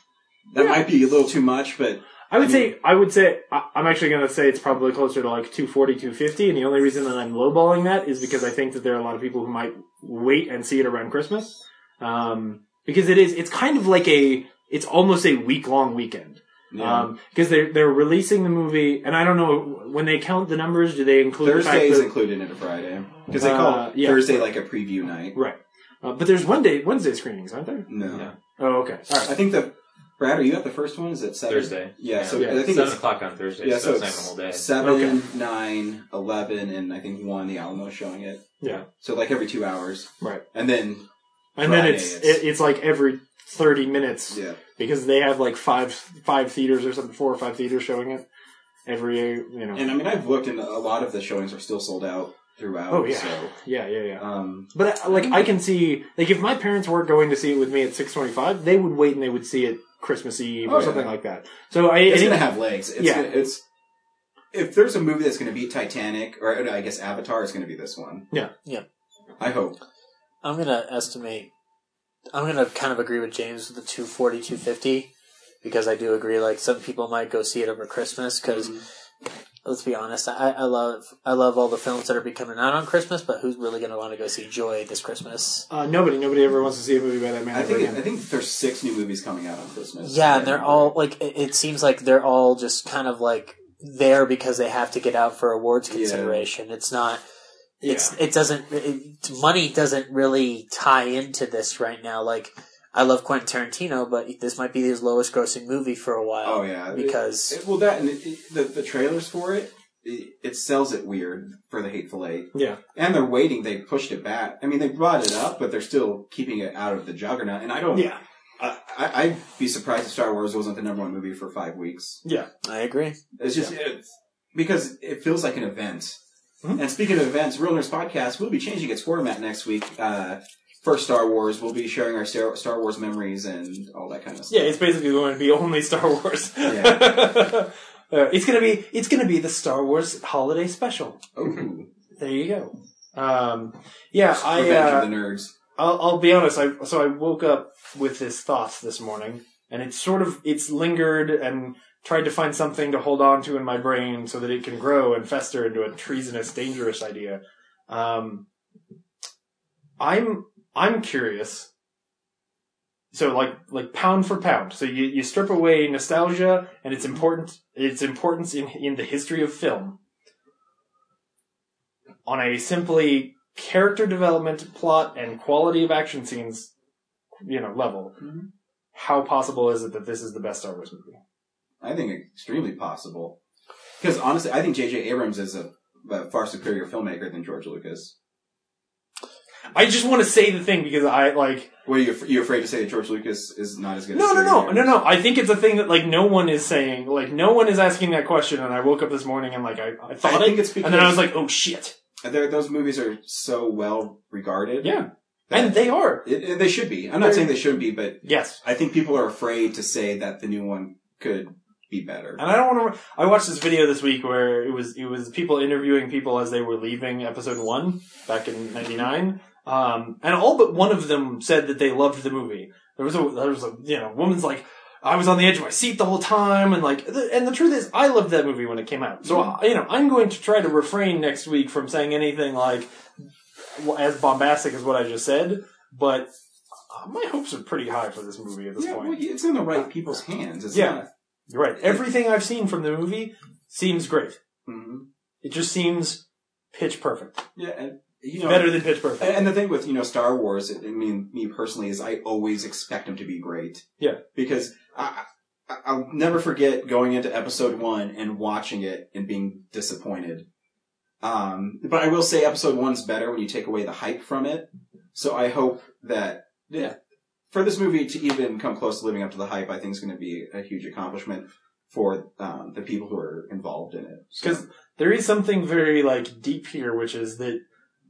That Yeah. might be a little too much, but I would I say I would say I, I'm actually going to say it's probably closer to like 240, 250, and the only reason that I'm lowballing that is because I think that there are a lot of people who might wait and see it around Christmas, um, because it is it's kind of like a it's almost a week long weekend because Yeah. they're they're releasing the movie, and I don't know when they count the numbers, do they include the fact Thursday is that- included in a Friday because they call Uh, yeah. Thursday like a preview night. right? Uh, but there's one day Wednesday screenings, aren't there? No, Oh, okay. All right. I think the Brad, are you at the first one? Is it seven? Thursday. Yeah, so Yeah. I think Seven it's o'clock on Thursday, Yeah, so so, it's not it's even a whole day. seven, Okay. nine, eleven, and I think one. The Alamo showing it. Yeah. So like every two hours, Right. and then And Friday then it's it, it's like every thirty minutes yeah. because they have like five five theaters or something, four or five theaters showing it every you know. And I mean, I've looked, and a lot of the showings are still sold out throughout. Oh, yeah. So, yeah, yeah, yeah. um, But uh, like I can see like if my parents weren't going to see it with me at six twenty five, they would wait and they would see it Christmas Eve Oh, or yeah. something like that. So I it's it- gonna have legs. It's yeah. gonna, it's if there's a movie that's gonna beat Titanic, or uh, I guess Avatar, it's gonna be this one. Yeah. Yeah. I hope. I'm gonna estimate. I'm gonna kind of agree with James with the 240, 250 because I do agree. Like some people might go see it over Christmas because let's be honest. I, I love I love all the films that are becoming out on Christmas, but who's really going to want to go see Joy this Christmas? Uh, nobody, nobody ever wants to see a movie by that man. I think ever again. I think there's six new movies coming out on Christmas. Yeah, and they're all like it, it seems like they're all just kind of like there because they have to get out for awards consideration. It's not. It's it doesn't it, money doesn't really tie into this right now. Like I love Quentin Tarantino, but this might be his lowest grossing movie for a while. Oh yeah, because It- it- well, that and it, it- the the trailers for it, it, it sells it weird for the Hateful Eight. Yeah. and they're waiting. They pushed it back. I mean, they brought it up, but they're still keeping it out of the juggernaut. And I don't. Yeah. I, I, I'd be surprised if Star Wars wasn't the number one movie for five weeks. Yeah, I agree. It's just it's, because it feels like an event. Mm-hmm. And speaking of events, Real Nerds Podcast will be changing its format next week. Uh, first Star Wars, we'll be sharing our Star Star Wars memories and all that kind of stuff. Yeah, it's basically going to be only Star Wars. Uh, it's gonna be it's gonna be the Star Wars holiday special. Ooh. There you go. Um, yeah, I Revenge uh, of the Nerds. I'll, I'll be honest. I so I woke up with this thought this morning, and it's sort of it's lingered and tried to find something to hold on to in my brain so that it can grow and fester into a treasonous, dangerous idea. Um, I'm I'm curious. So like like pound for pound. So you, you strip away nostalgia and its important its importance in in the history of film. On a simply character development, plot, and quality of action scenes, you know, level, Mm-hmm. how possible is it that this is the best Star Wars movie? I think extremely possible. Because honestly, I think J.J. Abrams is a, a far superior filmmaker than George Lucas. I just want to say the thing because I like. What are you, you afraid to say that George Lucas is not as good? No, no, as J.J. no, Abrams? no, no. I think it's a thing that like no one is saying. Like no one is asking that question. And I woke up this morning and like I, I thought I think it, it's because and then I was like, oh shit. They're- those movies are so well regarded. Yeah, and they are. they should be. I'm not They're- saying they shouldn't be, but yes, I think people are afraid to say that the new one could be better. And I don't want to. I watched this video this week where it was it was people interviewing people as they were leaving episode one back in '99, um, and all but one of them said that they loved the movie. There was a there was a you know woman's like. I was on the edge of my seat the whole time, and like, the, and the truth is, I loved that movie when it came out. So, I- you know, I'm going to try to refrain next week from saying anything like as bombastic as what I just said. But uh, my hopes are pretty high for this movie at this point. it's in the right people's hands. It's yeah, not- you're right. Everything I've seen from the movie seems great. Mhm. It just seems pitch perfect. Yeah, and, you know, better than pitch perfect. And and the thing with you know Star Wars, I mean, me personally, is I always expect them to be great. Yeah. because I, I, I'll never forget going into Episode One and watching it and being disappointed. Um, but I will say Episode One's better when you take away the hype from it. So I hope that yeah, for this movie to even come close to living up to the hype, I think is going to be a huge accomplishment for um, the people who are involved in it. So- because there is something very like deep here, which is that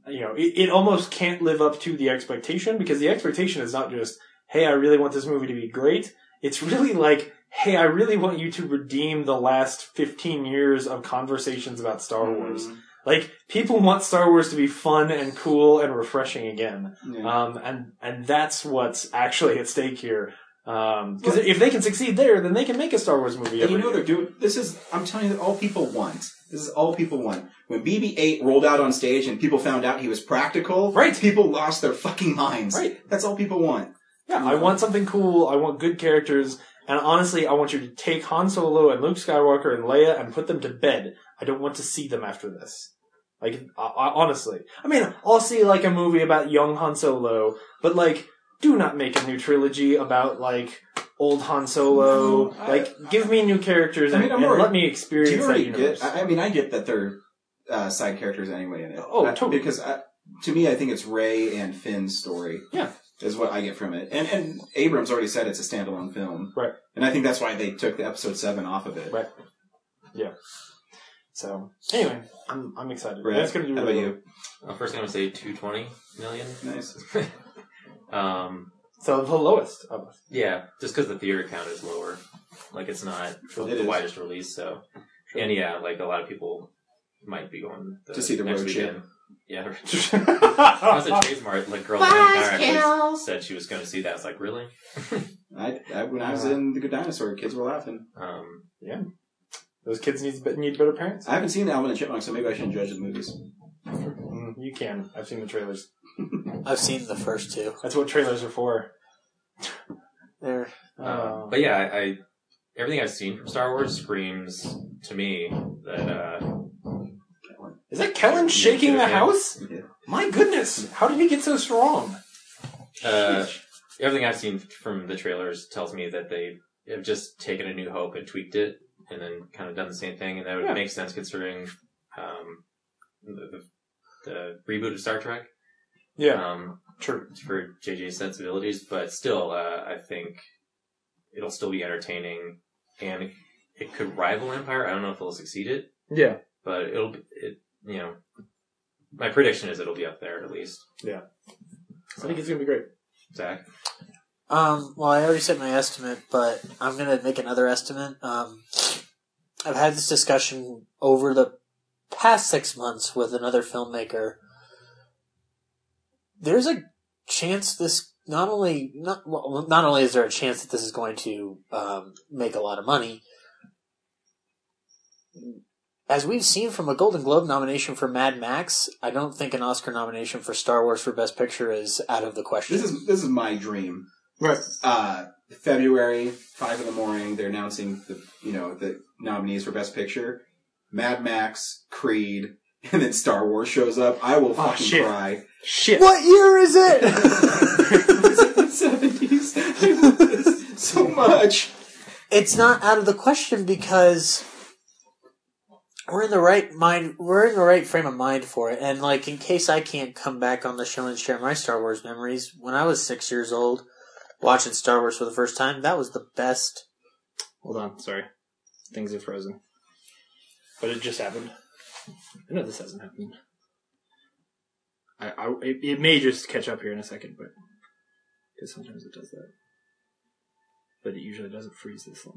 you know it, it almost can't live up to the expectation because the expectation is not just hey I really want this movie to be great. It's really like hey I really want you to redeem the last fifteen years of conversations about Star Mm-hmm. Wars. Like people want Star Wars to be fun and cool and refreshing again, um, and and that's what's actually at stake here. Because if they can succeed there, then they can make a Star Wars movie. And Every you know year. they're doing this is I'm telling you that all people want. This is all people want. When BB-8 rolled out on stage and people found out he was practical, right? People lost their fucking minds. Right. That's all people want. Yeah, I want something cool. I want good characters. And honestly, I want you to take Han Solo and Luke Skywalker and Leia and put them to bed. I don't want to see them after this. Like, I, I, honestly. I mean, I'll see, like, a movie about young Han Solo, but, like, do not make a new trilogy about, like, old Han Solo. No, I- like, give me new characters I mean, and, I'm and already- let me Do you experience that already universe. get? I, I mean, I get that they're uh, side characters anyway in it. Oh, I- totally. Because I, to me, I think it's Ray and Finn's story. Yeah. Is what I get from it, and and Abrams already said it's a standalone film, Right. And I think that's why they took the episode seven off of it. Right. yeah. So, anyway, I'm, I'm excited. Brad, That's going to do how really about well. you? Uh, first, I'm gonna say 220 million. Nice. um, So, the lowest of us. yeah, just because the theater count is lower, like it's not It the is. widest release. So, and yeah, like a lot of people might be going To see the next road weekend. Yeah. I was at Trey's Mart, like girl in the Bye, car actually Skittles. said she was going to see that. I was like, really? I, I when I was in the Good Dinosaur, kids were laughing. Um, yeah. Those kids need need better parents. I haven't seen Alvin and Chipmunk, so maybe I shouldn't judge the movies. Mm, Mm-hmm. you can. I've seen the trailers. I've seen the first two. That's what trailers are for. There. Oh. Um, but yeah, I, I everything I've seen from Star Wars screams to me that uh, Is that Kellen shaking the Yeah. house? My goodness, how did he get so strong? uh, everything I've seen from the trailers tells me that they have just taken a new hope and tweaked it, and then kind of done the same thing, and that would Yeah. make sense considering um, the, the, the reboot of Star Trek. Yeah. um, true for JJ's sensibilities, but still, uh, I think it'll still be entertaining, and it, it could rival Empire. I don't know if it'll succeed it, Yeah. but it'll be- it you know. My prediction is it'll be up there at least. Yeah. I think it's gonna be great. Zach, Um, well, I already said my estimate, but I'm going to make another estimate. Um, I've had this discussion over the past six months with another filmmaker. There's a chance this not only not well, not only is there a chance that this is going to um, make a lot of money, as we've seen from a Golden Globe nomination for Mad Max, I don't think an Oscar nomination for Star Wars for Best Picture is out of the question. This is this is my dream. Right. Uh, February five in the morning, they're announcing the you know the nominees for Best Picture: Mad Max, Creed, and then Star Wars shows up. I will Oh, fucking shit. cry. Shit. What year is it? Seventies. so much. It's not out of the question because we're in the right mind. We're in the right frame of mind for it. And like, in case I can't come back on the show and share my Star Wars memories, when I was six years old, watching Star Wars for the first time, that was the best. Hold on, sorry. Things are frozen. But it just happened. I know this hasn't happened. I, I it, it may just catch up here in a second, but because sometimes it does that. But it usually doesn't freeze this long.